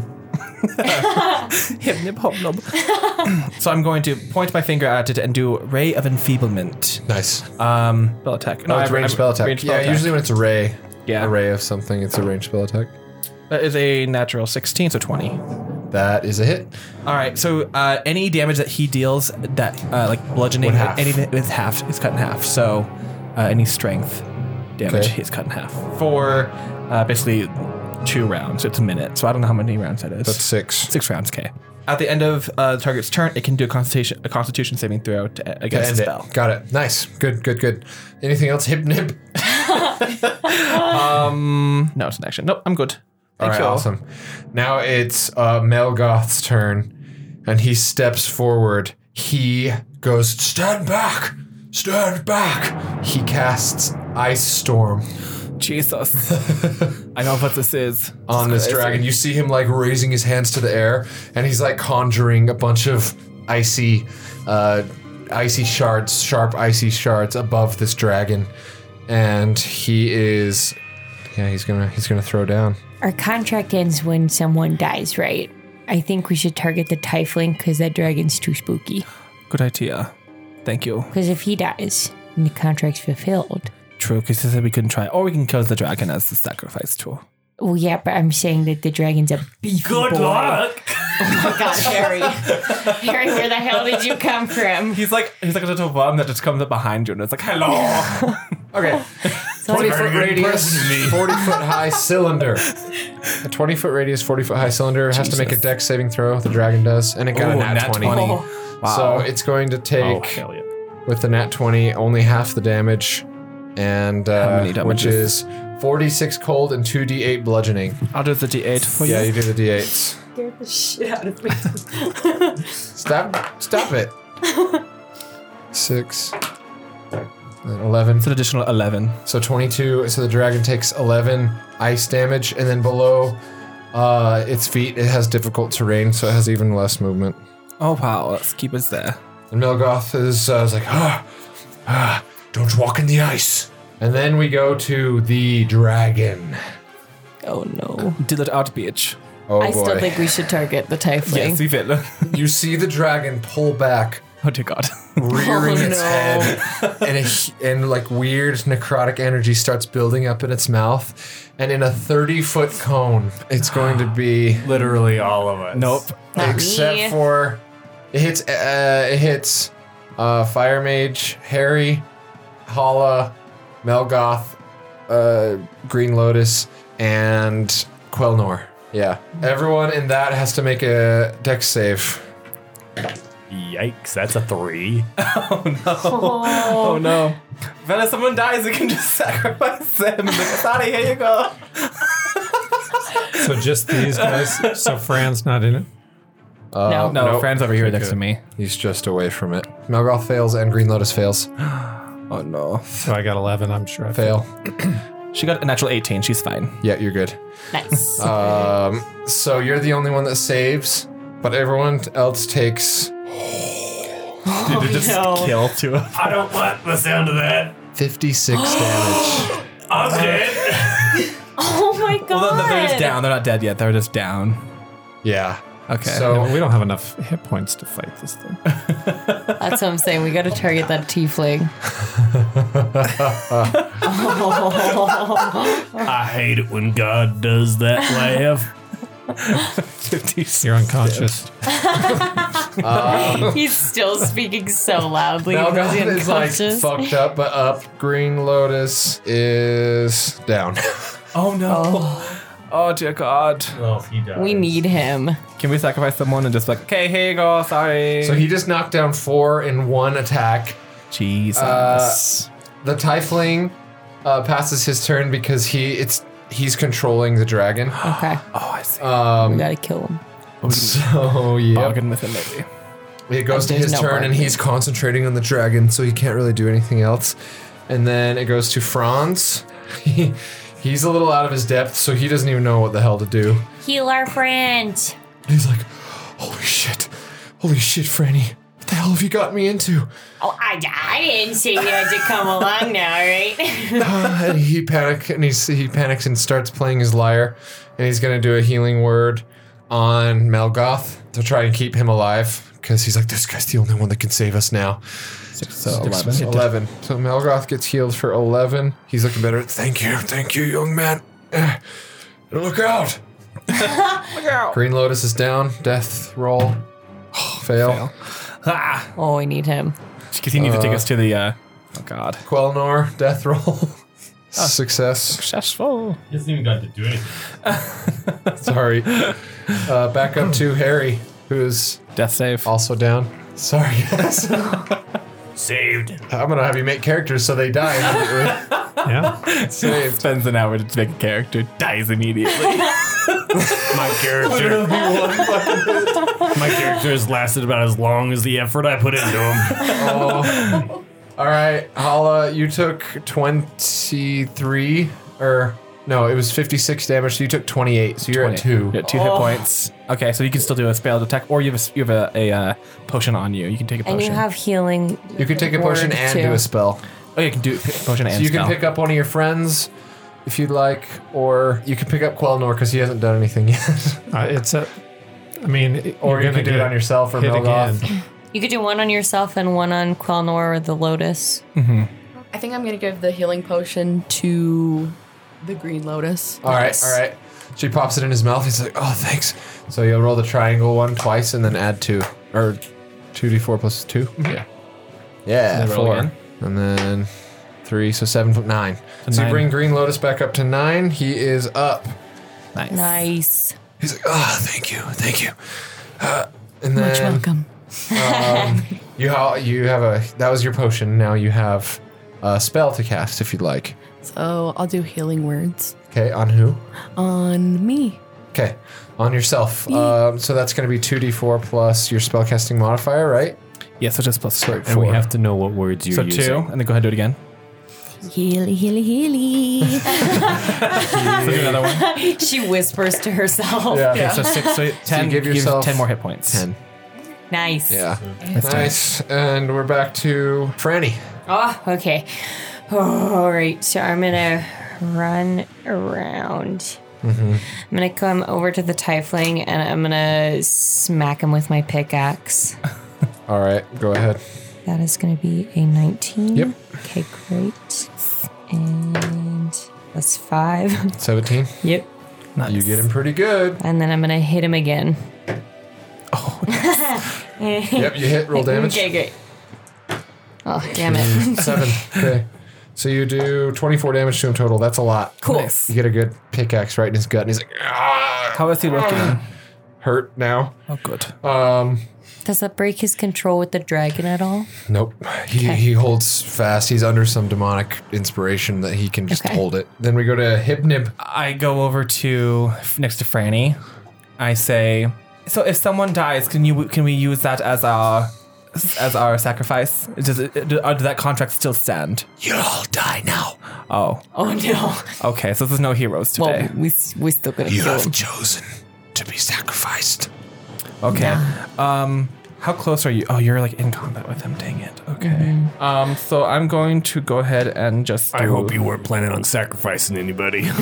S3: Hip hop knob. so I'm going to point my finger at it and do ray of enfeeblement.
S2: Nice.
S3: Um, spell attack.
S2: No, it's
S3: I-
S2: range
S3: I-
S2: spell attack.
S3: ranged
S2: yeah,
S3: spell attack.
S2: usually when it's a ray,
S3: Yeah.
S2: a ray of something, it's a range spell attack.
S3: that is a natural 16, so 20. All
S2: That is a hit.
S3: right, so uh, any damage that he deals, that uh, like bludgeoning,
S2: One half.
S3: anything it's half, it's cut in half. So uh, any strength damage,
S2: Okay.
S3: he's cut in half for uh, basically two rounds. It's a minute, so I don't know how many rounds that is.
S2: That's six.
S3: Six rounds, okay. At the end of uh, the target's turn, it can do a constitution, a constitution saving throw to, uh,
S2: To
S3: against the
S2: end it.
S3: spell.
S2: Got it. Nice. Good. Good. Good. Anything else, Hipnib?
S3: Um, No, it's an action. Nope, I'm good.
S2: All right,
S3: you.
S2: awesome. Now it's uh, Melgoth's turn, and he steps forward. He goes, Stand back! Stand back! He casts Ice Storm
S3: *laughs* Jesus. I know what this is.
S2: on this dragon. You see him like raising his hands to the air, and he's like conjuring a bunch of icy, uh, icy shards, sharp icy shards above this dragon, and he is, yeah, he's gonna he's gonna throw down.
S8: Our contract ends when someone dies, right? I think we should target the Tiefling because that dragon's too spooky.
S3: Good idea. Thank you.
S8: Because if he dies, and the contract's fulfilled.
S3: True, because he said we couldn't try, or we can kill the dragon as the sacrifice tool.
S8: Well, yeah, but I'm saying that the dragon's a beefy
S11: Good
S8: boy. Oh
S11: luck. *laughs*
S4: God, Harry. Harry, where the hell did you come from?
S3: He's like he's like a little worm that just comes up behind you and it's like *laughs* hello.
S2: Okay. 20 foot *laughs* radius, 40 foot high cylinder. A 20 foot radius, 40 foot high cylinder has to make a deck saving throw, the dragon does, and it got a
S3: Ooh,
S2: nat, Oh,
S3: nat Oh,
S2: 20.
S3: 20.
S2: So it's going to take,
S1: hell yeah.
S2: with the nat 20, only half the damage, and uh,
S3: many
S2: which
S3: damages?
S2: is 46 cold and 2d8 bludgeoning.
S3: I'll do the d8 for
S2: Yeah,
S3: you.
S2: you do the d8s.
S4: Scared the shit out of me.
S2: *laughs* Stop, stop
S4: *laughs*
S2: it. 6, and 11.
S3: It's an additional eleven.
S2: So 22. So the dragon takes 11 ice damage, and then below uh, its feet, it has difficult terrain, so it has even less movement.
S3: Oh wow, let's keep us there.
S2: And Milgoth is, uh, is like, ah, ah, don't walk in the ice. And then we go to the dragon.
S3: Oh no. Deal it out, bitch.
S2: Oh
S4: I
S2: boy.
S4: still think we should target the tiefling.
S3: Yes, leave it.
S2: you see the dragon pull back,
S3: *laughs* Oh dear *laughs* God.
S2: rearing
S4: Oh,
S2: its
S4: no.
S2: head, and a, hu- and like weird necrotic energy starts building up in its mouth, and in a thirty foot cone, it's going to be
S11: Literally all of us.
S3: Nope.
S8: Not
S2: except
S8: me.
S2: for it hits uh, it hits uh, Fire Mage, Harry, Hala, Melgoth, uh, Green Lotus, and Quelnor. Yeah, everyone in that has to make a dex save.
S11: Yikes, that's a three.
S3: Oh *laughs* no. Then if someone dies, we can just *laughs* sacrifice them. Sorry, here you go.
S7: So just these guys. So Fran's not in it.
S2: Uh,
S4: No.
S3: Oh, No,
S2: nope.
S3: friends over here next to me.
S2: He's just away from it. Melgoth fails and Green Lotus fails.
S3: Oh no.
S7: So I got eleven. I'm sure. I
S2: Fail.
S3: She got a natural 18. She's fine.
S2: Yeah, you're good.
S4: Nice.
S2: Um, so you're the only one that saves, but everyone else takes
S4: Oh, no.
S3: Kill two of
S11: I don't like the sound of that.
S8: *gasps*
S2: 56 damage.
S11: I'm dead.
S4: Oh my god.
S3: Well, no, they're just down. They're not dead yet. They're just down.
S2: Yeah.
S3: Okay.
S2: So
S7: We don't have enough
S11: *laughs*
S7: hit points to fight this thing.
S4: That's what I'm saying. We got to target that tiefling.
S11: *laughs* I hate it when God does that laugh.
S7: You're unconscious.
S4: *laughs* He's still speaking so loudly. because
S2: Melgoth is
S4: he's
S2: like
S4: unconscious.
S2: fucked up, but up. Green Lotus is down.
S3: *laughs* oh no. Oh. dear God.
S11: Well, he died.
S4: we need him.
S3: Can we sacrifice someone and just like, okay, here you go. Sorry.
S2: So he just knocked down four in one attack.
S3: Jesus. Uh,
S2: The Tiefling uh, passes his turn because he it's he's controlling the dragon. *gasps*
S4: Okay.
S3: oh, I see. Oh,
S4: we
S2: Um,
S4: got to kill him.
S3: *laughs*
S2: so Oh, yeah,
S3: Bargain with him, maybe.
S2: It goes to
S4: There's
S2: his
S4: no
S2: turn, and
S4: bargaining.
S2: he's concentrating on the dragon, so he can't really do anything else. And then it goes to Franz. *laughs* He, he's a little out of his depth, so he doesn't even know what the hell to do.
S8: Heal our friend.
S2: He's like, "Holy shit! Holy shit, Franny! What the hell have you got me into?"
S8: Oh, I, I didn't say you had to come along now, right?
S2: and he panic and he's, he panics and starts playing his lyre, and he's gonna do a healing word on Melgoth to try and keep him alive because he's like, "This guy's the only one that can save us now."
S3: So 11.
S2: 11. So Melgoth gets healed for 11. He's looking better. Thank you. Thank you, young man. Eh, Look out. *laughs* Look out. Green Lotus is down. Death roll. Fail.
S3: Ah,
S4: Oh, we need him.
S3: because he needs to take us to the. Uh, oh God.
S2: Quelnor, death roll. Success.
S3: Successful.
S11: He hasn't even got to do anything.
S2: Sorry. Uh, back up to Harry, who's
S3: Death save.
S2: also down. Sorry, *laughs* guys. I'm
S11: Saved.
S2: going to have you make characters so they die immediately.
S7: Yeah.
S2: Saved.
S3: Spends an hour to make a character, dies immediately.
S11: My character. my character has lasted about as long as the effort I put into him.
S2: Oh. All right, Hala, you took 23 or no, it was 56 damage, so you took 28. So you're at 2.
S3: Yeah, two
S4: Oh.
S3: hit points. Okay, so you can still do a spell attack, or you have a, you have a, a uh, potion on you. You can take a
S4: And you
S3: potion.
S4: have healing.
S2: You can take a potion
S4: word,
S2: and
S4: too.
S2: do a spell.
S3: oh, you can do p- potion and
S2: So you
S3: spell.
S2: can pick up one of your friends if you'd like or you can pick up Quelnor cuz he hasn't done anything yet. *laughs*
S7: Uh, it's a. I mean, it-
S2: or you
S7: you're
S2: can
S7: gonna
S2: do it
S7: get
S2: on yourself or
S7: hit again.
S2: Melgoth.
S4: You could do one on yourself and one on Quelnor or the
S8: *laughs*
S4: Lotus.
S10: I think I'm gonna give the healing potion to the Green Lotus.
S2: All right, all right. She pops it in his mouth. He's like, "Oh, thanks." So you'll roll the triangle one twice and then add 2 or 2d4 plus 2. Yeah. Yeah,
S3: And then roll
S2: 4.
S3: again.
S2: And then 3, so 7 foot 9. so you
S3: nine.
S2: bring Green Lotus back up to 9. He is up.
S3: Nice.
S4: Nice.
S2: He's like, "Oh, thank you. Thank you." Uh, and then
S10: Much welcome.
S2: you ha- you have a that was your potion. Now you have a spell to cast if you'd like.
S10: So I'll do healing words
S2: Okay, on who?
S10: on me.
S2: Okay, on yourself. Um, so that's going to be 2d4 plus your spellcasting modifier, right?
S3: Yeah, so just plus
S2: Sorry,
S1: And we have to know what words you're
S3: So
S1: using.
S3: two, and then go ahead and do it again.
S10: Healy, healy, healy.
S3: So do another one.
S4: She whispers to herself.
S2: Yeah.
S3: Okay, so six, so ten.
S2: give
S3: gives
S2: yourself
S3: ten more hit points.
S2: 10.
S4: Nice.
S2: Yeah. Nice. And we're back to Franny.
S8: oh, okay. all right. So I'm going to run around.
S2: Mm-hmm.
S8: I'm gonna come over to the tiefling and I'm gonna smack him with my pickaxe.
S2: All right, go ahead.
S8: That is gonna be a 19.
S2: Yep.
S8: Okay, great. And that's five.
S2: 17.
S8: Yep.
S2: You get him pretty
S8: *laughs*
S2: good.
S8: And then I'm gonna hit him again. Oh.
S2: Yep, you hit, roll damage.
S8: *laughs* Okay, great. Oh, damn it.
S2: Seven. Okay. So you do 24 damage to him total. That's a lot.
S8: Cool.
S2: You get a good pickaxe right in his gut, and he's like, ah,
S3: How is
S4: *clears throat*
S3: he looking?
S2: hurt now.
S3: Oh, good.
S2: Um,
S8: *laughs* Does that break his control with the dragon at all?
S2: Nope. He,
S8: Okay.
S2: he holds fast. He's under some demonic inspiration that he can just
S8: Okay.
S2: hold it. Then we go to Hypnib.
S3: I go over to next to Franny. I say, "So if someone dies, can you can we use that as our as our sacrifice? Does it, do, uh, does that contract still stand? You'll all die now. Oh,
S4: Oh no.
S3: okay. So there's no heroes today.
S4: Oh, we we're still gonna kill him.
S2: chosen to be sacrificed.
S3: okay. Um, how close are you? Oh, you're like in combat with him. Dang it. Okay.
S4: Mm-hmm.
S3: Um, so I'm going to go ahead and just.
S11: I
S3: do-
S11: hope you weren't planning on sacrificing anybody. *laughs*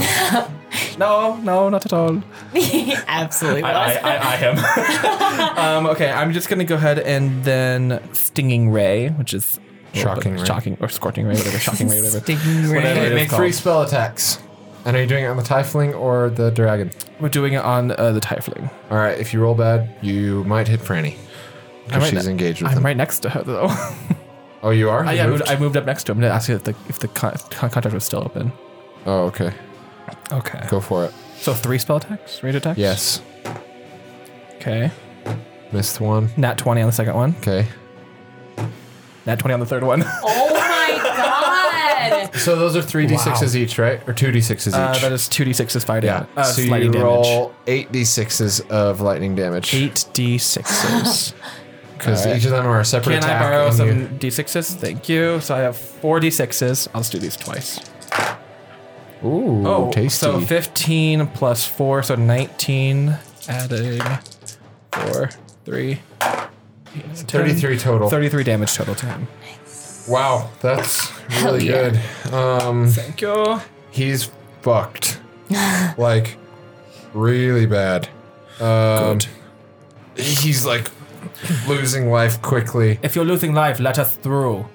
S3: No, no, not at all.
S4: Absolutely.
S3: I, I, I, I am. *laughs* um, okay, I'm just gonna go ahead and then stinging ray, which is a little
S2: Shocking
S3: bit-
S2: ray.
S3: shocking or scorching ray, whatever, shocking ray, whatever.
S4: Stinging ray.
S3: Whatever it is
S2: make three
S3: called.
S2: spell attacks. And are you doing it on the Tiefling or the Dragon?
S3: We're doing it on uh, the tiefling.
S2: All right, if you roll bad, you might hit Franny. Because
S3: right
S2: she's
S3: ne-
S2: engaged with
S3: I'm
S2: him.
S3: right next to
S2: *laughs*
S3: her though. I,
S2: Oh, you are? You
S3: yeah, I
S2: moved?
S3: moved, I moved up next to him to ask you if the, if the con- con- contract was still open.
S2: Oh, okay.
S3: Okay.
S2: Go for it.
S3: So three spell attacks, range attacks.
S2: Yes.
S3: Okay.
S2: Missed one.
S3: Nat twenty on the second one.
S2: Okay.
S3: Nat twenty on the third one.
S8: Oh my god!
S2: So those are three d6s each, right? Or two d6s each?
S3: Uh, that is two d sixes fire
S2: yeah.
S3: damage. Uh,
S2: so you
S3: lightning damage.
S2: roll eight d6s of lightning damage.
S3: Eight
S2: *laughs*
S3: d sixes.
S2: Because
S3: Alright.
S2: each of them are a separate
S3: Can I
S2: attack.
S3: borrow
S2: and
S3: some
S2: you-
S3: d6s? Thank you. So I have four d6s. I'll just do these twice. Oh,
S2: Ooh, tasty.
S3: so 15 plus 4, so 19. Adding 4, 3,
S2: 33 total.
S3: 33 damage total to him.
S2: Wow,
S3: *laughs*
S2: that's really good. Um,
S3: Thank you.
S2: he's
S3: *laughs*
S2: fucked. like, really bad. Um, good. He's like losing life quickly.
S3: If you're losing life, let us through.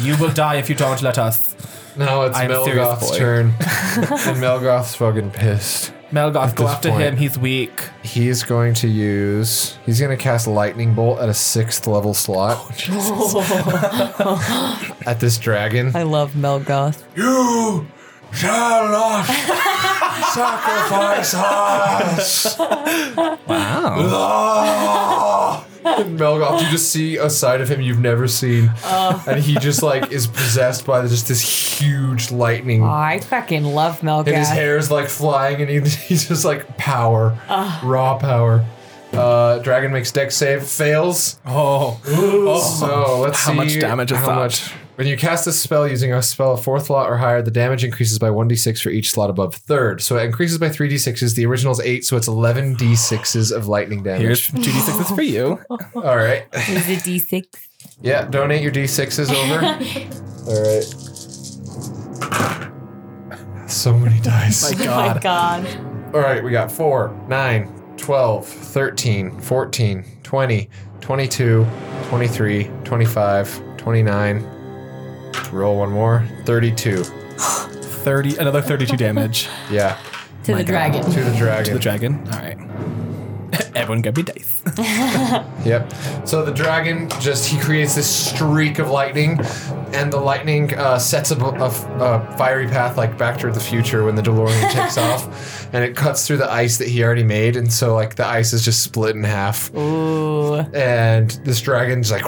S3: you will die if you don't let us.
S2: Now it's
S3: I'm serious,
S2: Melgoth's
S3: boy.
S2: turn.
S3: *laughs*
S2: and Melgoth's fucking pissed.
S3: Melgoth, go
S2: this
S3: after
S2: point-
S3: him. He's weak.
S2: He is going to use. He's going to cast Lightning Bolt at a sixth level slot.
S3: Oh,
S2: *laughs* at this dragon.
S4: I love Melgoth.
S2: You shall not sacrifice us. Wow. And *laughs* Melgoth, you just see a side of him you've never seen, and he just like is possessed by just this huge lightning,
S8: Oh, I fucking love Melgoth.
S2: and his hair is like flying, and he, *laughs* he's just like power, raw power. Uh, dragon makes deck save, fails.
S3: Oh.
S2: *gasps* So let's
S3: How
S2: see
S3: much damage is
S2: how
S3: that?
S2: much. When you cast a spell using a spell of fourth lot or higher, the damage increases by 1d6 for each slot above third. So it increases by 3d6s. The original is 8, so it's 11d6s of lightning damage.
S3: Here's 2d6s for you.
S2: All right.
S8: He's a D6.
S2: Yeah, donate your d6s over. All right. So many dice.
S4: Oh my god.
S2: All right, we got 4, 9, 12, 13, 14, 20, 22, 23, 25, 29. Roll one more. 32.
S3: 30, another 32 damage
S2: Yeah,
S8: To the dragon.
S2: to the dragon.
S3: to the dragon. All right. *laughs* Everyone grab your dice.
S2: Yep. So the dragon just he creates this streak of lightning, and the lightning uh, sets up a, a f- a fiery path like Back to the Future when the DeLorean takes off, and it cuts through the ice that he already made, and so like the ice is just split in half.
S4: Ooh.
S2: And this dragon's like,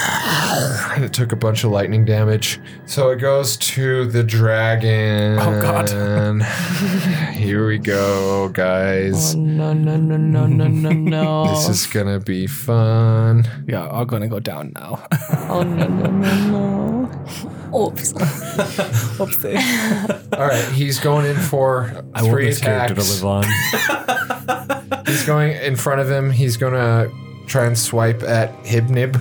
S2: and it took a bunch of lightning damage. So it goes to the dragon.
S3: Oh, God.
S2: *laughs* Here we go, guys.
S4: No no no no no no no.
S2: This is gonna be fun.
S3: We are all going to go down now. *laughs*
S4: oh no no no no.
S8: Oops.
S3: Oopsie.
S2: All right, he's going in for
S1: I want
S2: three
S1: this character to
S2: attacks.
S1: live on.
S3: *laughs*
S2: He's going in front of him. He's gonna try and swipe at Hibnib,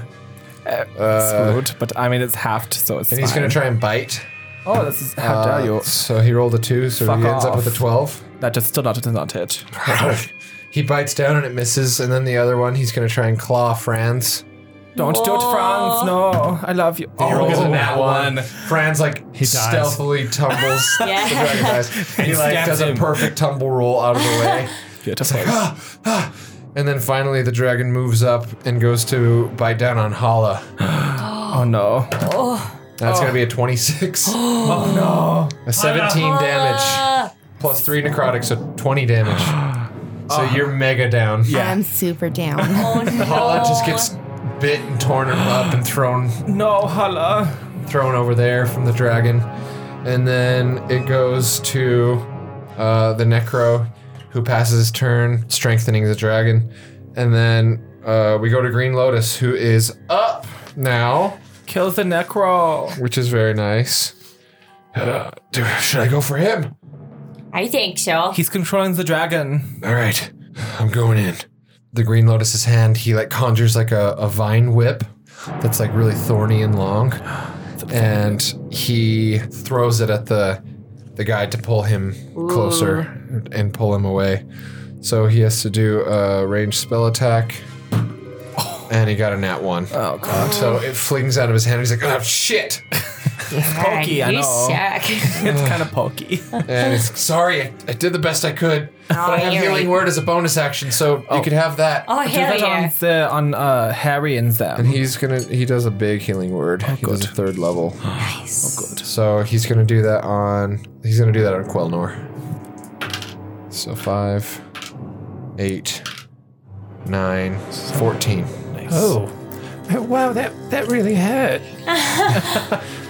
S2: Uh,
S3: Screwed, but I mean, it's halved, so it's
S2: and he's
S3: fine.
S2: gonna try and bite.
S3: Oh, this is. How
S2: Uh,
S3: dare you?
S2: So he rolled a two, so
S3: Fuck
S2: he ends up with
S3: off.
S2: a twelve.
S3: That just still not does not hit.
S2: *laughs* He bites down and it misses, and then the other one he's gonna try and claw Franz.
S3: Don't do it, Franz. No, I love you.
S2: He rolls
S3: Oh,
S2: a nat one. Franz like
S7: dies.
S2: stealthily tumbles.
S8: Yeah.
S2: the dragon
S1: *laughs*
S2: dies. He like
S3: stabs
S2: does a
S3: him.
S2: perfect tumble roll out of the way.
S3: Beautiful.
S1: *gasps*
S2: And then finally, the dragon moves up and goes to bite down on Hala.
S3: Oh no.
S2: That's gonna be a 26. *gasps* oh no. *gasps* A 17 damage. Plus 3 necrotic, so 20 damage. *gasps* So you're mega down.
S3: Yeah.
S12: I'm super
S4: *laughs*
S12: down.
S2: Hala just gets bit and torn up and thrown
S3: No, Hala.
S2: thrown over there from the dragon. And then it goes to uh, the Necro, who passes his turn, strengthening the dragon. And then uh, we go to Green Lotus, who is up now,
S3: Kills the necro.
S2: which is very nice. *sighs* Uh, do- should I go for him?
S8: I think so.
S3: He's controlling the dragon.
S2: All right, I'm going in. The Green Lotus's hand, he like conjures like a, a vine whip that's like really thorny and long, and he throws it at the the guy to pull him closer and pull him away. So he has to do a ranged spell attack, and he got a nat one. Uh,
S3: Oh god.
S2: So it flings out of his hand. He's like, "Oh shit!"
S3: Pokey, I
S8: you
S3: know. *laughs*
S8: suck. *laughs*
S3: It's kind of pokey.
S2: And it's sorry, I, I did the best I
S3: *laughs*
S2: could, but I have
S8: you're
S2: healing
S8: right.
S2: word as a bonus action, so you could have that.
S8: Oh
S3: Do
S8: hell
S3: that
S8: yeah!
S3: on the on uh, Harry and them.
S2: And he's gonna he does a big healing word. he does a third level. Nice. Oh good. So he's gonna do that on he's gonna do that on Quelnor. So five, eight, nine, fourteen.
S7: Oh. Uh, Wow, that, that really
S2: *laughs*
S7: hurt.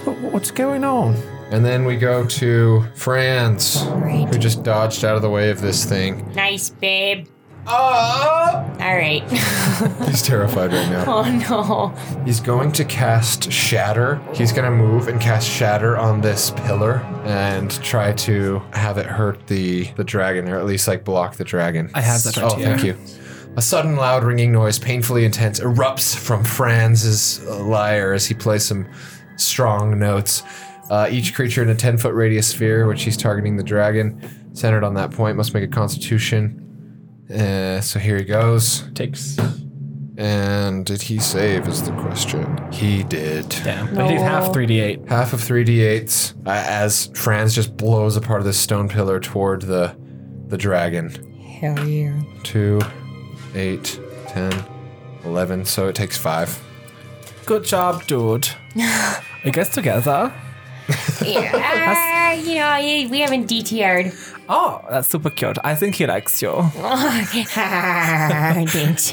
S7: Wh- What's going on?
S2: And then we go to Franz, who just dodged out of the way of this thing.
S8: Nice, babe. Oh. All right. *laughs*
S2: He's terrified right now.
S8: Oh no.
S2: He's going to cast Shatter. He's going to move and cast Shatter on this pillar and try to have it hurt the the dragon, or at least like block the dragon. I
S3: have that
S2: Oh,
S3: right here.
S2: thank you. A sudden, loud, ringing noise, painfully intense, erupts from Franz's uh, lyre as he plays some strong notes. Uh, each creature in a 10 foot radius sphere, which he's targeting the dragon, centered on that point, must make a constitution. Uh, so here he goes.
S3: Takes.
S2: And did he save is the question. He did.
S3: Damn. But he did half 3d8.
S2: Half of 3d8s uh, as Franz just blows apart this stone pillar toward the the dragon.
S8: Hell yeah.
S2: 2, 8, 10, 11. So it takes 5.
S3: Good job, dude. *laughs* I guess together.
S8: Yeah. uh, you know, I- we haven't *laughs* DTR'd.
S3: Oh, that's super cute. I think he likes you. No,
S8: Thanks.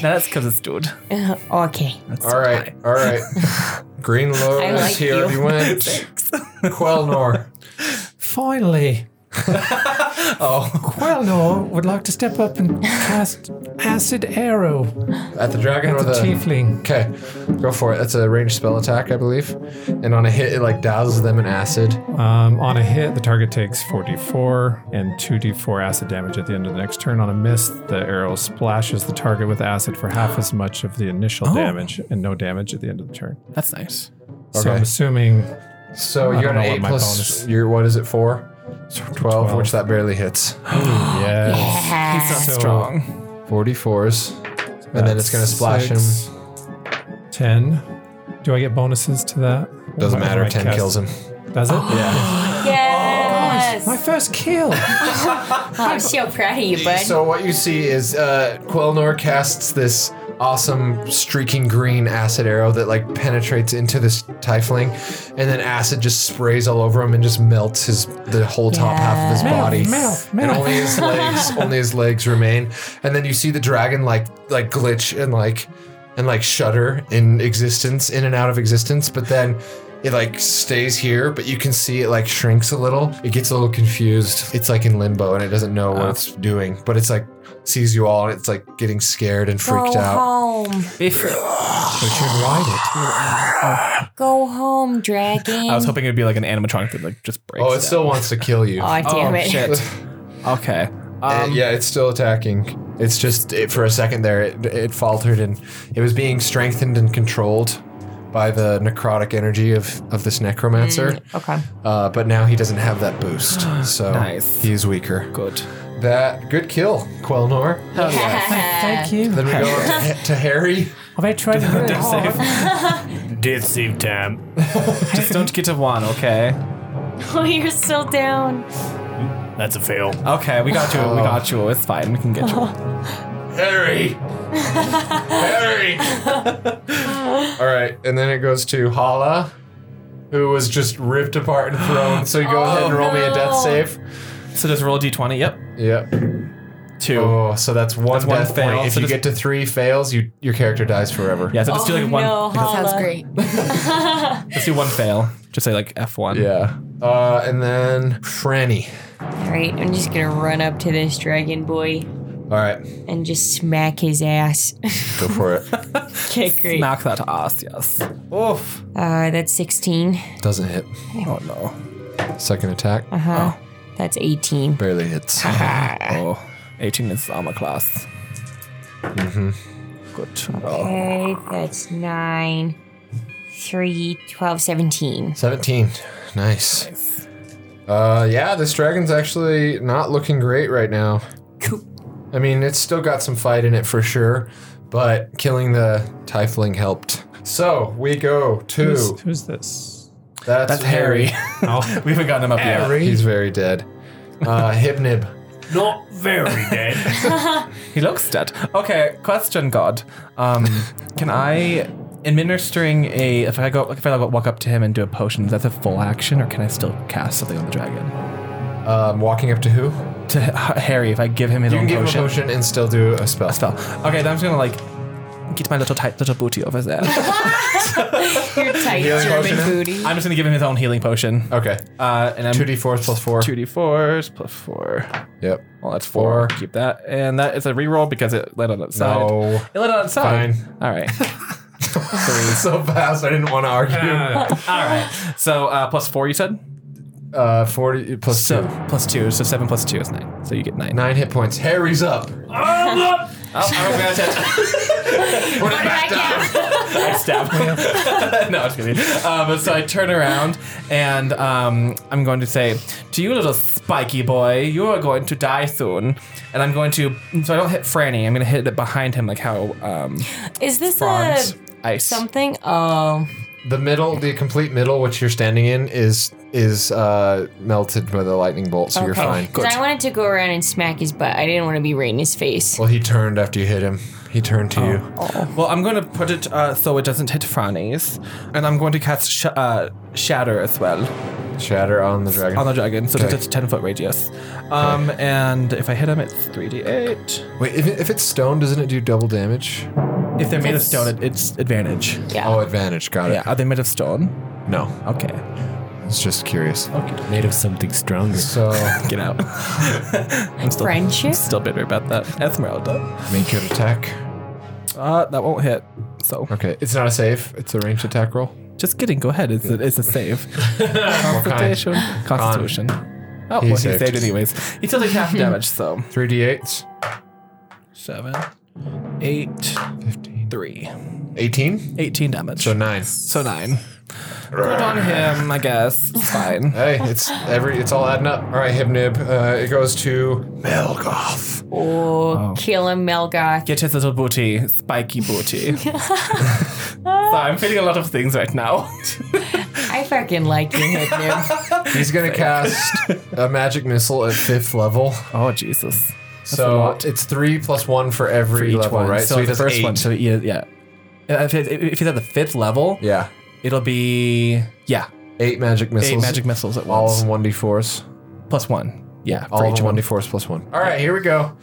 S3: *laughs* that's because it's dude.
S8: okay.
S2: all right.
S7: *laughs*
S2: All right. Green Lotus
S8: like
S2: here.
S8: you.
S2: He
S8: *laughs*
S2: went. Quelnor. *laughs*
S7: Finally. oh. Quelnor would like to step up and cast Acid Arrow
S2: At the dragon
S7: at
S2: or
S7: the
S2: the.
S7: Tiefling.
S2: Okay. Go for it. That's a ranged spell attack, I believe. And on a hit, it like dazzles them in acid.
S7: Um, on a hit, the target takes 4d4 and 2d4 acid damage at the end of the next turn. On a miss, the arrow splashes the target with acid for half as much of the initial
S2: Oh.
S7: damage and no damage at the end of the turn.
S3: That's nice.
S7: So
S2: Okay.
S7: I'm assuming
S2: So
S7: I
S2: you're
S7: don't
S2: an
S7: know
S2: eight
S7: what my
S2: plus.
S7: bonus-
S2: Your what is it for? Twelve, which that barely hits.
S7: yes.
S8: Uh,
S7: So
S3: Strong.
S2: Forty fours, and then it's gonna splash him.
S7: him. Ten. Do I get bonuses to that?
S2: Doesn't
S7: Or am I-
S2: matter.
S7: am I
S2: Ten
S7: cast-
S2: kills him. *gasps*
S7: Does it? yeah.
S8: yes.
S7: My first kill.
S8: Oh, I'm so proud of you, bud.
S2: So what you see is uh, Quelnor casts this awesome streaking green acid arrow that like penetrates into this tiefling, and then acid just sprays all over him and just melts his the whole top half of his body.
S7: melt,
S2: And
S7: melt.
S2: only his legs, only his legs remain. And then you see the dragon like like glitch and like and like shudder in existence, in and out of existence. But then. It like stays here, but you can see it like shrinks a little. It gets a little confused. It's like in limbo and it doesn't know what it's doing, but it's like sees you all and it's like getting scared and freaked
S8: Go
S2: out.
S8: home.
S3: Be free.
S8: Go home,
S3: *laughs*
S8: dragon.
S3: I was hoping it'd be like an animatronic that like just breaks.
S2: Oh, it still wants to kill you. *laughs*
S8: Aw, damn
S3: oh,
S8: it. *laughs*
S3: shit. Okay. Um,
S2: Uh, yeah, it's still attacking. It's just it, for a second there, it, it faltered and it was being strengthened and controlled by the necrotic energy of, of this necromancer.
S4: Okay.
S2: Uh, but now he doesn't have that boost, so
S3: Nice.
S2: he's weaker.
S3: Good.
S2: That good kill, Quelnor. *laughs*
S3: Oh,
S6: Thank you.
S2: Then we go
S3: *laughs*
S2: to, to Harry.
S6: Have I tried very hard?
S11: Did save time.
S3: Just don't get to one, okay?
S4: Oh, you're still down.
S11: That's a fail.
S3: Okay, we got you.
S2: Oh.
S3: We got you. It's fine. We can get you. *laughs*
S2: Harry. Harry. All right, and then it goes to Hala, who was just ripped apart and thrown. So you go ahead and roll me a death
S4: no.
S2: save.
S3: So just roll a d20. Yep.
S2: Yep.
S3: Two.
S2: Oh, so that's one
S3: That's one
S2: death
S3: fail.
S2: point. If
S3: So
S2: you
S3: just-
S2: get to three fails, you your character dies forever.
S3: Yeah, so just do
S4: oh,
S3: like one.
S4: no,
S10: Sounds
S4: Hala.
S10: great.
S3: Just do one fail. Just say like F1.
S2: Yeah. Uh, and then Franny.
S8: All right, I'm just gonna run up to this dragon boy
S2: All right,
S8: and just smack his ass. *laughs*
S2: go for it.
S8: okay, great.
S3: Knock that to us, yes. *laughs* Oof.
S8: Uh, that's 16.
S2: Doesn't hit.
S3: Oh no.
S2: Second attack
S8: Uh huh. That's 18.
S2: barely
S3: *laughs*
S2: hits.
S3: Oh. 18 is armor class. Mm-hmm. Good. Oh.
S8: Okay, that's 9, 3, 12, 17.
S2: Seventeen. Nice. Uh, yeah, this dragon's actually not looking great right now. I mean, it's still got some fight in it for sure, but killing the tiefling helped. So we go to
S7: Who's, who's this?
S2: that's,
S3: That's Harry. *laughs*
S2: Oh.
S3: we haven't gotten him up yet.
S2: He's very dead. *laughs* Uh, Hibnib.
S11: Not very dead.
S3: He looks dead. Okay, question God. Um, can I administering a if I go if I walk up to him and do a potion, is that a full action or can I still cast something on the dragon?
S2: Um, walking up to who?
S3: To H- Harry, if I give him his
S2: You
S3: own
S2: can give
S3: potion,
S2: him a potion and still do a spell.
S3: a spell. Okay, then I'm just gonna like get my little tight little booty over
S2: *laughs*
S3: there.
S8: You're tight,
S2: Healing
S8: German
S2: potion?
S8: booty.
S3: I'm just gonna give him his own healing potion.
S2: Okay.
S3: Uh, and I'm
S2: Two D fours plus four.
S3: two d fours plus four.
S2: Yep.
S3: Well, that's four. Keep that, and that is a reroll because it landed on its side.
S2: No.
S3: It landed on its side.
S2: Fine. *laughs*
S3: All right.
S2: so fast. I didn't want to argue.
S3: All right. So uh, plus four, you said.
S2: *laughs* Uh, Forty plus
S3: So
S2: two.
S3: plus two, so seven plus two is nine. So you get nine.
S2: Nine hit points. Harry's up.
S3: Oh, I regret it. *laughs*
S8: Back out.
S3: I
S2: *laughs*
S3: stab. *laughs* no, I'm just kidding. Um, so I turn around and um, I'm going to say, "To you, little spiky boy, you are going to die soon." And I'm going to, so I don't hit Franny. I'm going to hit it behind him, like how um,
S8: Is this
S3: bronze
S8: a
S3: ice.
S8: something? Oh,
S2: The middle, the complete middle, which you're standing in, is is uh, melted by the lightning bolt, so you're fine.
S8: Because I wanted to go around and smack his butt. I didn't want to be right in his face.
S2: Well, he turned after you hit him. He turned to you.
S8: Oh.
S3: Well, I'm going to put it uh, so it doesn't hit Franny's, and I'm going to cast sh- uh, Shatter as well.
S2: Shatter on the dragon.
S3: on the dragon, so
S2: Okay.
S3: it's a 10 foot radius. Um, And if I hit him, it's 3d8.
S2: Wait, if, it- if it's stone, doesn't it do double damage?
S3: If they're made of stone, it, it's advantage.
S8: Yeah.
S2: Oh, advantage. Got it.
S3: Yeah, are they made of stone?
S2: No,
S3: Okay.
S2: I was just curious.
S1: Made of something stronger.
S2: So, *laughs*
S3: Get out. I'm still,
S8: Friendship?
S3: still bitter about that. Esmeralda.
S2: make your attack.
S3: Uh, that won't hit. So
S2: Okay, it's not a save. It's a ranged attack roll.
S3: just kidding. Go ahead. It's a, it's a save.
S2: *laughs* What kind?
S3: Constitution. Constitution. Oh,
S2: He
S3: well,
S2: saved.
S3: he saved anyways. He still
S2: *laughs*
S3: did half damage, so
S2: Three d8s.
S3: seven, eight,
S2: 15.
S3: three,
S2: 18?
S3: 18 damage.
S2: So nine.
S3: so nine. Good on him, I guess. It's
S2: *laughs*
S3: fine.
S2: Hey, it's every. It's all adding up. All right, Hibnib. Uh, it goes to Melgoth.
S8: Oh, kill him, Melgoth.
S3: Get his little booty, spiky
S8: *laughs*
S3: booty. so I'm feeling a lot of things right now. *laughs*
S8: I fucking like you, Hypnib.
S2: He's gonna cast a magic missile at fifth level.
S3: oh Jesus! a
S2: So
S3: lot.
S2: it's three plus one for every
S3: For each
S2: level,
S3: one,
S2: right?
S3: So, the first one, so yeah, yeah. Uh, If, it- if he's at the fifth level,
S2: Yeah,
S3: it'll be yeah,
S2: eight magic missiles.
S3: eight magic missiles at
S2: All of
S3: once,
S2: them one d fours.
S3: plus one. Yeah, for
S2: All of
S3: each
S2: them one
S3: one.
S2: d fours plus one. All right, here we go.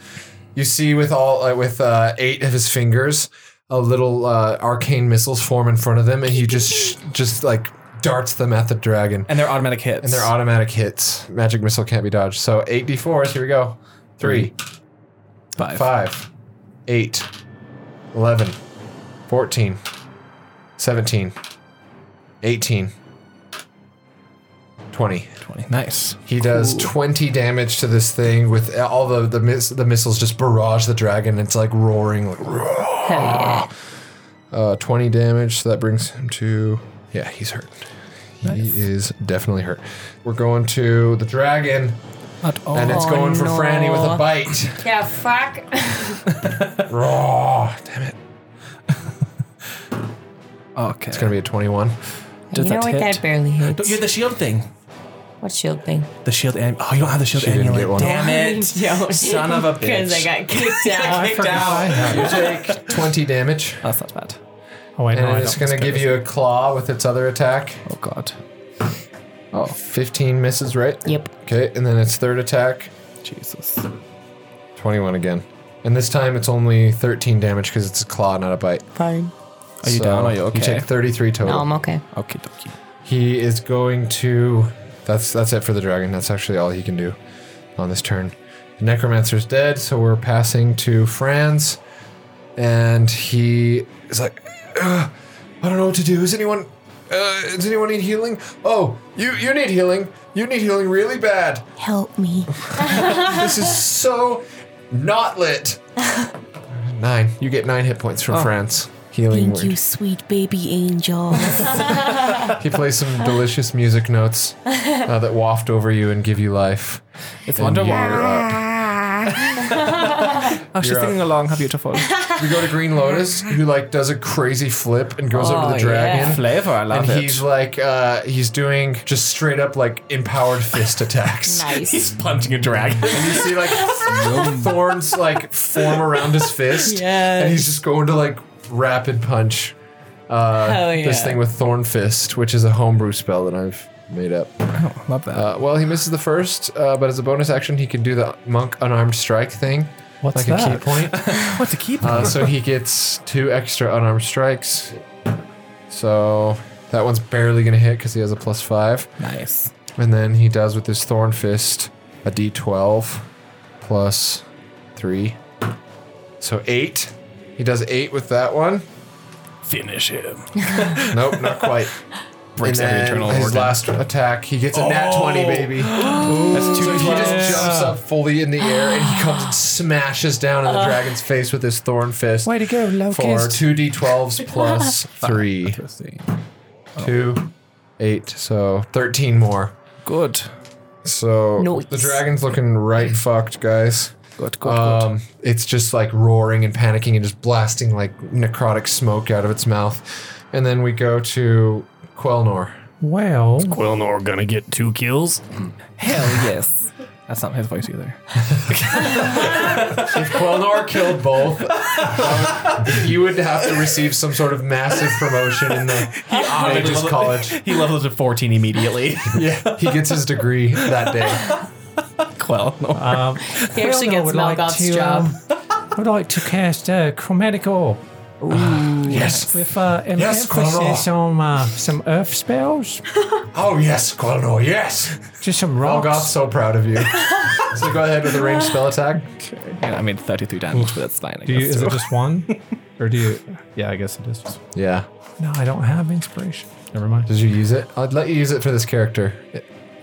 S2: You see, with all uh, with uh, eight of his fingers, a little uh, arcane missiles form in front of them, and he just just like darts them at the dragon,
S3: and they're automatic hits.
S2: and they're automatic hits. Magic missile can't be dodged. So eight d fours. Here we go. Three.
S3: five.
S2: Five, eight, eleven, fourteen, seventeen, eighteen, twenty.
S3: 20. Nice.
S2: He does 20 damage to this thing with all the the, miss, the missiles just barrage the dragon. It's like roaring. Like, "Roar." uh, 20 damage. So that brings him to. Yeah, he's hurt. He is definitely hurt. We're going to the dragon, and
S7: Oh,
S2: it's going for Franny with a bite.
S8: Yeah, fuck.
S2: Raw. Damn it.
S3: Okay.
S2: It's going to be a 21.
S8: you know
S3: that
S8: what?
S3: hit?
S8: That barely
S3: Don't
S8: hits.
S3: you have the shield thing?
S8: What shield thing?
S3: The shield am- Oh, you don't have the shield
S2: She didn't get
S3: amulet.
S2: one.
S3: Damn
S8: *laughs*
S3: it.
S8: Don't.
S3: Son of a
S8: Because I
S3: bitch. *laughs*
S8: got kicked out.
S3: Kicked out.
S2: You take 20 damage,
S3: That's not bad.
S7: Oh, wait, no, I
S2: and it's
S7: don't.
S2: going to give you a claw with its other attack.
S3: Oh god.
S7: Oh.
S2: 15 misses, right?
S8: Yep.
S2: Okay, and then its third attack,
S3: Jesus.
S2: 21 again. And this time it's only 13 damage because it's a claw, not a bite.
S8: Fine.
S3: Are you down? Are you okay?
S2: You take 33 total.
S8: No, Oh, I'm okay.
S3: Okay, dokie.
S2: He is going to. That's that's it for the dragon. That's actually all he can do on this turn. The necromancer's dead, so we're passing to Franz, and he is like, "Ugh, I don't know what to do. Is anyone? Uh, does anyone need healing? Oh, you you need healing. You need healing really bad.
S8: Help me.
S2: *laughs* This is so not
S8: *laughs*
S2: lit. nine. You get nine hit points from Franz. Healing word.
S8: sweet baby angel.
S2: *laughs*
S8: *laughs*
S2: He plays some delicious music notes uh, that waft over you and give you life. It's Wonderwall.
S3: Oh, she's
S2: You're up.
S3: singing along. How *laughs* beautiful.
S2: We go to Green Lotus, who like does a crazy flip and goes
S8: Oh,
S2: over the dragon.
S3: Flavor, I love
S2: And
S3: it. *laughs*
S2: he's like, uh, he's doing just straight up like empowered
S8: *laughs*
S2: fist attacks.
S8: nice.
S3: punching a dragon.
S2: And you see like thorns like form around his fist.
S8: Yes.
S2: And he's just going to like rapid punch uh,
S8: Hell
S2: this
S8: yeah.
S2: thing with Thorn Fist, which is a homebrew spell that I've made up.
S3: Oh, love that.
S2: Uh, well, he misses the first, uh, but as a bonus action, he can do the monk unarmed strike thing. What's like a key
S3: that?
S2: point.
S3: *laughs* What's a keep?
S2: Uh, so he gets two extra unarmed strikes. So that one's barely going to hit because he has a plus five.
S3: nice.
S2: And then he does with his Thorn Fist a d12 plus three. So eight. He does eight with that one.
S3: Finish him.
S2: Nope, not quite.
S3: *laughs* Breaks
S2: and
S3: every
S2: then
S3: internal
S2: his
S3: organ.
S2: last attack, he gets a nat 20, *gasps* baby.
S3: That's two
S2: Oh. So he
S3: d12s.
S2: just jumps up fully in the air and he comes and smashes down in the dragon's face with his thorn fist.
S3: Way to go,
S2: for
S3: Locust.
S2: two
S3: *laughs*
S2: d12s plus three, two, eight, so thirteen more.
S3: Good.
S2: So
S8: Nice.
S2: the dragon's looking right fucked, guys.
S3: Good, good, good.
S2: Um, it's just like roaring and panicking and just blasting like necrotic smoke out of its mouth, and then we go to Quelnor.
S7: Well,
S11: Quilnor gonna get two kills.
S3: Hell yes. That's not his voice either.
S2: If Quelnor killed both, you would have to receive some sort of massive promotion in the Mages College.
S3: He levels to 14 *laughs* immediately.
S2: Yeah, he gets his degree that day.
S3: Quell. *laughs*
S7: um,
S8: He actually
S7: Quelnor
S8: gets
S7: would like
S8: Melgoth's
S7: to,
S8: job.
S7: um, I would like to cast uh, Chromatic Orb
S2: Yes.
S7: with uh, an
S2: Yes,
S7: emphasis on uh, some earth spells,
S2: Oh yes, Quelnor. Yes.
S7: just some
S2: Golgoth's
S7: rocks.
S2: so proud of you. so go ahead with the ranged spell attack.
S3: I mean, 33 damage, but that's fine. I
S7: Do you,
S3: guess,
S7: is it
S3: too.
S7: just *laughs* one, or do you? Yeah, I guess it is.
S2: Yeah.
S7: No, I don't have inspiration. Never mind.
S2: Did you use it? I'd let you use it for this character.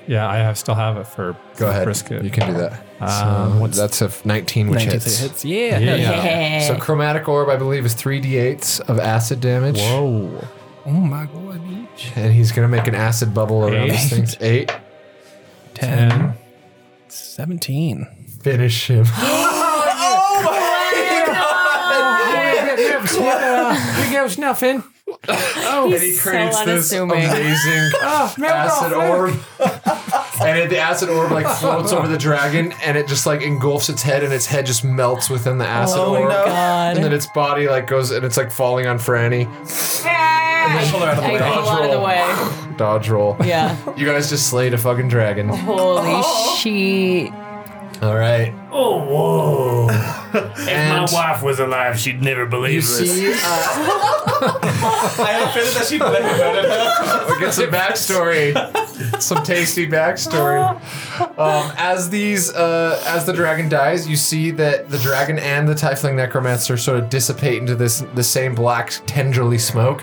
S7: Yeah, I have, still have it for
S2: Go ahead.
S7: Brisket.
S2: You can do that.
S7: Um,
S2: so
S7: what's-
S2: that's a 19 which
S3: 92
S2: hits.
S3: hits. Yeah.
S7: Yeah.
S8: Yeah.
S2: So chromatic orb, I believe, is 3d8s of acid damage.
S7: Whoa.
S3: Oh my god, each.
S2: And he's gonna make an acid bubble around this thing. Eight.
S3: 10,
S7: And
S3: 17.
S2: Finish him.
S7: Here goes nothing.
S2: and he creates this
S8: unassuming.
S2: amazing acid orb. and it, the acid orb like floats over the dragon, and it just like engulfs its head, and its head just melts within the acid orb.
S8: God.
S2: And then its body like goes, and it's like falling on Franny.
S8: I
S2: Pull her out of the way.
S8: got a lot of the way.
S2: Dodge roll.
S8: Yeah.
S2: *laughs* You guys just slayed a fucking
S8: *laughs*
S2: dragon.
S8: Holy shit.
S2: All right.
S11: Oh whoa! if
S2: And-
S11: my wife was alive, she'd never believe
S2: You
S11: this.
S2: see, uh, we get some backstory, some tasty backstory. Um, as these, uh, as the dragon dies, you see that the dragon and the tiefling necromancer sort of dissipate into this the same black tendrily smoke,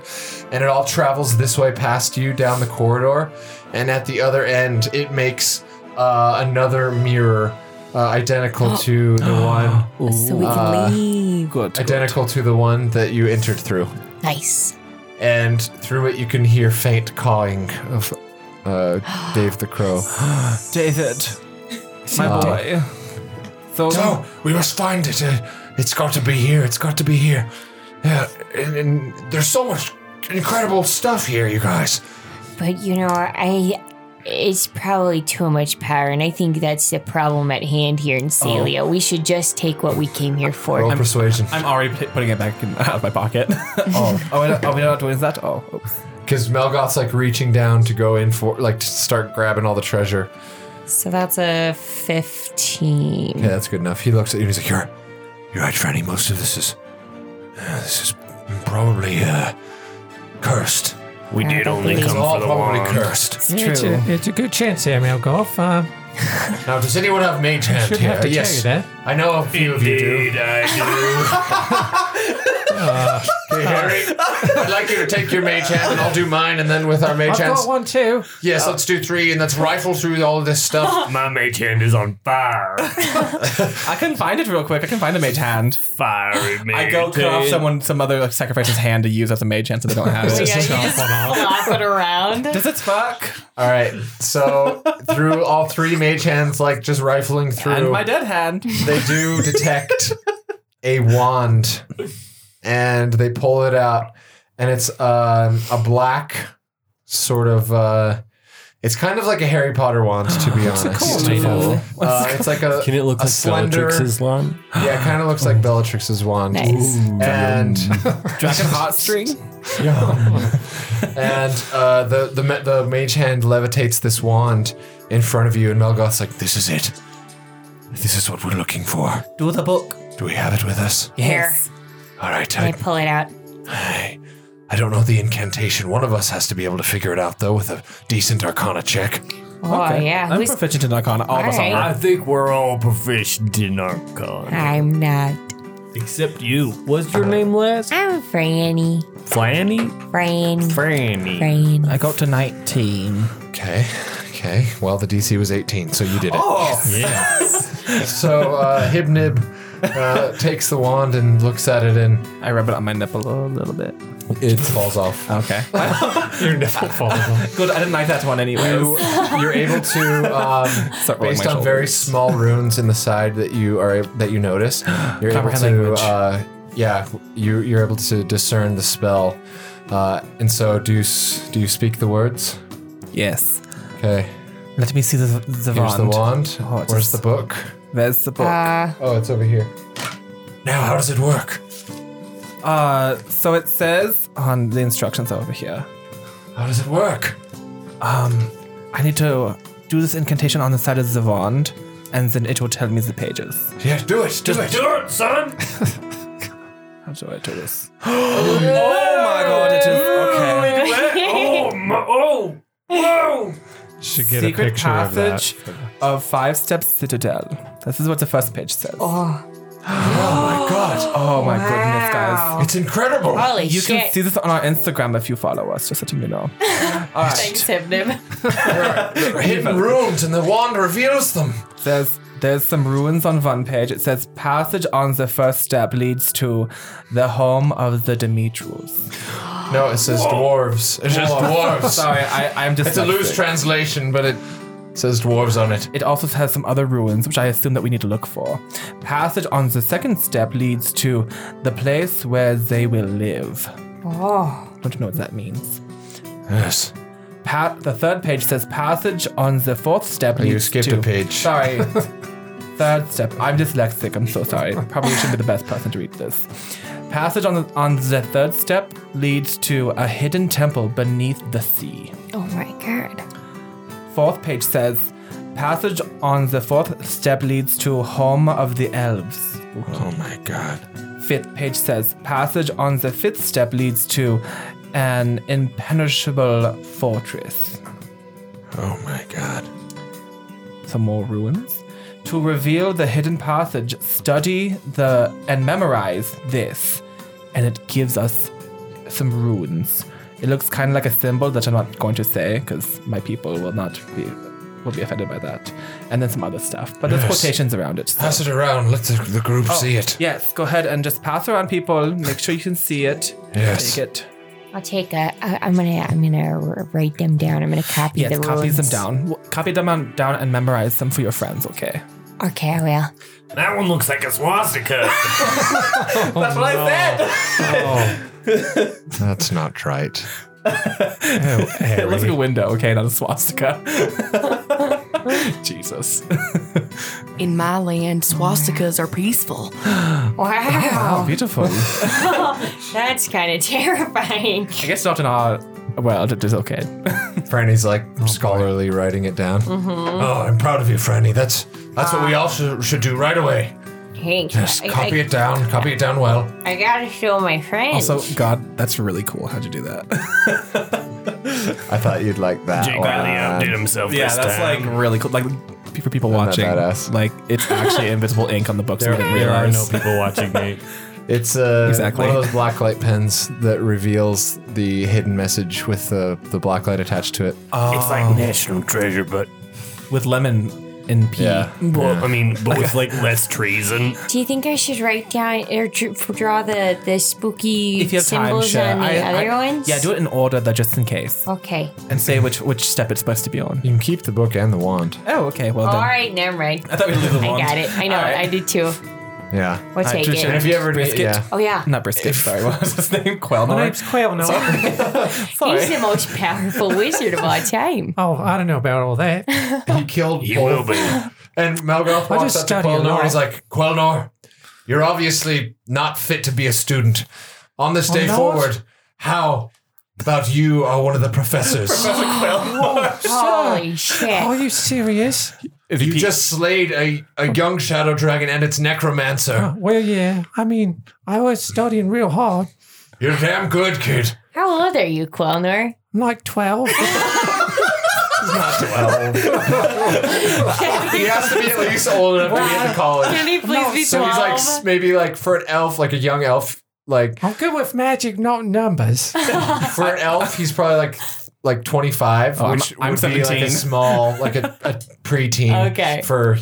S2: and it all travels this way past you down the corridor, and at the other end, it makes uh, another mirror uh, *gasps* identical to the one *gasps*
S3: Oh,
S8: So we can leave.
S3: Good.
S2: identical to the one that you entered through.
S8: Nice.
S2: and through it you can hear faint cawing of *gasps* uh, Dave the Crow.
S3: David, my boy. Those
S2: No, we must find it. Uh, it's got to be here. It's got to be here. Yeah, and, and there's so much incredible stuff here, you guys.
S8: But you know, I it's probably too much power, and I think that's the problem at hand here
S3: Oh.
S8: in Celia. We should just take what we came here for.
S2: Roll persuasion,
S3: I'm already p- putting it back in, out of my pocket. *laughs* oh, oh, I don't- oh, we don't have to use that. Oh, oops.
S2: because Melgoth's like reaching down to go in for like to start grabbing all the treasure.
S4: So that's a 15.
S2: Yeah, that's good enough. He looks at you and he's like, "You're, you're right, Franny. Most of this is, uh, this is probably uh, cursed.
S11: We did only
S2: It's
S11: come
S2: all
S11: for the
S2: probably
S11: wand.
S2: cursed."
S7: It's a, it's a good chance, Samuel Goff. Uh,
S2: Now, does anyone have mage hand
S7: shouldn't
S2: here?
S7: have to tell you
S2: yes,
S7: that.
S2: I know a few of you do.
S11: Indeed, I
S2: Hey, Harry, I'd like you to take your mage hand, and I'll do mine, and then with our mage
S7: I've
S2: hands,
S7: got one too.
S2: yes, let's do three, and let's rifle through all of this
S1: *laughs*
S2: stuff.
S11: do. My mage hand is on fire.
S3: I couldn't find it real quick. I can find a mage hand.
S11: *laughs* Fiery mage.
S3: I go cut off someone, some other like, sacrifice's hand to use as a mage hand, so they don't *laughs* have it.
S4: Flop it around.
S3: Does it fuck?
S2: All right, so through all three mage hands, like just rifling
S3: And
S2: through,
S3: my dead hand.
S2: they do detect a wand, and they pull it out, and it's um, a black sort of. Uh, it's kind of like a Harry Potter wand, to be honest.
S3: It's made of-
S2: Uh, it's like a
S1: Can it look
S2: a
S1: like
S2: slender-
S1: Bellatrix's lawn?
S2: Yeah, it kind of looks like Bellatrix's wand.
S4: Nice.
S2: *laughs* And
S3: Dragon hot string.
S2: and uh, the the ma- the mage hand levitates this wand in front of you, and Melgoth's like, "This is it. This is what we're looking for.
S6: Do the book.
S2: Do we have it with us?
S8: Here,
S2: All right.
S8: I
S2: I,
S8: pull it out.
S2: I, I don't know the incantation. One of us has to be able to figure it out, though, with a decent Arcana check.
S8: Oh yeah,
S3: I'm
S8: who's?
S3: proficient in Arcana. All of us
S8: Alright.
S3: are.
S11: I think we're all proficient in Arcana.
S8: I'm not.
S11: Except you. What's your name last?
S8: I'm Franny.
S11: Flanny?
S8: Franny.
S11: Franny.
S8: Franny.
S6: I got to 19.
S2: Okay. Oh. Okay. Well, the DC was 18, so you did it.
S3: Oh.
S11: Yeah.
S2: So uh, Hibnib uh, takes the wand and looks at it, and
S3: I rub it on my nipple a little bit.
S2: it falls off.
S3: Okay.
S7: *laughs*
S3: Good. I didn't like that one anyway.
S2: you, you're able to um,
S3: Start rolling
S2: based
S3: my
S2: on very
S3: shoulders.
S2: small runes in the side that you are that you notice you're able
S3: Comprehend
S2: to
S3: language.
S2: uh, yeah you, you're able to discern the spell uh, and so do you, s- do you speak the words
S3: Yes.
S2: okay
S3: Let me see the the
S2: here's the
S3: wand.
S2: wand
S3: Oh, it's
S2: where's
S3: a
S2: the book
S3: There's the book.
S8: Uh,
S2: oh it's over here now how does it work
S3: Uh, so it says on the instructions over here.
S2: how does it work
S3: I need to do this incantation on the side of the wand, and then it will tell me the pages.
S2: yeah do it do it
S11: Do it, son!
S3: How do I do this? *gasps* oh my god! It is okay.
S11: What? Oh, my, oh! Whoa!
S7: Should get a
S3: Secret
S7: picture of that.
S3: passage of, five step citadel. This is what the first page says. Oh,
S2: oh my god
S3: my goodness, guys!
S2: it's incredible
S8: holy
S3: You
S8: shit.
S3: can see this on our Instagram if you follow us. Just letting you know.
S4: Thanks, Hibnib.
S2: hidden runes and the wand reveals them
S3: There's there's some ruins on one page. It says passage on the first step leads to the home of the Demetrius.
S2: no it says dwarves it's just dwarves
S3: *laughs* Sorry, I, I'm just.
S2: It's a loose translation, but it says dwarves on it.
S3: It also has some other ruins, which I assume that we need to look for. Passage on the second step leads to the place where they will live.
S8: Oh,
S3: Don't you know what that means?
S2: Yes.
S3: Pa- the third page says passage on the fourth step leads
S2: Oh, You skipped
S3: to.
S2: a page.
S3: Sorry.
S2: *laughs*
S3: Third step. I'm dyslexic. I'm so sorry. Probably should be the best person to read this. Passage on the, on the third step leads to a hidden temple beneath the sea.
S8: oh my god.
S3: Fourth page says, passage on the fourth step leads to home of the elves.
S2: Oh my god.
S3: Fifth page says, passage on the fifth step leads to an impenetrable fortress.
S2: Oh my god.
S3: Some more ruins. To reveal the hidden passage, study the and memorize this, and it gives us some runes. It looks kind of like a symbol that I'm not going to say because my people will not be will be offended by that. And then some other stuff. But there's
S2: Yes.
S3: quotations around it. so-
S2: Pass it around. Let the, the group see it.
S3: Yes, go ahead and just pass around people. Make sure you can see it.
S2: Yes.
S3: Take it.
S8: I'll take a. I, I'm gonna. I'm gonna r- write them down. I'm gonna copy
S3: Yes,
S8: the
S3: copy them
S8: rules.
S3: down. W- Copy them on, down and memorize them for your friends, okay?
S8: Okay, I will.
S11: That one looks like a swastika.
S3: That's what I said!
S2: That's not right.
S3: it looks like a window, okay? Not a swastika. *laughs* Jesus.
S10: In my land, swastikas are peaceful.
S8: Wow,
S3: Beautiful. I
S8: that's kind of *laughs* terrifying.
S3: guess not in our. Well, it is okay.
S2: Franny's like scholarly writing it down. Oh, I'm proud of you, Franny. That's that's what we all should, should do right away.
S8: Hank,
S2: Yes,
S8: I,
S2: copy
S8: I,
S2: it down. Copy it down well.
S8: I gotta show my friends.
S3: Also, God, that's really cool. How'd you do that?
S2: I thought you'd like that.
S11: Jake really outdid himself
S3: *laughs* yeah,
S11: this
S3: that's
S11: time.
S3: like really cool. Like for people
S2: not
S3: watching,
S2: badass.
S3: like it's actually invisible ink on the books. There, didn't
S1: There are
S3: realize.
S1: no people watching, Nate.
S2: It's uh,
S3: Exactly.
S2: one of those blacklight pens that reveals the hidden message with the, the blacklight attached to it.
S11: It's
S7: Oh.
S11: like national treasure, but
S3: *laughs* with lemon and pea.
S2: Yeah.
S11: well, I mean, but with like less *laughs* treason.
S8: Do you think I should write down or dr- draw the the spooky
S3: If you have time,
S8: symbols
S3: sure.
S8: on the
S3: I- I-
S8: other ones?
S3: Yeah, do it in order, though, just in case,
S8: Okay.
S3: and say which which step it's supposed to be on.
S2: You can keep the book and the wand.
S3: Oh, okay. Well
S8: All
S3: done.
S8: right, never mind.
S3: I thought we leave the
S8: I
S3: wand.
S8: got it. I know.
S3: All right.
S8: I did too.
S2: Yeah.
S8: We'll take
S3: just-
S2: And if
S8: it.
S2: you ever
S3: Brisket.
S2: yeah.
S8: Oh yeah.
S3: Not brisket. sorry, what was his
S2: *laughs*
S3: name? Quail. My name's Quail. No. Sorry.
S8: He's the most powerful wizard of all time.
S7: *laughs* Oh, I don't know about all that.
S2: he killed
S11: You will
S2: both.
S11: be.
S2: And Melgoth walks
S7: just
S2: up to
S7: study a
S2: Quelnor
S7: lot.
S2: and he's like, Quelnor, you're obviously not fit to be a student. On this day
S7: not?
S2: forward, how about you are one of
S7: *laughs*
S2: the professors?
S8: Holy
S7: Are
S8: shit.
S7: you serious?
S2: you just slayed a, a young shadow dragon and its necromancer.
S7: Oh, Well, yeah. I mean, I was studying real hard.
S2: You're damn good, kid.
S8: How old are you, Quelnor?
S7: I'm like 12.
S2: He has to be at least old enough to be in college.
S8: Can he please be
S2: So he's like s- maybe like for an elf, like a young elf, like
S7: I'm good with magic, not numbers.
S2: for an elf, he's probably like like 25,
S3: Oh, I'm-
S2: which
S3: I'm
S2: would be like a
S3: 17.
S2: small, like a, a preteen
S4: Okay.
S2: for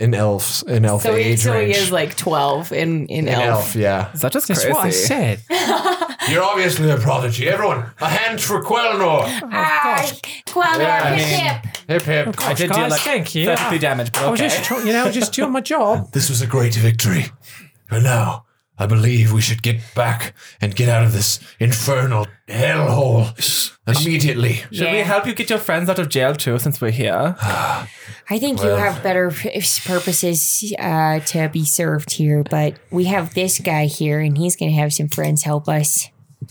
S2: an elf, an elf
S4: So he,
S2: age
S4: so he
S2: range.
S4: is like 12 in, in
S2: an
S4: elf.
S2: elf, yeah.
S3: Is that just
S7: That's what I
S3: crazy?
S7: said.
S2: You're obviously a prodigy. Everyone, a hand for Quelnor.
S8: Ah, Quelnor,
S2: Yeah, I
S8: hip, hip.
S2: Hip hip.
S3: I did do
S7: Guys,
S3: like
S7: thank you.
S3: 33 damage, but
S7: I was
S3: okay.
S7: just, try- you know, just doing my job.
S2: This was a great victory. But now, I believe we should get back and get out of this infernal hellhole immediately.
S3: Should we
S8: Yeah.
S3: help you get your friends out of jail too, since we're here?
S8: I think you have better purposes uh, to be served here, but we have this guy here, and he's going to have some friends help us.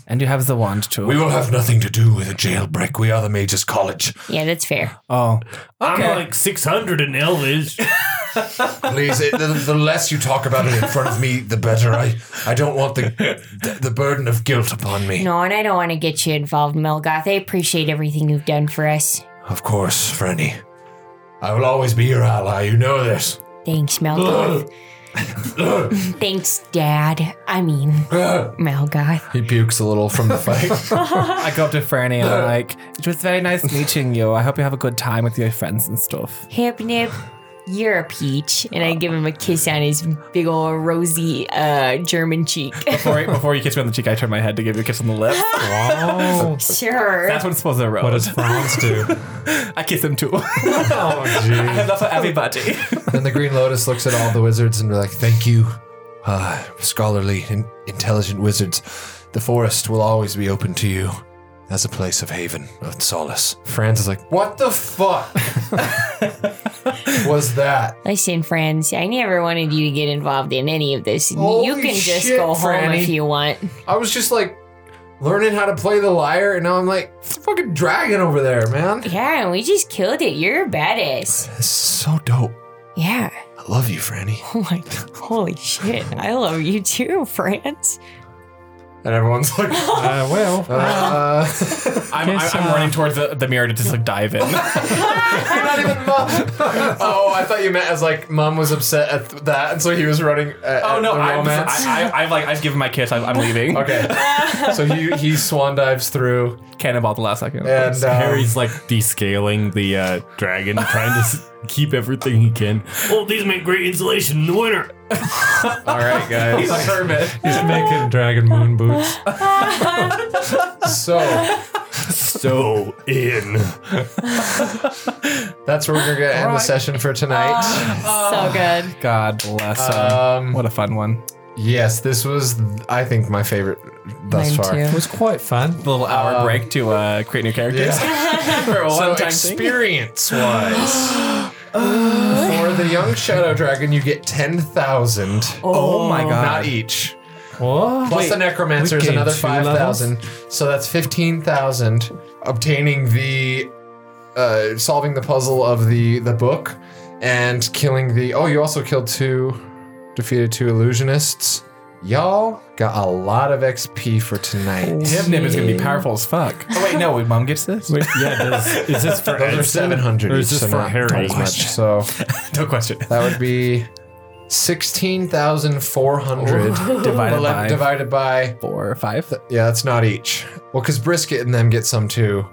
S3: And you have the wand too.
S2: We will have nothing to do with a jailbreak. We are the Mage's College.
S8: Yeah, that's fair.
S3: oh, okay.
S11: I'm like 600 in Elvish.
S2: Please, it, the, the less you talk about it in front of me, the better. I, I don't want the, the the burden of guilt upon me.
S8: No, and I don't want to get you involved, Melgoth. I appreciate everything you've done for us.
S2: Of course, Franny. I will always be your ally. You know this. *laughs*
S8: Thanks, Melgoth. Thanks, Dad. I mean, Melgoth.
S2: He pukes a little from the *laughs* fight.
S3: I go up to Franny and *laughs* I'm like, it was very nice meeting you. I hope you have a good time with your friends and stuff.
S8: Hip nip, you're a peach. And I give him a kiss on his big old rosy uh,
S2: *laughs*
S8: German cheek.
S3: Before, before you kiss me on the cheek, I turn my head to give you a kiss on
S7: *laughs*
S3: the lips.
S1: Oh,
S8: sure.
S3: That's what it's supposed to roll.
S1: what does Franz do?
S3: I kiss him too. *laughs* I
S2: Oh,
S3: have love for everybody.
S2: then the Green Lotus looks at all the wizards and they're like, "Thank you, uh, scholarly and intelligent wizards. The forest will always be open to you." As a place of haven, of solace. Franz is like, What the fuck was that?
S8: Listen, friends, I never wanted you to get involved in any of this. you
S2: Holy
S8: can just
S2: shit,
S8: go home
S2: Franny.
S8: if you want.
S2: I was just like learning how to play the lyre, and now I'm like, it's a fucking dragon over there, man.
S8: Yeah, we just killed it. You're a badass.
S2: This is so dope.
S8: Yeah. *laughs*
S2: I love you, Franny.
S8: Oh my, holy shit. I love you too, friends.
S2: And everyone's *laughs* like,
S7: Uh, well,
S2: uh,
S3: I'm, I'm, I'm running towards the, the mirror to just like *laughs* dive in.
S2: You're not even mom. *laughs* oh, I thought you meant as like mom was upset at th- that, and so he was running. uh, At,
S3: oh
S2: at
S3: no,
S2: the
S3: I'm,
S2: romance.
S3: I, I, I've like I've given my kiss. I'm, I'm leaving. *laughs*
S2: okay. so he he swan dives through,
S3: Cannonball the last second.
S2: and um,
S1: Harry's like descaling the uh, dragon, trying to s- keep everything he can.
S11: Oh, these make great insulation in the winter.
S2: all right, guys. He's a hermit.
S7: he's making dragon moon
S3: *laughs*
S7: boots.
S2: So
S1: So in.
S2: that's where we're gonna end the session for
S3: Uh.
S2: tonight.
S4: so good.
S3: God bless him.
S2: um,
S3: what a fun one.
S2: yes, this was I think my favorite thus far.
S3: *laughs*
S7: It was quite fun.
S3: The little hour
S2: um,
S3: break to uh, create new characters. *laughs* For a
S2: So
S3: one-time thing.
S2: experience
S3: *gasps*
S2: wise, for the young shadow dragon, you get ten thousand.
S3: Oh my god.
S2: Not each.
S7: *laughs* What?
S2: Plus the necromancer is
S7: gained
S2: another
S7: two
S2: five thousand, so that's fifteen thousand. Obtaining the, uh, solving the puzzle of the the book, and killing the. Oh, you also killed two, defeated two illusionists. Y'all got a lot of XP for tonight.
S3: Nib is gonna be powerful as fuck. Oh wait, no, wait, mom gets this.
S1: Wait, yeah, does, is
S7: *laughs*
S1: this for
S2: Those are seven hundred.
S1: Or is this for
S2: not
S1: Harry?
S2: as much. So
S3: No question.
S2: that would be sixteen thousand four *laughs* hundred
S3: *laughs* Divided by-
S2: divided by
S3: Four or five.
S2: Yeah, that's not each. Well, because brisket and them get some too.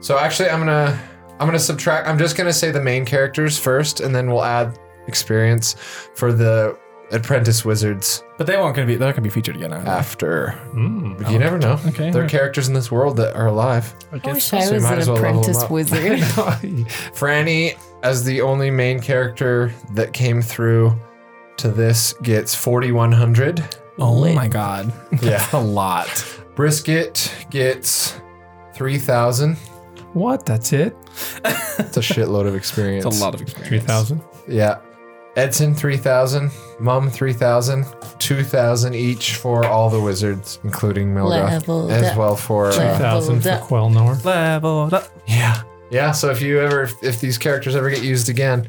S2: So actually, I'm gonna I'm gonna subtract. I'm just gonna say the main characters first, and then we'll add experience for the apprentice wizards
S3: But they won't gonna be they're not gonna be featured again. Are
S2: Ah.
S3: they?
S2: after.
S3: Hmm,
S2: But you never know.
S3: Okay.
S2: there are characters in this world that are
S3: *laughs*
S2: alive.
S4: I wish I
S2: so
S4: was
S2: might
S4: an
S2: as well level 'em
S4: apprentice
S2: up.
S4: wizard.
S2: Franny, as the only main character that came through to this, gets 4100.
S3: oh my god. *laughs*
S2: Yeah.
S3: That's a lot.
S2: Brisket gets 3000.
S7: What? That's it?
S2: It's a shitload
S3: *laughs*
S2: of experience.
S3: It's a lot of experience.
S7: 3,000?
S2: Yeah. Edson 3000, Mom 3000, 2000 each for all the wizards, including Milgoth.
S4: Leveled
S2: As
S4: up.
S2: well for. Uh,
S7: 2,000 for
S4: Leveled up.
S7: Quelnor.
S3: Leveled up.
S2: yeah. Yeah. So if you ever, if these characters ever get used again,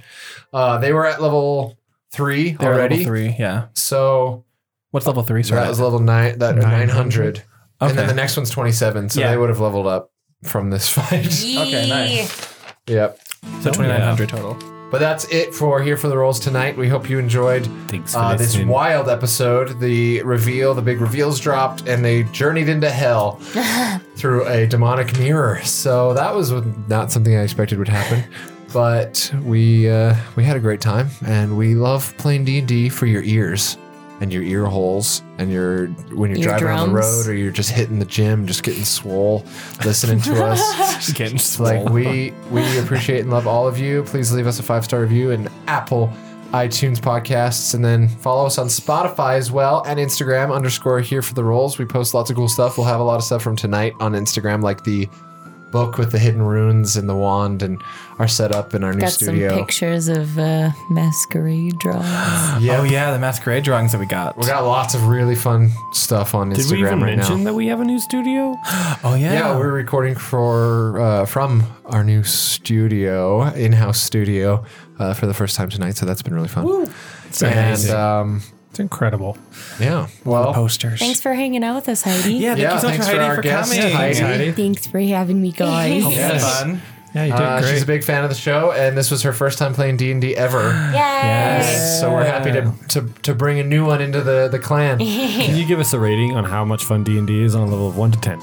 S2: uh, they were at level three
S3: They're
S2: already.
S3: level three, yeah.
S2: So
S3: What's level three? Sorry.
S2: that was level nine, that 900. And then
S3: Okay.
S2: the next one's 27. So
S3: Yeah.
S2: they would have leveled up from this *laughs* fight.
S3: Okay, nice.
S2: yep. Oh,
S3: So twenty nine hundred total.
S2: But that's it for here for the rolls tonight. We hope you enjoyed
S1: Thanks for
S2: uh, this
S1: listening.
S2: wild episode. The reveal, the big reveals dropped, and they journeyed into hell through a demonic mirror. So that was not something I expected would happen. But we uh, we had a great time, and we love playing D and D for your ears and your ear holes, and your when you're driving on the
S4: Eardrums.
S2: road or you're just hitting the gym, just getting swole, listening to us.
S3: Just kidding. Just
S2: Like
S3: roll.
S2: we we
S1: *laughs*
S2: appreciate and love all of you. Please leave us a five star review in Apple iTunes podcasts, and then follow us on Spotify as well and Instagram underscore here for the rolls. We post lots of cool stuff. We'll have a lot of stuff from tonight on Instagram, like the book with the hidden runes and the wand and our setup in our new
S4: Got some
S2: studio.
S4: pictures of uh, masquerade drawings.
S2: Yeah,
S3: Oh yeah, the masquerade drawings that we got.
S2: we got lots of really fun stuff on
S1: Did
S2: Instagram
S1: we even
S2: right
S1: mention
S2: now.
S1: that we have a new studio?
S3: Oh yeah.
S2: Yeah, we're recording for uh, from our new studio, in-house studio, uh, for the first time tonight. So that's been really fun. and um,
S7: It's incredible.
S2: yeah, well,
S3: posters.
S4: Thanks for hanging out with us, Heidi.
S3: Yeah, thank
S2: yeah.
S3: you so much
S2: Thanks
S3: for
S2: for
S3: Heidi
S2: our
S3: for
S2: guest,
S3: coming.
S2: Heidi.
S8: Thanks for having me,
S4: *laughs*
S8: guys.
S3: This is
S2: Yes.
S3: fun.
S7: Yeah, you did
S2: uh,
S7: great.
S2: she's a big fan of the show, and this was her first time playing D and D ever. So we're happy to, to to bring a new one into the the
S3: *laughs*
S2: clan.
S1: Can you give us a rating on how much fun D&D is on a level of 1 to 10?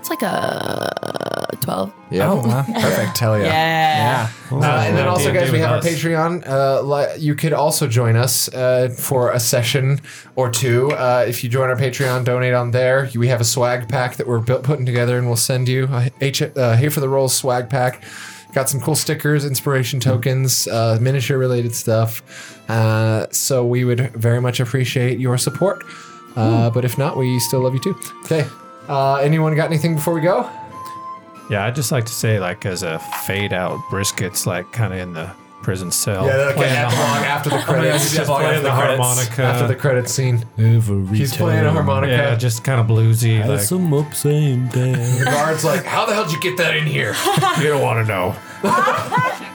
S10: It's like a 12.
S2: Yeah,
S3: Oh, wow.
S2: perfect. Hell yeah.
S3: *laughs* Yeah.
S2: Uh, and then also,
S1: D&D
S2: guys, we
S1: with
S2: have our
S1: us.
S2: Patreon. Uh, li- you could also join us uh, for a session or two. Uh, if you join our Patreon, donate on there. We have a swag pack that we're built, putting together, and we'll send you a H- uh, Hey for the Rolls swag pack. Got some cool stickers, inspiration tokens, uh, miniature related stuff. Uh, so we would very much appreciate your support. Uh, but if not, we still love you too. Okay. Uh, anyone got anything before we go?
S7: Yeah, I'd just like to say, like, as a fade out, brisket's like kind of in the prison cell.
S2: okay. Epilogue after the credits.
S3: Just play
S7: the harmonica.
S2: After the credits scene.
S1: Every
S2: He's playing a harmonica.
S7: yeah, just kind of bluesy. Like,
S1: some upside down.
S2: The guard's like, "How the hell did you get that in here?"
S7: you don't want to know.